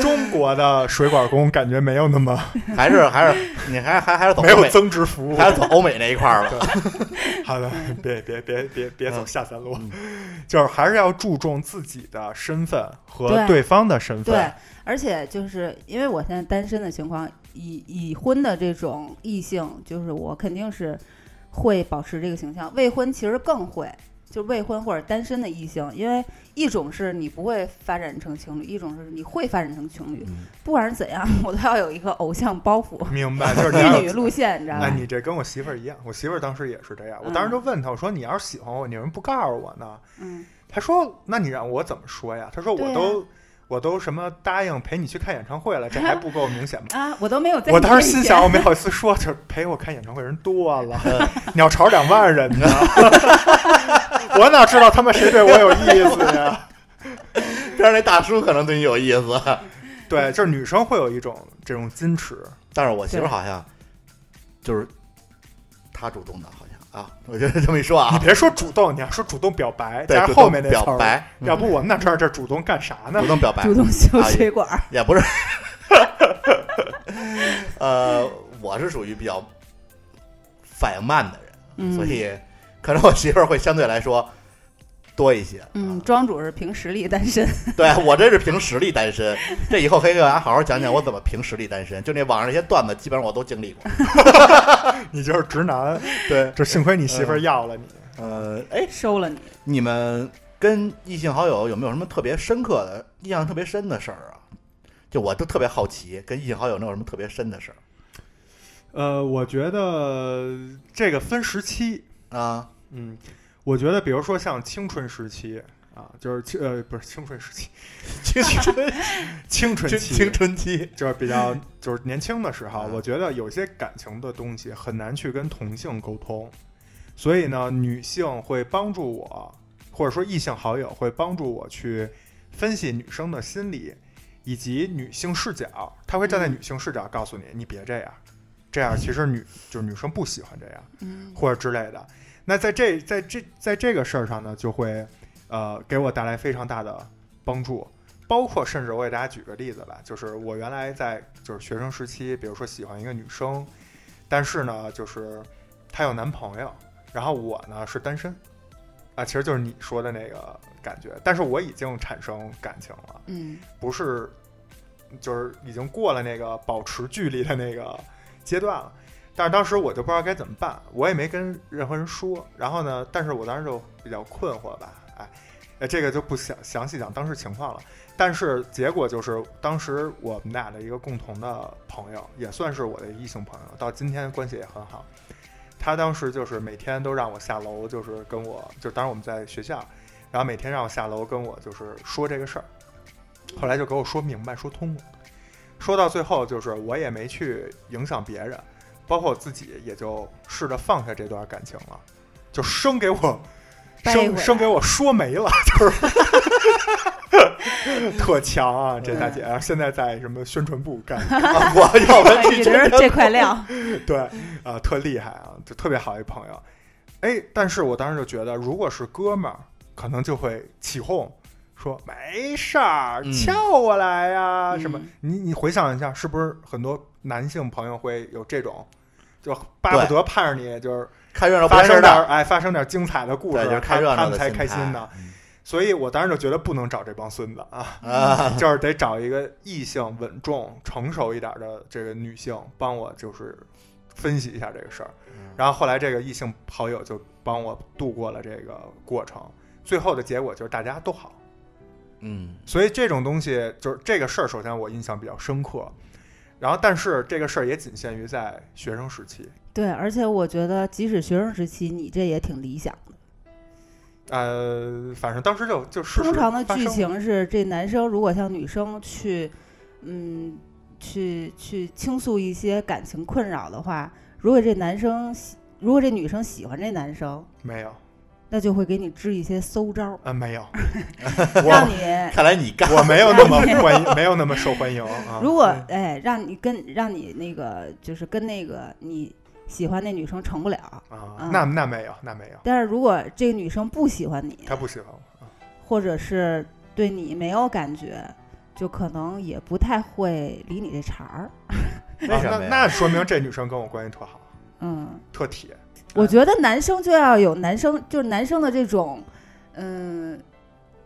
S4: 中国的水管工感觉没有 那么
S3: 还是还是你还还还是走
S4: 没
S3: 欧
S4: 有
S3: 美，
S4: 增值 服务。
S3: 还是走欧美那一块儿了。
S4: 好的，
S2: 嗯
S4: 别别别别别走
S3: 嗯
S4: 下三路， 就是还是要注重自己的身份和
S2: 对
S4: 对方的身
S2: 对
S4: 份。，
S2: 而且就是因为我现在单身的情况，已已婚的这种异性，就是我肯定是会保持这个形象。未婚其实更会，就是未婚或者单身的异性，因为一种是你不会发展成情侣，一种是你会发展成情侣。
S4: 嗯
S2: 不管是怎样，我都要有一个偶像包 袱，
S4: 明白，就是你要
S2: 玉女路线，你知道
S4: 哎，
S2: 吧？
S4: 你这跟我媳妇儿一样，我媳妇儿当时也是这样。我
S2: 嗯
S4: 当时就问她，我说你要是喜欢我，你为什么不告诉我呢？
S2: 嗯，
S4: 她说，那你让我怎么说呀？她说
S2: 对
S4: 我
S2: 呀？
S4: 都、我都什么答应陪你去看演唱会了，这还不够明显吗
S2: 啊，我都没有在。
S4: 我当时心想，，我没好意思说，就是陪我看演唱会人多了，
S2: 嗯
S4: 鸟巢两万人呢， 我哪知道他们谁对我有意思呀？
S3: 但是那大叔可能对你有意思，
S4: 对，就是女生会有一种这种矜持，
S3: 但是我媳妇儿好像就是她主动的，好像啊，我觉得这么一说
S4: 你
S3: 啊，
S4: 别说主动，你要说主动表白，
S3: 对主
S4: 加，上
S3: 动
S4: 后面那词
S3: 表
S4: 儿，
S3: 白，
S4: 要不我们哪知道这主动干啥呢
S3: 主？动表白
S2: 主动修
S3: 阿姨
S4: 哎
S2: 水管儿，
S3: 也不是，呃，我是属于比较反应慢的人，
S2: 嗯，
S3: 所以可能我媳妇儿会相对来说多一些。
S2: 嗯，
S3: 啊
S2: 庄主是凭实力单身，
S3: 对我这是凭实力单身，这以后可以给大家好好讲讲我怎么凭实力单身。就那网上那些段子，基本上我都经 历过。
S4: 你就是直 男，
S3: 对，
S4: 就幸亏你媳妇儿要了你。
S3: 呃，哎，
S2: 收了你。
S3: 你们跟异性好友有没有什么特别深刻的、印象特别深的事儿啊？就我都特别好奇，跟异性好友能有什么特别深的事儿
S4: 呃，我觉得这个分时期，
S3: 啊？
S4: 嗯，我觉得比如说像青春时期啊，就是青呃不是青春时期，
S3: 青春
S4: 青春
S3: 青
S4: 期，
S3: 青春期，
S4: 就是比较就是年轻的时候，
S3: 啊
S4: 我觉得有些感情的东西很难去跟同性沟通，所以呢，女性会帮助我，或者说异性好友会帮助我去分析女生的心理，以及女性视角，他会站在女性视角告诉你，你别这样，这样其实女就是女生不喜欢这样，
S9: 嗯
S4: 或者之类的。那在这在这在这个事儿上呢，就会呃给我带来非常大的帮助。包括甚至我给大家举个例子吧，就是我原来在就是学生时期，比如说喜欢一个女生，但是呢，就是她有男朋友，然后我呢是单身，啊，其实就是你说的那个感觉，但是我已经产生感情了。
S9: 嗯
S4: 不是，就是已经过了那个保持距离的那个阶段了。但是当时我就不知道该怎么办，我也没跟任何人说。然后呢，但是我当时就比较困惑吧，哎，哎，这个就不详详细讲当时情况了。但是结果就是，当时我们俩的一个共同的朋友，也算是我的异性朋友，到今天关系也很好。他当时就是每天都让我下楼，就是跟我，就当时我们在学校，然后每天让我下楼跟我就是说这个事儿。后来就给我说明白、说通了。说到最后，就是我也没去影响别人，包括我自己，也就试着放下这段感情了，就生给我
S9: 掰回
S4: 生
S9: 来
S4: 生给我说没了，就是 特强啊！这大姐，然后现在在什么宣传部 干，
S3: 啊
S4: 我要不然
S9: 一直 是这块料，
S4: 对啊、特厉害啊，就特别好一朋友。哎，但是我当时就觉得，如果是哥们儿，可能就会起哄，说没事儿，
S3: 嗯
S4: 撬过来呀、
S9: 嗯
S4: 什么。你你回想一下，是不是很多男性朋友会有这种，就巴不得盼着你就是
S3: 看热闹不
S4: 发
S3: 看
S4: 生
S3: 事
S4: 点
S3: 大，
S4: 儿哎发生点儿精彩的故
S3: 对，
S4: 事，
S3: 就是看
S4: 他
S3: 热闹
S4: 他们
S3: 的
S4: 才
S3: 心
S4: 开心
S3: 态
S4: 呢。所以我当时就觉得不能找这帮孙子啊，
S3: 啊，
S4: 就是得找一个异性、稳重、成熟一点的这个女性帮我，就是分析一下这个事儿。
S3: 嗯
S4: 然后后来这个异性好友就帮我度过了这个过程，最后的结果就是大家都好。
S3: 嗯，
S4: 所以这种东西就是这个事儿，首先我印象比较深刻。然后，但是这个事儿也仅限于在学生时期。
S2: 对，而且我觉得即使学生时期，你这也挺理想的。
S4: 呃，反正当时就就事实
S2: 通常的
S4: 发
S2: 剧
S4: 生
S2: 情是，这男生如果向女生去，嗯，去去倾诉一些感情困扰的话，如果这男生喜，如果这女生喜欢这男生，
S4: 没有啊、呃
S2: 那就会给你支一些馊招儿，
S4: 没有，
S2: 让
S4: 我
S2: 你
S3: 看来你 干
S4: 我没有那么欢迎，没有那么受欢迎啊。
S2: 如果哎让你跟让你那个就是跟那个你喜欢那女生成不了，
S4: 啊
S2: 嗯，
S4: 那那没有，那没有，
S2: 但是如果这个女生不喜欢你，
S4: 他不喜欢我。啊
S2: 或者是对你没有感觉，就可能也不太会理你这茬儿，
S3: 为什
S4: 啊
S3: 么呀
S4: 那那说明这女生跟我关系特好，
S2: 嗯。
S4: 特铁。
S2: 我觉得男生就要有男生，就是男生的这种，嗯，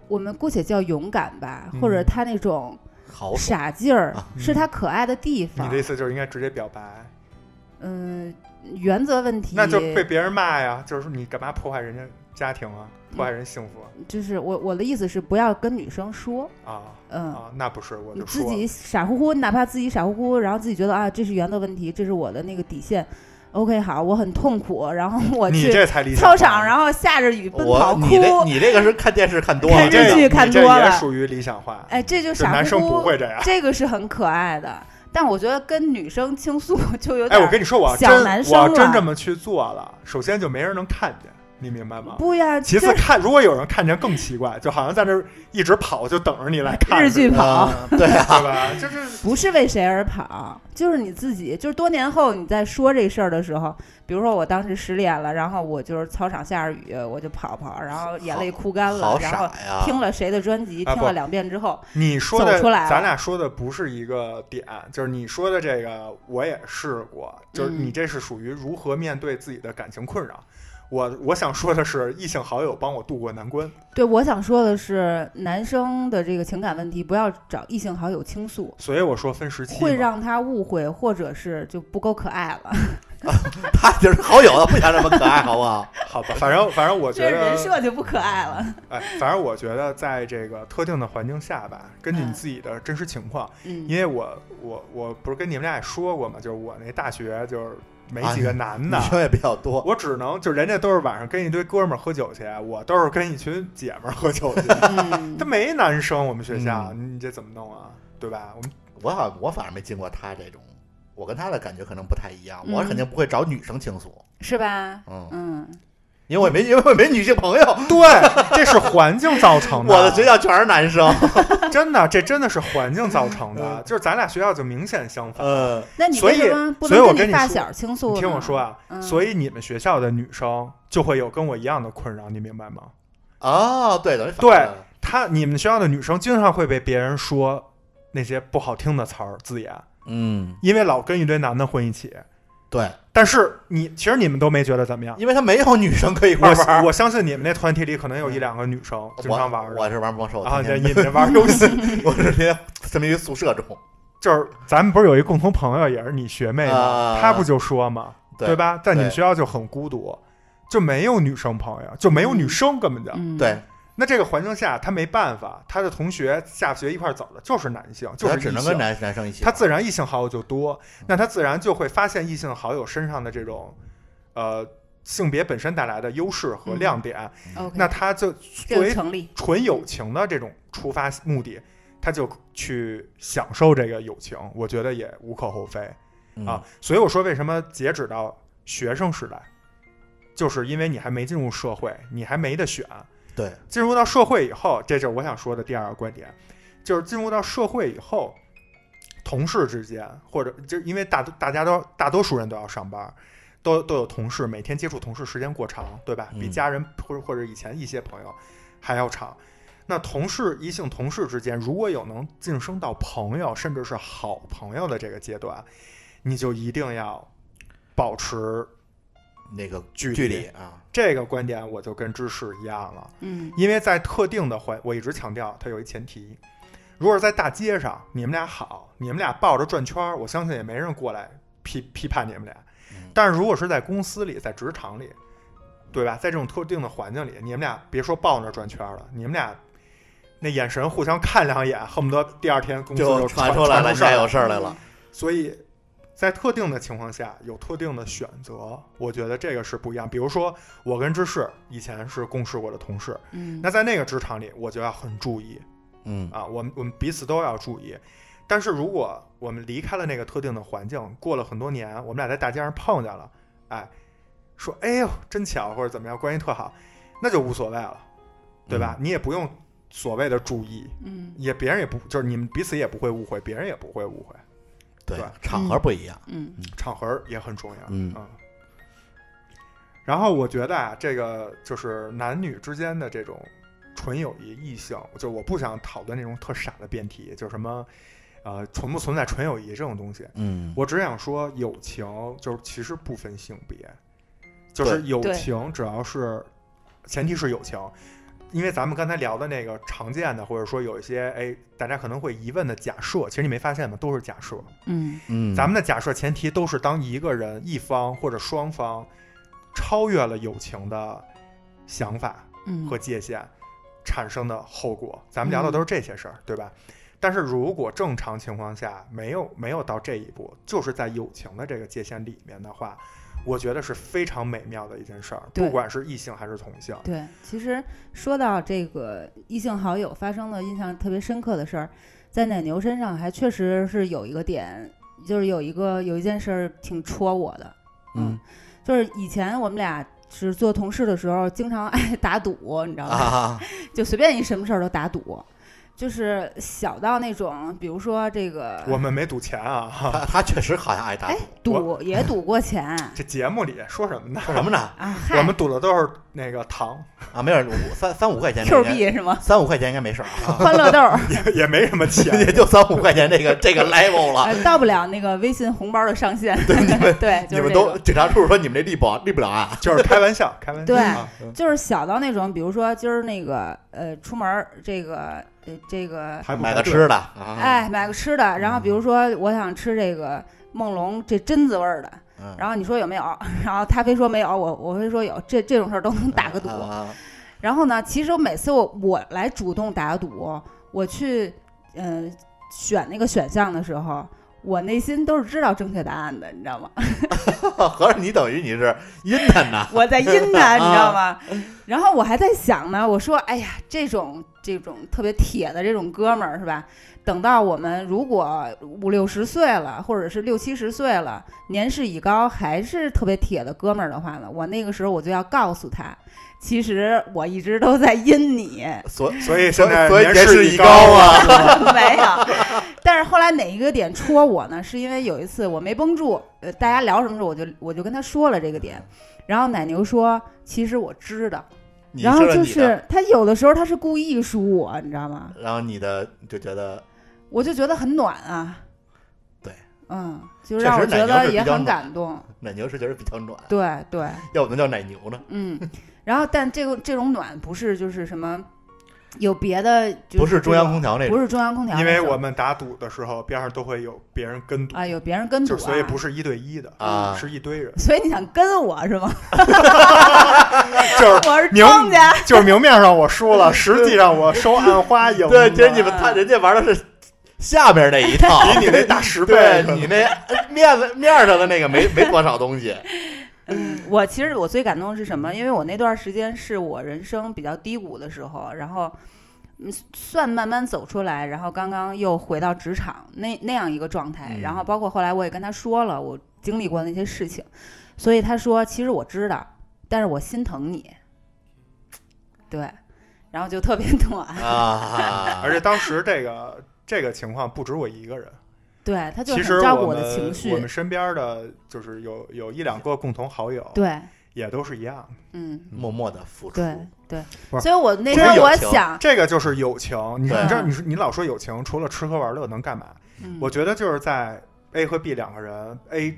S2: 我们姑且叫勇敢吧，
S4: 嗯
S2: 或者他那种
S3: 好爽，
S2: 傻劲儿
S3: 啊，
S2: 是他可爱的地
S4: 你
S2: 方
S4: 的。意思就是应该直接表白，
S2: 嗯，原则问题，
S4: 那就被别人骂呀，就是说你干嘛破坏人家家庭啊，
S2: 嗯
S4: 破坏人幸福啊
S2: 就是我我的意思是不要跟女生说，
S4: 啊
S2: 嗯，
S4: 啊，那不是，我
S2: 你
S4: 就
S2: 自
S4: 说
S2: 己傻乎乎，哪怕自己傻乎乎，然后自己觉得啊，这是原则问题，这是我的那个底线。OK，好，我很痛苦，然后我
S4: 你
S2: 去
S4: 这才理想
S2: 操
S4: 化
S2: 场，然后下着雨奔跑
S3: 我
S2: 哭，
S3: 你这你这个是看电视看多了，
S2: 看
S4: 你这
S2: 日剧看多
S4: 你这
S2: 了
S4: 也属于理想化。
S2: 哎，这就
S4: 就
S2: 傻乎乎。
S4: 男生不会这样。
S2: 这个是很可爱的，但我觉得跟女生倾诉 就有
S4: 哎，
S2: 点
S4: 我
S2: 儿
S4: 跟你说，我要
S2: 小
S4: 真
S2: 男
S4: 我要
S2: 生啊
S4: 真
S2: 了
S4: 这么去做了，首先就没人能看见，你明白吗？
S2: 不呀。
S4: 其次
S2: 这
S4: 看，如果有人看见更奇怪，就好像在那儿一直跑，就等着你来看嗯
S2: 日剧
S4: 似的
S2: 跑
S3: 啊，对啊，
S4: 对吧？ 就是
S2: 不是为谁而跑，就是你自己。就是多年后你在说这事儿的时候，比如说我当时失恋了，然后我就是操场下着雨，我就跑跑，然后眼泪哭干了
S3: 好，
S2: 然后
S3: 傻呀，
S2: 听了谁的专辑，
S4: 啊
S2: 听
S4: 不
S2: 了两遍之后，
S4: 你说
S2: 走
S4: 的，
S2: 出来了
S4: 咱俩说的不是一个点，就是你说的这个我也试过，就是
S2: 嗯
S4: 你这是属于如何面对自己的感情困扰。我我想说的是，异性好友帮我渡过难关。
S2: 对我想说的是，男生的这个情感问题不要找异性好友倾诉。
S4: 所以我说分时期嘛，
S2: 会让他误会，或者是就不够可爱了，
S3: 他就是好友，不想这么可爱，好不 好？
S4: 好吧，反正反 正我
S2: 就
S4: 觉
S2: 是人
S4: 得，
S2: 设就不可爱了。
S4: 哎，反正我觉得在这个特定的环境下吧，根据你
S2: 嗯
S4: 自己的真实情况，
S2: 嗯
S4: 因为我我我不是跟你们俩也说过嘛，就是我那大学就是没
S3: 啊
S4: 几个男
S3: 女
S4: 的，
S3: 生也比较多，
S4: 我只能就人家都是晚上跟一堆哥们儿喝酒去，我都是跟一群姐们儿喝酒去，
S2: 嗯
S4: 他没男生，我们学校、你这怎么弄啊？对吧？我们
S3: 我好像我反而没经过他这种，我跟他的感觉可能不太一样，
S2: 嗯
S3: 我肯定不会找女生倾诉，
S2: 是吧？
S3: 嗯，
S2: 嗯，
S3: 因为我没因为我没女性朋友，
S4: 对，这是环境造成 的。
S3: 我的学校全是男 生。
S4: 真的，这真的是环境造成的，就是咱俩学校就明显相反。
S3: 呃，
S2: 那你
S4: 所
S2: 为
S4: 以
S2: 什么不
S4: 所以我
S2: 能
S4: 跟
S2: 你
S4: 你
S2: 发
S4: 说
S2: 小倾诉
S4: 你
S2: 呢？
S4: 听我说啊，
S2: 嗯
S4: 所以你们学校的女生就会有跟我一样的困扰，你明白吗？
S3: 哦，对，等于反
S4: 对
S3: 过来了
S4: 她你们学校的女生经常会被别人说那些不好听的词儿字眼，
S3: 嗯，
S4: 因为老跟一堆男的混一起。
S3: 对，
S4: 但是你其实你们都没觉得怎么样。
S3: 因为他没有女生可以一块 玩
S4: 我
S3: 儿。
S4: 我相信你们那团体里可能有一两个女生经常玩儿的
S3: 我是玩魔兽，
S4: 啊，
S3: 天天
S4: 你们玩儿游戏，
S3: 我是天天沉迷于宿舍中。
S4: 就是咱们不是有一共同朋友也是你学妹吗？
S3: 啊
S4: 她不就说嘛，
S3: 对
S4: 对吧？在你们
S3: 对
S4: 学校就很孤独，就没有女生朋友，就没有女生，根本就。
S10: 嗯，
S3: 对，
S4: 那这个环境下，她没办法，她的同学下学一块儿走的就是男性，就
S3: 他
S4: 是
S3: 只
S4: 异
S3: 能
S4: 性
S3: 跟男男生一起
S4: 他
S3: 玩。
S4: 自然异性好友就多，那他自然就会发现异性好友身上的这种，呃，性别本身带来的优势和亮点，
S2: OK，
S4: 那他就作
S2: 这个
S4: 为
S2: 成立，
S4: 纯友情的这种出发目的，他就去享受这个友情，我觉得也无可厚非
S3: 嗯
S4: 啊。所以我说，为什么截止到学生时代，就是因为你还没进入社会，你还没得选。
S3: 对，
S4: 进入到社会以后，这就是我想说的第二个观点，就是进入到社会以后，同事之间或者就因为大大家都大多数人都要上班，都都有同事，每天接触同事时间过长，对吧？
S3: 嗯
S4: 比家人或者或者以前一些朋友还要长。那同事异性同事之间，如果有能晋升到朋友，甚至是好朋友的这个阶段，你就一定要保持
S3: 那个
S4: 距
S3: 距
S4: 离
S3: 离啊，
S4: 这个观点，我就跟芝士一样了。
S2: 嗯，
S4: 因为在特定的环，我一直强调它有一前提，如果是在大街上，你们俩好，你们俩抱着转圈儿，我相信也没人过来批批判你们俩
S3: 嗯。
S4: 但是如果是在公司里，在职场里，对吧？在这种特定的环境里，你们俩别说抱着转圈儿了，你们俩那眼神互相看两眼，恨不得第二天公司
S3: 就
S4: 嗯传
S3: 传出来了，
S4: 传
S3: 你
S4: 事儿
S3: 家有事儿来了。
S4: 所以在特定的情况下有特定的选择，我觉得这个是不一样。比如说，我跟芝士以前是共事过的同事，
S2: 嗯，
S4: 那在那个职场里，我就要很注意
S3: 嗯
S4: 啊，我们我们彼此都要注意。但是如果我们离开了那个特定的环境，过了很多年，我们俩在大街上碰见了，哎，说哎呦真巧，或者怎么样，关系特好，那就无所谓了，对吧？你也不用所谓的注意，
S2: 嗯
S4: 也别人也不就是你们彼此也不会误会，别人也不会误会，
S3: 对
S4: 对，
S3: 场合不一样。
S2: 嗯
S4: 场合也很重要。
S3: 嗯
S4: 然后我觉得啊，这个就是男女之间的这种纯友谊、异性，就我不想讨论那种特傻的辩题，就是什么呃存不存在纯友谊这种东西。
S3: 嗯，
S4: 我只想说，友情就是其实不分性别，就是友情只要是前提是友情，因为咱们刚才聊的那个常见的，或者说有一些哎大家可能会疑问的假设，其实你没发现吗？都是假设。
S2: 嗯
S3: 嗯，
S4: 咱们的假设前提都是当一个人一方或者双方超越了友情的想法
S2: 嗯，
S4: 和界限产生的后果。咱们聊的都是这些事儿，对吧？但是如果正常情况下没有没有到这一步，就是在友情的这个界限里面的话，我觉得是非常美妙的一件事儿，
S2: 对
S4: 不管是异性还是同性。
S2: 对，其实说到这个异性好友发生的印象特别深刻的事儿，在奶牛身上还确实是有一个点，就是有一个有一件事儿挺戳我的，
S3: 嗯
S2: 就是以前我们俩是做同事的时候，经常爱打赌，你知道吧？
S3: 啊，
S2: 就随便一什么事儿都打赌，就是小到那种，比如说这个
S4: 我们没赌钱啊，
S3: 他他确实好像爱打
S2: 哎
S3: 赌。
S2: 赌也赌过钱
S4: 这节目里说什么呢？
S3: 说什么呢？
S2: 啊，
S4: 我
S2: 嗨
S4: 们赌的都是那个糖，
S3: 啊，没事，五三三五块钱
S2: ，Q
S3: 应该，
S2: 币是吗？
S3: 三五块钱应该没事儿 啊，
S2: 欢 乐豆儿，
S4: 也也没什么钱，
S3: 也就三五块钱这个这个 level 了。
S2: 呃，到不了那个微信红包的上限。对，你们 对，就
S3: 你
S2: 是
S3: 们
S2: 这
S3: 都
S2: 种
S3: 警察叔叔说你们这立不了立不了啊案，
S4: 就是开玩笑，开玩笑
S2: 对
S4: 啊。嗯
S2: 就是小到那种，比如说今儿那个呃出门儿这个呃这个
S4: 还 不
S3: 买
S4: 排
S3: 个
S4: 队
S3: 吃的啊，
S2: 哎买个吃的，然后
S3: 嗯
S2: 比如说我想吃这个梦龙这榛子味儿的，
S3: 嗯，
S2: 然后你说有没 有？然后他非说没有，我我非说有，这这种事儿都能打个赌。
S3: 啊
S2: 然后呢，其实我每次我我来主动打赌，我去嗯、呃选那个选项的时候，我内心都是知道正确答案的，你知道吗？
S3: 啊合着你等于你是阴他呢？
S2: 我在阴他，你知道吗？然后我还在想呢，我说，哎呀，这种这种特别铁的这种哥们儿是吧？等到我们如果五六十岁了，或者是六七十岁了，年事已高，还是特别铁的哥们儿的话呢，我那个时候我就要告诉他，其实我一直都在阴你，
S3: 所
S4: 所以
S3: 所
S4: 现在
S3: 以所以
S4: 年
S3: 年
S4: 事
S3: 事
S4: 已
S3: 已
S4: 高
S3: 高
S4: 啊，
S3: 啊，
S2: 没有。但是后来哪一个点戳我呢？是因为有一次我没绷住，呃，大家聊什么时候我就我就跟他说了这个点，然后奶牛说，其实我知道。
S3: 你
S2: 然后
S3: 说
S2: 就
S3: 你的
S2: 是他有的时候他是故意输我，你知道吗？
S3: 然后你的你就觉得
S2: 我就觉得很暖啊。
S3: 对，
S2: 嗯，就
S3: 确
S2: 让
S3: 实
S2: 我
S3: 奶
S2: 觉
S3: 牛
S2: 得
S3: 是比
S2: 也
S3: 较
S2: 很
S3: 暖
S2: 感动。
S3: 奶牛是觉得比较暖，
S2: 对对，
S3: 要不能叫奶牛呢？
S2: 嗯。然后，但这个这种暖不是就是什么有别的，就
S3: 不是中央
S2: 这
S3: 空调那
S2: 种，
S3: 种
S2: 不是中央空 调那
S4: 啊因
S2: 种，
S4: 为我们打赌的时候边上都会有别人跟赌，
S2: 啊有别人跟
S4: 就
S2: 组、啊，，
S4: 是所以不是一对一的，
S3: 啊，
S4: 是一 堆人
S2: 所以你想跟我是吗？
S4: 就是
S2: 我 是
S4: 明
S2: 庄家，
S4: 就是明面上我输了，实际上我收暗花赢了。
S3: 对，其实你们
S2: 啊
S3: 他人家玩的是下面那一 套，比你那大十
S4: 倍
S3: 对你那面子面上的那个没 没多少东西，
S2: 嗯，我其实我最感动的是什么？因为我那段时间是我人生比较低谷的时候，然后嗯，算慢慢走出来，然后刚刚又回到职场那那样一个状态，
S3: 嗯
S2: 然后包括后来我也跟他说了我经历过那些事情，所以他说其实我知道，但是我心疼你，对，然后就特别 暖，
S3: 啊，
S4: 而且当时这个这个情况不止我一个人，
S2: 对，他就
S4: 其实
S2: 很照顾
S4: 我
S2: 的
S4: 们
S2: 情绪
S4: 我，们身边的就是有有一两个共同好友，
S2: 对，
S4: 也都是一样。
S2: 嗯，
S3: 默默的付出，
S2: 对对，
S4: 不是
S2: 所以我那
S3: 这
S2: 天
S3: 有
S2: 我
S3: 情
S2: 想，
S4: 这个就是友情，你你
S3: 对
S2: 啊
S4: 知道，你说你老说友情，除了吃喝玩乐能干嘛？
S2: 嗯
S4: 我觉得就是在 A 和 B 两个人，A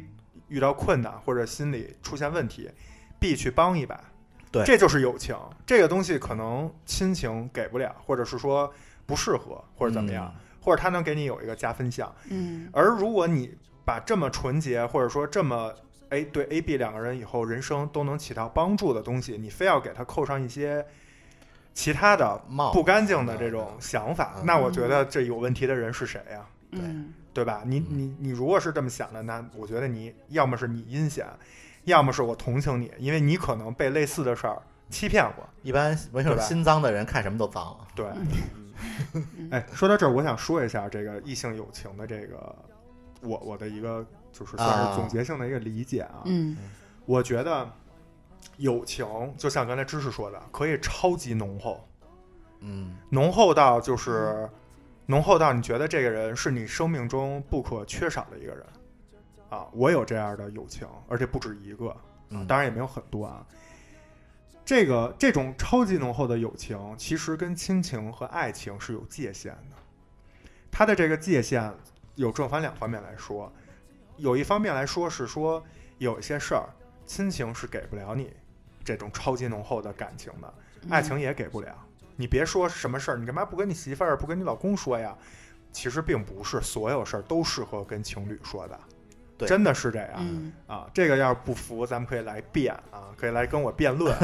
S4: 遇到困难或者心理出现问题，B 去帮一把，
S3: 对
S4: 这就是友情。这个东西可能亲情给不了，或者是说不适合，或者怎么
S3: 嗯
S4: 样，或者他能给你有一个加分项。
S2: 嗯
S4: 而如果你把这么纯洁，或者说这么 A 对 A、B 两个人以后人生都能起到帮助的东西，你非要给他扣上一些其他的
S3: 冒
S4: 嗯不干净的这种想法，
S3: 嗯
S4: 那我觉得这有问题的人是谁啊呀、
S2: 嗯
S4: 对吧？你你你如果是这么想的，那我觉得你要么是你阴险，要么是我同情你，因为你可能被类似的事儿欺骗过。
S3: 一般没事
S4: 对吧
S3: 心脏的人看什么都脏，
S4: 对
S2: 嗯，
S4: 哎，说到这儿，我想说一下这个异性友情的这个我我的一个就是算
S3: 啊
S4: 是总结性的一个理解啊。
S2: 嗯
S4: 我觉得友情就像刚才知识说的，可以超级浓厚，
S3: 嗯，
S4: 浓厚到就是浓厚到你觉得这个人是你生命中不可缺少的一个人啊。我有这样的友情，而且不止一个，啊
S3: 嗯
S4: 当然也没有很多啊。这个这种超级浓厚的友情，其实跟亲情和爱情是有界限的。它的这个界限有正反两方面来说，有一方面来说是说有一些事儿，亲情是给不了你这种超级浓厚的感情的，
S2: 嗯
S4: 爱情也给不了。你别说什么事儿，你干嘛不跟你媳妇儿、不跟你老公说呀？其实并不是所有事儿都适合跟情侣说的，
S3: 对
S4: 真的是这样。
S2: 嗯
S4: 啊，这个要是不服，咱们可以来辩啊，可以来跟我辩论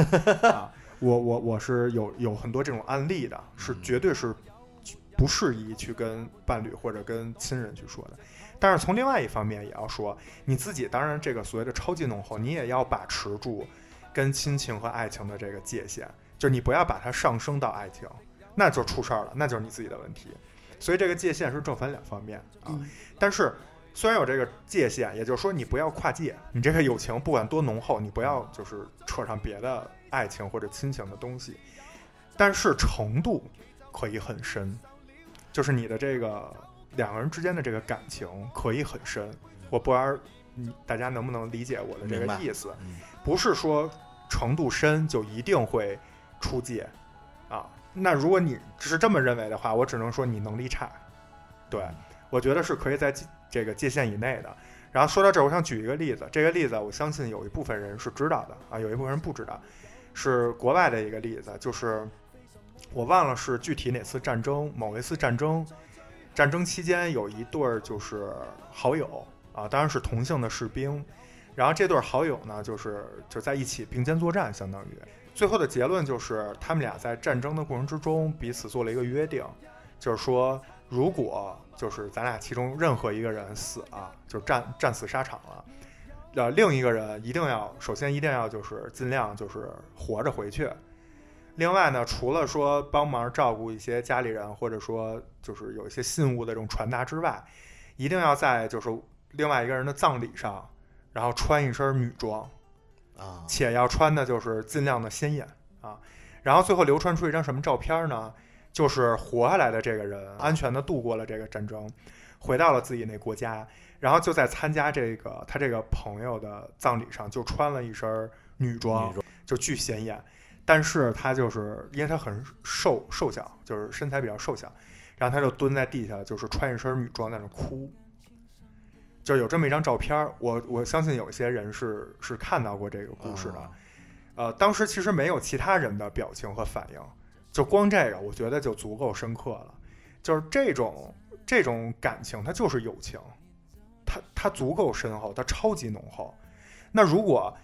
S4: 啊。我我我是有有很多这种案例的，是
S3: 嗯
S4: 绝对是不适宜去跟伴侣或者跟亲人去说的。但是从另外一方面也要说，你自己当然这个所谓的超级浓厚，你也要把持住跟亲情和爱情的这个界限，就你不要把它上升到爱情，那就出事儿了，那就是你自己的问题。所以这个界限是正反两方面啊。
S2: 嗯
S4: 但是虽然有这个界限，也就是说你不要跨界，你这个友情不管多浓厚，你不要就是扯上别的爱情或者亲情的东西，但是程度可以很深，就是你的这个两个人之间的这个感情可以很深。我不知道你大家能不能理解我的
S3: 明
S4: 这个
S3: 白
S4: 意思，
S3: 嗯
S4: 不是说程度深就一定会出界啊。那如果你只是这么认为的话，我只能说你能力差。对，我觉得是可以在这个界限以内的。然后说到这儿，我想举一个例子，这个例子我相信有一部分人是知道的啊，有一部分人不知道，是国外的一个例子，就是我忘了是具体哪次战争，某一次战争，战争期间有一对儿就是好友啊，当然是同性的士兵，然后这对儿好友呢，就是就在一起并肩作战，相当于最后的结论就是他们俩在战争的过程之中彼此做了一个约定，就是说如果就是咱俩其中任何一个人死了，就是战战死沙场了，呃，另一个人一定要首先一定要就是尽量就是活着回去。另外呢，除了说帮忙照顾一些家里人，或者说就是有一些信物的这种传达之外，一定要在就是另外一个人的葬礼上，然后穿一身女装，
S3: 啊，
S4: 且要穿的就是尽量的鲜艳啊。然后最后流传出一张什么照片呢？就是活下来的这个人安全的度过了这个战争，回到了自己那国家，然后就在参加这个他这个朋友的葬礼上，就穿了一身女装，
S3: 女装
S4: 就巨显眼。但是他就是因为他很瘦瘦小，就是身材比较瘦小，然后他就蹲在地下，就是穿一身女装在那哭。就有这么一张照片儿，我我相信有些人是是看到过这个故事的，
S3: 啊
S4: 呃，当时其实没有其他人的表情和反应，就光这个，我觉得就足够深刻了。就是这种这种感情，它就是友情，它它足够深厚，它超级浓厚。那如果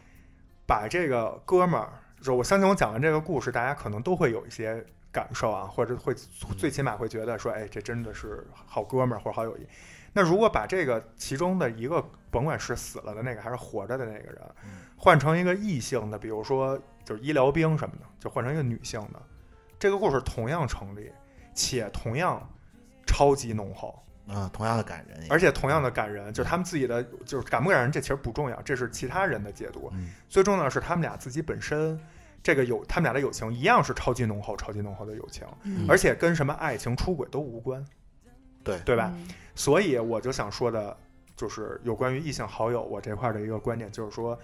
S4: 把这个哥们儿，就我相信我讲完这个故事，大家可能都会有一些感受啊，或者会最起码会觉得说，哎，这真的是好哥们儿或者好友谊。那如果把这个其中的一个，甭管是死了的那个还是活着的那个人，换成一个异性的，比如说就是医疗兵什么的，就换成一个女性的，这个故事同样成立，且同样超级浓厚，
S3: 啊，同样的感人也，
S4: 而且同样的感人，就是他们自己的，就是感不感人，这其实不重要，这是其他人的解读，
S3: 嗯
S4: 最重要的是他们俩自己本身。这个友，他们俩的友情一样是超级浓厚、超级浓厚的友情，
S1: 嗯
S4: 而且跟什么爱情、出轨都无关，
S3: 对
S4: 对吧？所以我就想说的，就是有关于异性好友我这块儿的一个观点，就是说，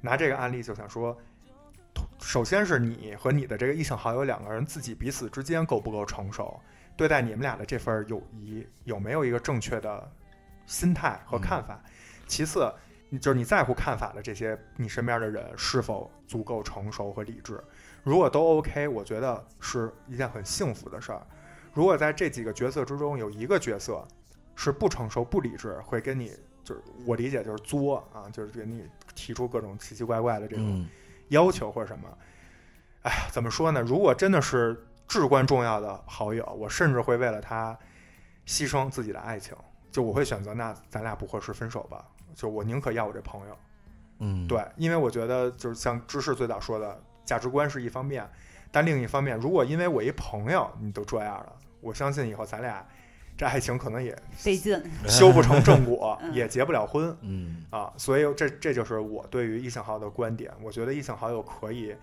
S4: 拿这个案例就想说，首先是你和你的这个异性好友两个人自己彼此之间够不够成熟，对待你们俩的这份友谊有没有一个正确的心态和看法。其次，你就是你在乎看法的这些你身边的人是否足够成熟和理智。如果都 OK，我觉得是一件很幸福的事儿。如果在这几个角色之中有一个角色是不成熟、不理智，会跟你就是我理解就是作啊，就是给你提出各种奇奇怪怪的这种
S3: 嗯
S4: 要求或者什么。哎呀，怎么说呢？如果真的是至关重要的好友，我甚至会为了他牺牲自己的爱情。就我会选择，那咱俩不合适，分手吧。就我宁可要我这朋友。
S3: 嗯，
S4: 对，因为我觉得就是像芝士最早说的，价值观是一方面，但另一方面，如果因为我一朋友你都这样了，我相信以后咱俩这爱情可能 也
S1: 费劲，，
S4: 修不成正果
S1: 嗯
S4: 也结不了婚。
S3: 嗯
S4: 啊，所以这这就是我对于异性好友的观点。我觉得异性好友可以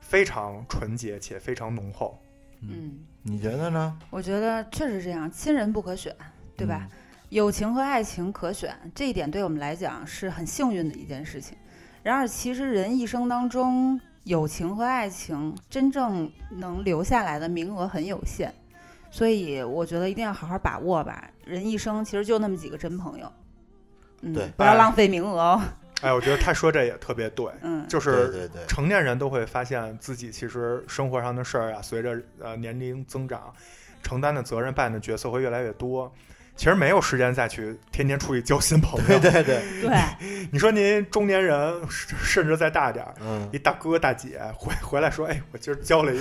S4: 非常纯洁且非常浓厚。
S1: 嗯，
S7: 你觉得呢？
S1: 我觉得确实这样，亲人不可选，对
S3: 嗯
S1: 吧？友情和爱情可选，这一点对我们来讲是很幸运的一件事情。然而，其实人一生当中，友情和爱情真正能留下来的名额很有限，所以我觉得一定要好好把握吧。人一生其实就那么几个真朋友，嗯，
S3: 对
S1: 不要浪费名额哦。
S4: 哎，我觉得他说这也特别对，
S1: 嗯，
S4: 就
S3: 对
S4: 是
S3: 对对，
S4: 成年人都会发现自己其实生活上的事儿啊，随着呃年龄增长，承担的责任、扮演的角色会越来越多。其实没有时间再去天天出去交新朋友。
S3: 对对对，
S1: 对，
S4: 你说您中年人，甚甚至再大点儿，
S3: 嗯，
S4: 一大哥大姐回回来说：“哎，我今儿交了一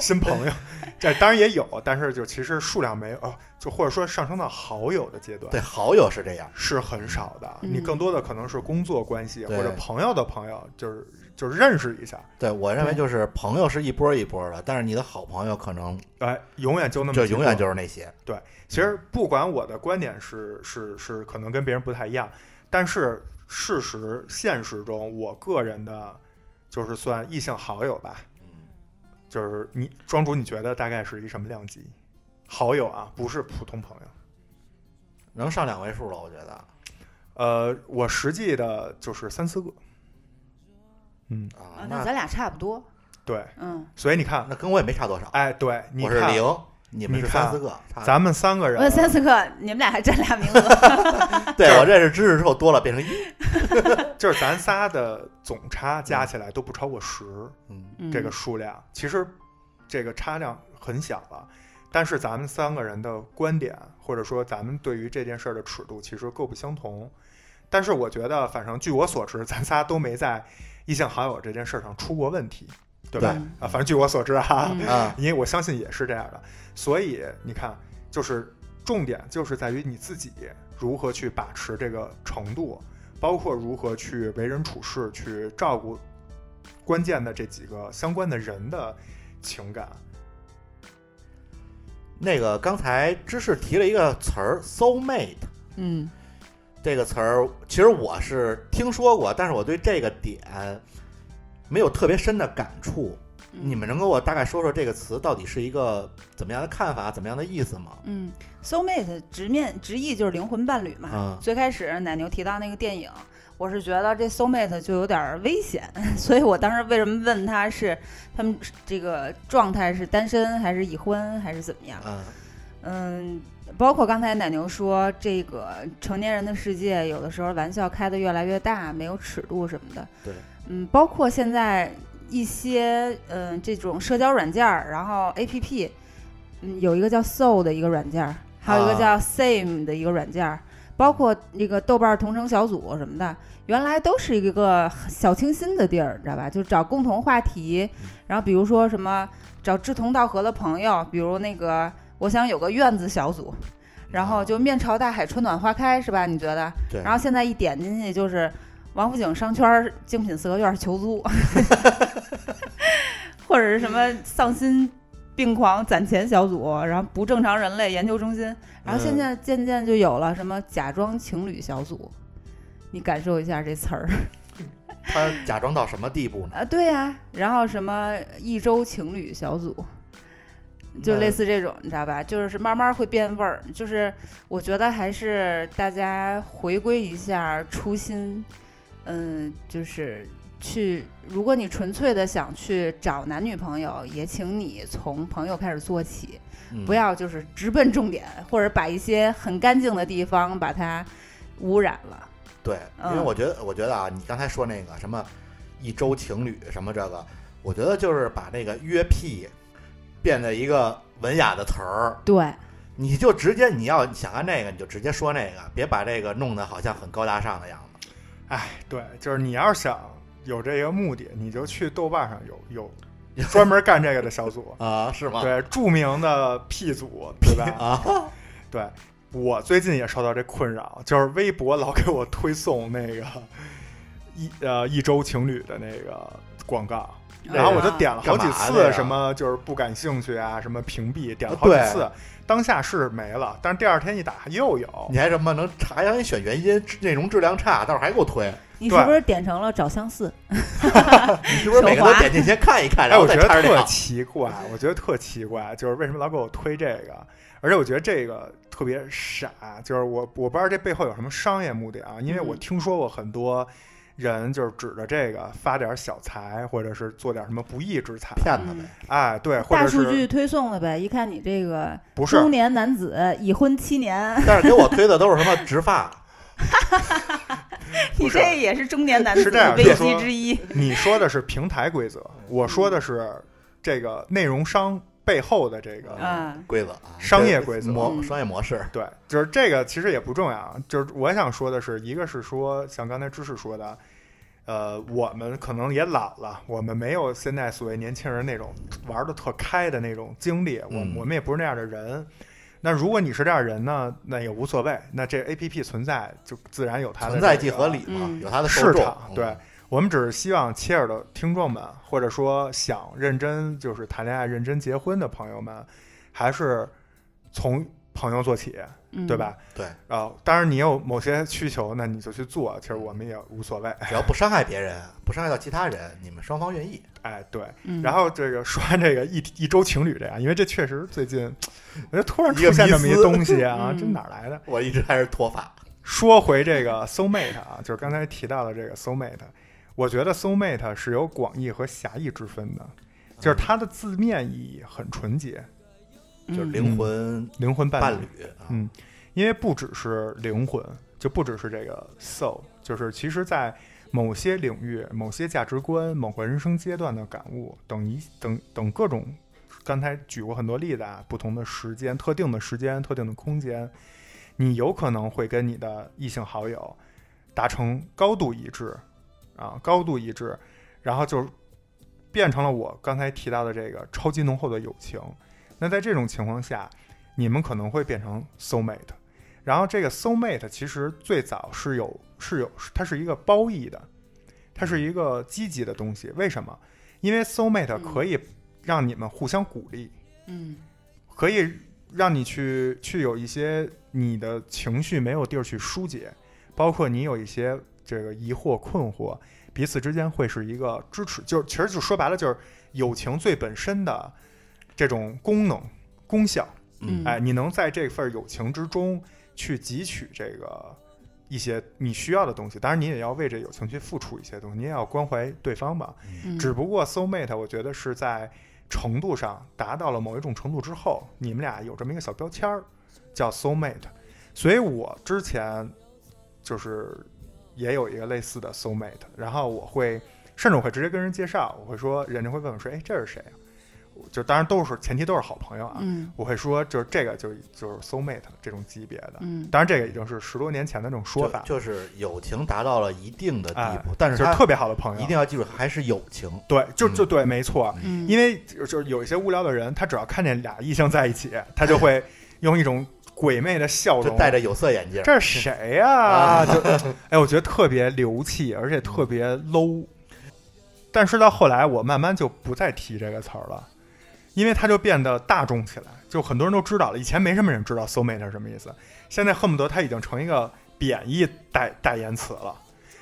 S4: 新朋友。” 这当然也有，但是就其实数量没有，哦就或者说上升到好友的阶段
S3: 对，好友是这样，
S4: 是很少的。
S1: 嗯
S4: 你更多的可能是工作关系
S3: 对
S4: 或者朋友的朋友，就是就是认识一下，
S3: 对我认为
S1: 对
S3: 就是朋友是一波一波的，但是你的好朋友可能
S4: 哎，永远就那么
S3: 就
S4: 几
S3: 永远
S4: 个
S3: 就是那些，
S4: 其实不管我的观点是是是可能跟别人不太一样，但是事实现实中，我个人的就是算异性好友吧，
S3: 嗯
S4: 就是你庄主，你觉得大概是一什么量级？好友啊，不是普通朋友。
S3: 能上两位数了，我觉得啊
S4: 呃，我实际的就是三四个，嗯，
S3: 啊
S1: 啊，那
S3: 那
S1: 咱俩差不多。
S4: 对，
S1: 嗯，
S4: 所以你看，
S3: 那跟我也没差多少，
S4: 哎，对，你
S3: 我是
S4: 看，
S3: 零，你们是
S4: 你看啊
S3: 三四个，差
S4: 咱们三个
S1: 问
S4: 人，
S1: 三四个，你们俩还占俩名额。
S3: 对我认识知识之后多了变成一，
S4: 就是咱仨的总差加起来都不超过十，
S3: 嗯
S1: 嗯
S4: 这个数量，其实这个差量很小了。但是咱们三个人的观点，或者说咱们对于这件事儿的尺度，其实各不相同。但是我觉得，反正据我所知，咱仨都没在异性好友这件事儿上出过问题，对吧？
S1: 嗯
S4: 啊，反正据我所知啊，
S1: 嗯
S3: 啊，
S4: 因为我相信也是这样的。所以你看，就是重点就是在于你自己如何去把持这个程度，包括如何去为人处事，去照顾关键的这几个相关的人的情感。
S3: 那个刚才芝士提了一个词儿 “soul mate”
S2: 嗯，
S3: 这个词儿，其实我是听说过，但是我对这个点没有特别深的感触。
S2: 嗯
S3: 你们能跟我大概说说这个词到底是一个怎么样的看法，怎么样的意思吗？
S2: 嗯，soul mate 直面直译就是灵魂伴侣嘛。
S3: 啊
S2: 最开始奶牛提到那个电影，我是觉得这 soul mate 就有点儿危险， 所以我当时为什么问他是他们这个状态是单身还是已婚还是怎么样？
S3: 嗯
S2: 嗯，包括刚才奶牛说，这个成年人的世界，有的时候玩笑开得越来越大，没有尺度什么的。
S3: 对，
S2: 嗯，包括现在一些嗯这种社交软件儿，然后 A P P，嗯，有一个叫 Soul 的一个软件儿，还有一个
S3: 啊
S2: 叫 Same 的一个软件儿。包括那个豆瓣儿同城小组什么的，原来都是一个小清新的地儿，你知道吧？就找共同话题，
S3: 嗯
S2: 然后比如说什么找志同道合的朋友，比如那个我想有个院子小组，然后就面朝大海，春暖花开，是吧？你觉得？
S3: 啊对
S2: 然后现在一点进去就是王府井商圈儿精品四合院儿求租，或者是什么丧心病狂攒钱小组，然后不正常人类研究中心，然后现在渐渐就有了什么假装情侣小组，你感受一下这词儿
S3: 他假装到什么地步呢？
S2: 啊？对呀、然后什么一周情侣小组，
S3: 嗯
S2: 就类似这种，你知道吧？就是慢慢会变味儿。就是我觉得还是大家回归一下初心，嗯，就是去，如果你纯粹的想去找男女朋友，也请你从朋友开始做起，
S3: 嗯
S2: 不要就是直奔重点，或者把一些很干净的地方把它污染了。
S3: 对，因
S2: 嗯
S3: 为我觉得，我觉得啊，你刚才说那个什么一周情侣什么这个，我觉得就是把那个约屁变得一个文雅的词儿，
S2: 对，
S3: 你就直接你要想按那个，你就直接说那个，别把这个弄得好像很高大上的样子。
S4: 哎，对，就是你要是想有这个目的，你就去豆瓣上有有专门干这个的小组，
S3: 啊，是吗？
S4: 对，著名的 P 组，对吧？
S3: 啊，
S4: 对，我最近也受到这困扰，就是微博老给我推送那个一呃一周情侣的那个广告，然后我就点了好几
S3: 干嘛哎的呀
S4: 次，什么就是不感兴趣啊，什么屏蔽，点了好几
S3: 对
S4: 次，当下是没了，但是第二天一打又有，
S3: 你还什么能查一下你选原因，质内容质量差，到时候还给我推，
S2: 你是
S4: 对
S2: 不是点成了找相似？
S3: 你是不是每个
S2: 手
S3: 都
S2: 滑
S3: 点进去看一看，
S4: 哎，
S3: 然后
S4: 我觉
S3: 再
S4: 得
S3: 插
S4: 特
S3: 上？
S4: 奇怪，我觉得特奇怪，就是为什么老给我推这个？而且我觉得这个特别傻，就是我我不知道这背后有什么商业目的啊，因为我
S2: 嗯
S4: 听说过很多人就是指着这个发点小财，或者是做点什么不义之财，
S3: 骗他
S2: 嗯
S3: 呗。
S4: 哎，对，或
S2: 大
S4: 者
S2: 数
S4: 是
S2: 据推送的呗，一看你这个
S4: 不是
S2: 中年男子已婚七年，
S3: 但是给我推的都是什么植发，
S2: 你
S4: 不是
S2: 这也是中年男
S4: 是
S2: 子
S4: 这样
S2: 危
S4: 就是
S2: 机
S4: 说
S2: 之一。
S4: 你说的是平台规则，我说的是这个内容商背后的这个
S2: 嗯，
S3: 规则啊，
S4: 商业规则
S3: 模
S2: 嗯
S3: 商业模式，
S4: 对，就是这个其实也不重要啊。就是我想说的是，一个是说像刚才知识说的，呃，我们可能也老了，我们没有现在所谓年轻人那种玩的特开的那种经历，我
S3: 嗯
S4: 我们也不是那样的人。那如果你是这样的人呢，那也无所谓，那这 A P P 存在就自然有它的
S3: 存在
S4: 这
S3: 即
S4: 个
S3: 合理嘛，
S2: 嗯
S3: 有它的受
S4: 市
S3: 众
S4: 场。。对
S3: 嗯，
S4: 我们只是希望切尔的听众们，或者说想认真就是谈恋爱、认真结婚的朋友们，还是从朋友做起，
S2: 嗯
S4: 对？吧？
S3: 对，
S4: 然后当然你有某些需求，那你就去做，其实我们也无所谓。
S3: 只要不伤害别人，不伤害到其他人，你们双方愿意。
S4: 哎，对。
S2: 嗯
S4: 然后这个说完这个一 一周情侣这样，因为这确实最 近，我就突然出
S3: 一个
S4: 现
S3: 迷
S4: 这么一
S3: 思
S4: 东西啊，
S2: 嗯
S4: 这哪儿来的？
S3: 我一直还是脱发，
S4: 说回这个 soul mate 啊，就是刚才提到的这个 soul mate，我觉得 soul mate 是有广义和狭义之分的，就是它的字面意义很纯洁，
S3: 就是
S2: 嗯
S3: 灵魂
S4: 灵魂
S3: 嗯
S4: 伴
S3: 伴
S4: 侣，
S3: 侣啊。
S4: 嗯因为不只是灵魂，就不只是这个 soul，就是其实在某些领域、某些价值观、某个人生阶段的感悟等一等等各种，刚才举过很多例子啊，不同的时间、特定的时间、特定的空间，你有可能会跟你的异性好友达成高度一致啊，高度一致，然后就变成了我刚才提到的这个超级浓厚的友情。那在这种情况下，你们可能会变成 soul mate。然后这个 soul mate 其实最早是有是有它是一个褒义的，它是一个积极的东西。为什么？因为 soul mate
S2: 嗯
S4: 可以让你们互相鼓励，
S2: 嗯
S4: 可以让你去去有一些你的情绪没有地儿去疏解，包括你有一些这个疑惑、困惑，彼此之间会是一个支持，就是其实就说白了就是友情最本身的这种功能功效。
S2: 嗯，
S4: 哎，你能在这份友情之中去汲取这个一些你需要的东西，当然你也要为这友情去付出一些东西，你也要关怀对方吧。
S2: 嗯
S4: 只不过 soul mate，我觉得是在程度上达到了某一种程度之后，你们俩有这么一个小标签儿，叫 soul mate。所以我之前就是也有一个类似的 soul mate，然后我会甚至我会直接跟人介绍，我会说，人家会问我说，哎，这是谁啊？我就当然都是前提都是好朋友啊，
S2: 嗯
S4: 我会说就是这个就是就是 soul mate 这种级别的，
S2: 嗯
S4: 当然这个已经是十多年前的这种说
S3: 就
S4: 法，
S3: 就是友情达到了一定的地步，但
S4: 就是是
S3: 它
S4: 特别好的朋友，
S3: 一定要记住，还是友情。
S4: 对，就
S3: 嗯
S4: 就对，没错，
S2: 嗯，
S4: 因为就就是有一些无聊的人，他只要看见俩异性在一起，他就会用一种鬼魅的笑
S3: 就
S4: 容，啊
S3: 戴着啊有色眼镜儿，
S4: 这是谁呀、就哎，我觉得特别流气，而且特别 low。但是到后来，我慢慢就不再提这个词儿了，因为它就变得大众起来，就很多人都知道了。以前没什么人知道 soulmate 是什么意思，现在恨不得它已经成一个贬义代代言词了。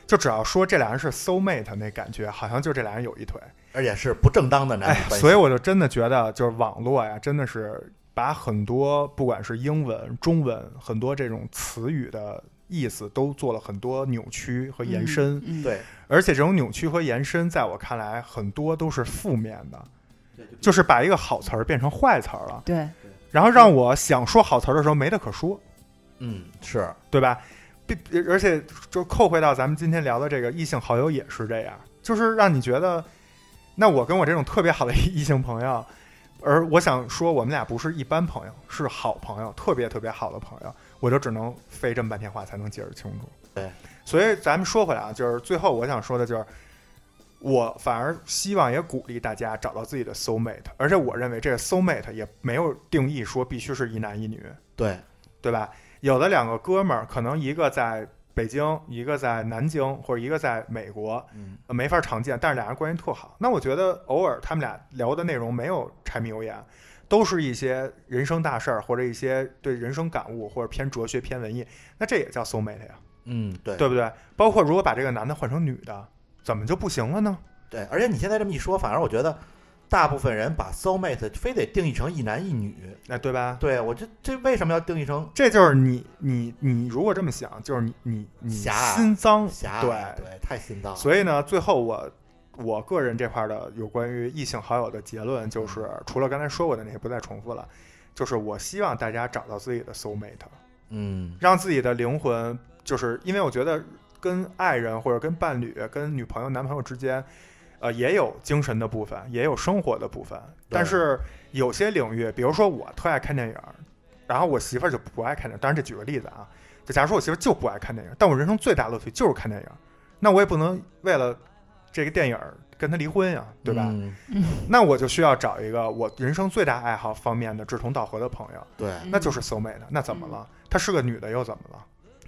S4: 就只要说这俩人是 soulmate，那感觉好像就这俩人有一腿。
S3: 而且是不正当的男
S4: 哎
S3: 女，关系。
S4: 所以我就真的觉得，就是网络呀，真的是把很多不管是英文、中文，很多这种词语的意思都做了很多扭曲和延伸，
S2: 嗯，
S3: 对，
S4: 而且这种扭曲和延伸，在我看来，很多都是负面的，就是把一个好词儿变成坏词儿了，
S2: 对，
S4: 然后让我想说好词儿的时候没得可说，
S3: 嗯，是
S4: 对吧？并而且就扣回到咱们今天聊的这个异性好友也是这样，就是让你觉得，那我跟我这种特别好的 异性朋友，而我想说我们俩不是一般朋友，是好朋友，特别特别好的朋友，我就只能费这么半天话才能解释清楚。
S3: 对，
S4: 所以咱们说回来啊，就是最后我想说的就是。我反而希望也鼓励大家找到自己的 soul mate，而且我认为这个 soul mate 也没有定义说必须是一男一女，
S3: 对，
S4: 对吧？有的两个哥们儿，可能一个在北京，一个在南京，或者一个在美国，
S3: 嗯，
S4: 呃没法常见，但是俩人关系特好。那我觉得偶尔他们俩聊的内容没有柴米油盐，都是一些人生大事儿或者一些对人生感悟，或者偏哲学、偏文艺，那这也叫 soul mate 呀，
S3: 嗯，对，
S4: 对不对？包括如果把这个男的换成女的，怎么就不行了呢？
S3: 对，而且你现在这么一说，反而我觉得大部分人把 soul mate 非得定义成一男一女。
S4: 哎，对吧？
S3: 对我这这为什么要定义成
S4: 这就是你你你如果这么想，就是你你你
S3: 狭隘
S4: 心脏
S3: 狭
S4: 嗯对
S3: 隘？对，太心脏了。
S4: 所以呢，最后我我个人这块儿的有关于异性好友的结论就是，除了刚才说过的那些，不再重复了。就是我希望大家找到自己的 soul mate，
S3: 嗯，
S4: 让自己的灵魂，就是因为我觉得跟爱人或者跟伴侣、跟女朋友、男朋友之间，呃，也有精神的部分，也有生活的部分。
S3: 对
S4: 但是有些领域，比如说我特爱看电影儿，然后我媳妇儿就不爱看电影儿。当然，这举个例子啊，就假如说我媳妇儿就不爱看电影儿，但我人生最大乐趣就是看电影儿，那我也不能为了这个电影儿跟她离婚呀，对吧？
S3: 嗯
S4: 那我就需要找一个我人生最大爱好方面的志同道合的朋友，
S3: 对
S2: 嗯
S4: 那就是 soul mate。那怎么
S3: 嗯
S4: 了？她是个女的又怎么了？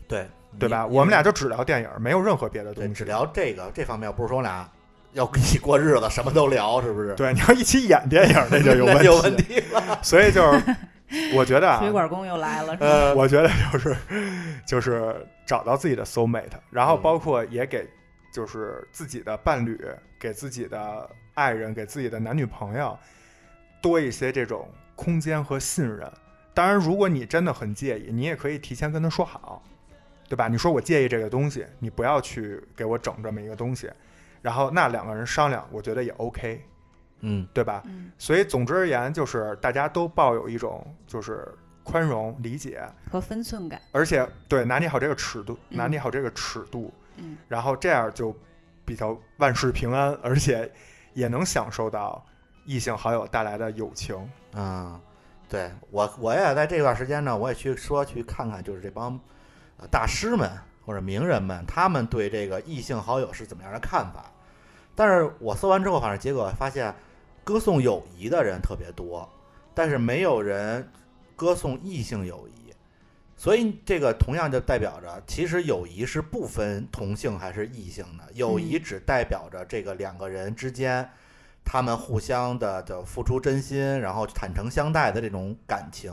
S3: 对
S4: 对吧？
S3: 你
S4: 我们俩就只聊电影，没有任何别的东
S3: 对
S4: 西，
S3: 只聊这个这方面，不是说我俩要一起过日子，什么都聊，是不是？
S4: 对，你要一起演电影， 那就 有
S3: 那有问题
S4: 题。
S3: 了。
S4: 所以就是，我觉得 啊
S2: 水，管工又来了，是吧
S3: 呃，
S4: 我觉得就是就是找到自己的 soul mate，然后
S3: 嗯
S4: 包括也给就是自己的伴侣、给自己的爱人、给自己的男女朋友多一些这种空间和信任。当然，如果你真的很介意，你也可以提前跟他说好，对吧？你说我介意这个东西，你不要去给我整这么一个东西。然后那两个人商量，我觉得也 OK，
S3: 嗯，
S4: 对吧？
S2: 嗯
S4: 所以总之而言，就是大家都抱有一种就是宽容理解，
S2: 和分寸感，
S4: 而且对拿捏好这个尺度，
S2: 嗯
S4: 拿捏好这个尺度，
S2: 嗯，
S4: 然后这样就比较万事平安，而且也能享受到异性好友带来的友情。
S3: 啊，对我我也在这段时间呢，我也去说去看看，就是这帮呃大师们或者名人们，他们对这个异性好友是怎么样的看法。但是我搜完之后，反正结果发现，歌颂友谊的人特别多，但是没有人歌颂异性友谊，所以这个同样就代表着，其实友谊是不分同性还是异性的，友谊只代表着这个两个人之间。他们互相的的付出真心，然后坦诚相待的这种感情，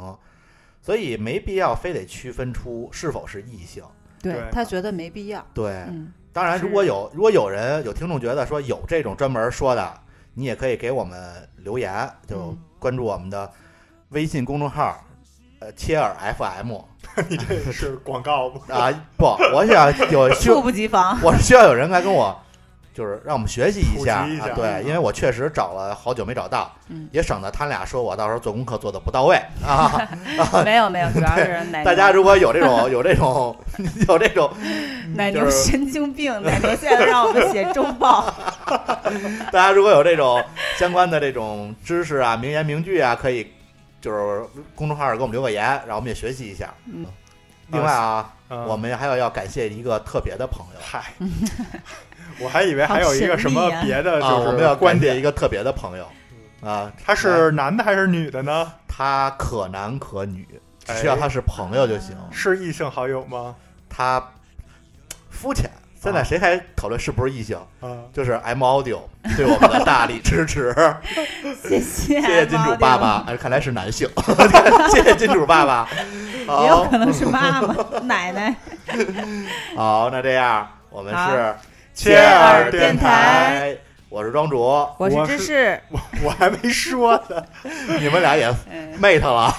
S3: 所以没必要非得区分出是否是异性。
S4: 对
S1: 他觉得没必要。
S3: 对，
S1: 嗯，
S3: 当然，如果有如果有人有听众觉得说有这种专门说的，你也可以给我们留言，就
S1: 嗯
S3: 关注我们的微信公众号，呃，切尔 FM
S4: 你这是广告 吗？
S3: 啊，不，我想 有需，
S1: 猝不及防。
S3: 我是需要有人来跟我，就是让我们学习一下
S4: 普及一下嗯
S3: 啊，对，因为我确实找了好久没找到，
S1: 嗯
S3: 也省得他俩说我到时候做功课做的不到位 啊。
S1: 没有没有，主要是
S4: 哎
S1: 奶牛
S3: 大家如果有这种有这种 有这种，
S1: 奶
S3: 就
S1: 牛
S3: 是
S1: 神经病，奶牛现在让我们写周报，
S3: 大家如果有这种相关的这种知识啊、名言名句啊，可以就是公众号给我们留个言，让我们也学习一下。
S1: 嗯
S3: 另外啊，
S4: 嗯
S3: 我们还要要感谢一个特别的朋友。
S4: 嗨，我还以为还有一个什么别的，
S3: 啊，
S4: 就
S3: 我
S4: 是
S3: 们要
S4: 观
S3: 感
S4: 点。嗯
S3: 谢一个特别的朋友啊，
S4: 他是男的还是女的呢？
S3: 他可男可女，只
S4: 哎
S3: 需要他是朋友就行。
S4: 是异性好友吗？
S3: 他肤浅，现在谁还讨论是不是异性？
S4: 啊，
S3: 就是 M Audio 对我们的大力支持，
S1: 谢谢
S3: 谢谢金主爸爸。哎，看来是男性， 谢谢金主爸爸。
S1: 猫丁，也有
S3: 好
S1: 可能是妈妈奶奶。
S3: 好，那这样我们是
S4: 切尔电
S1: 台，
S3: 我是庄主，
S1: 我是
S4: 我
S1: 芝
S4: 是
S1: 士，
S4: 我我还没说呢，
S3: 你们俩也
S1: 嗯，
S3: mate 了，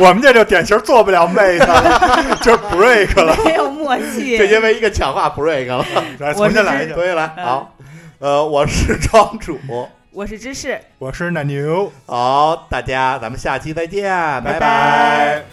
S4: 我们这就典型做不了妹子了， 就是 break 了。
S1: 没有默契
S3: 就。因为一个抢话 break 了，
S4: 来，重新来一下。
S3: 所以来好，呃，我是庄主，
S1: 我是芝士，
S4: 我是奶牛，
S3: 好，大家咱们下期再见，拜
S4: 拜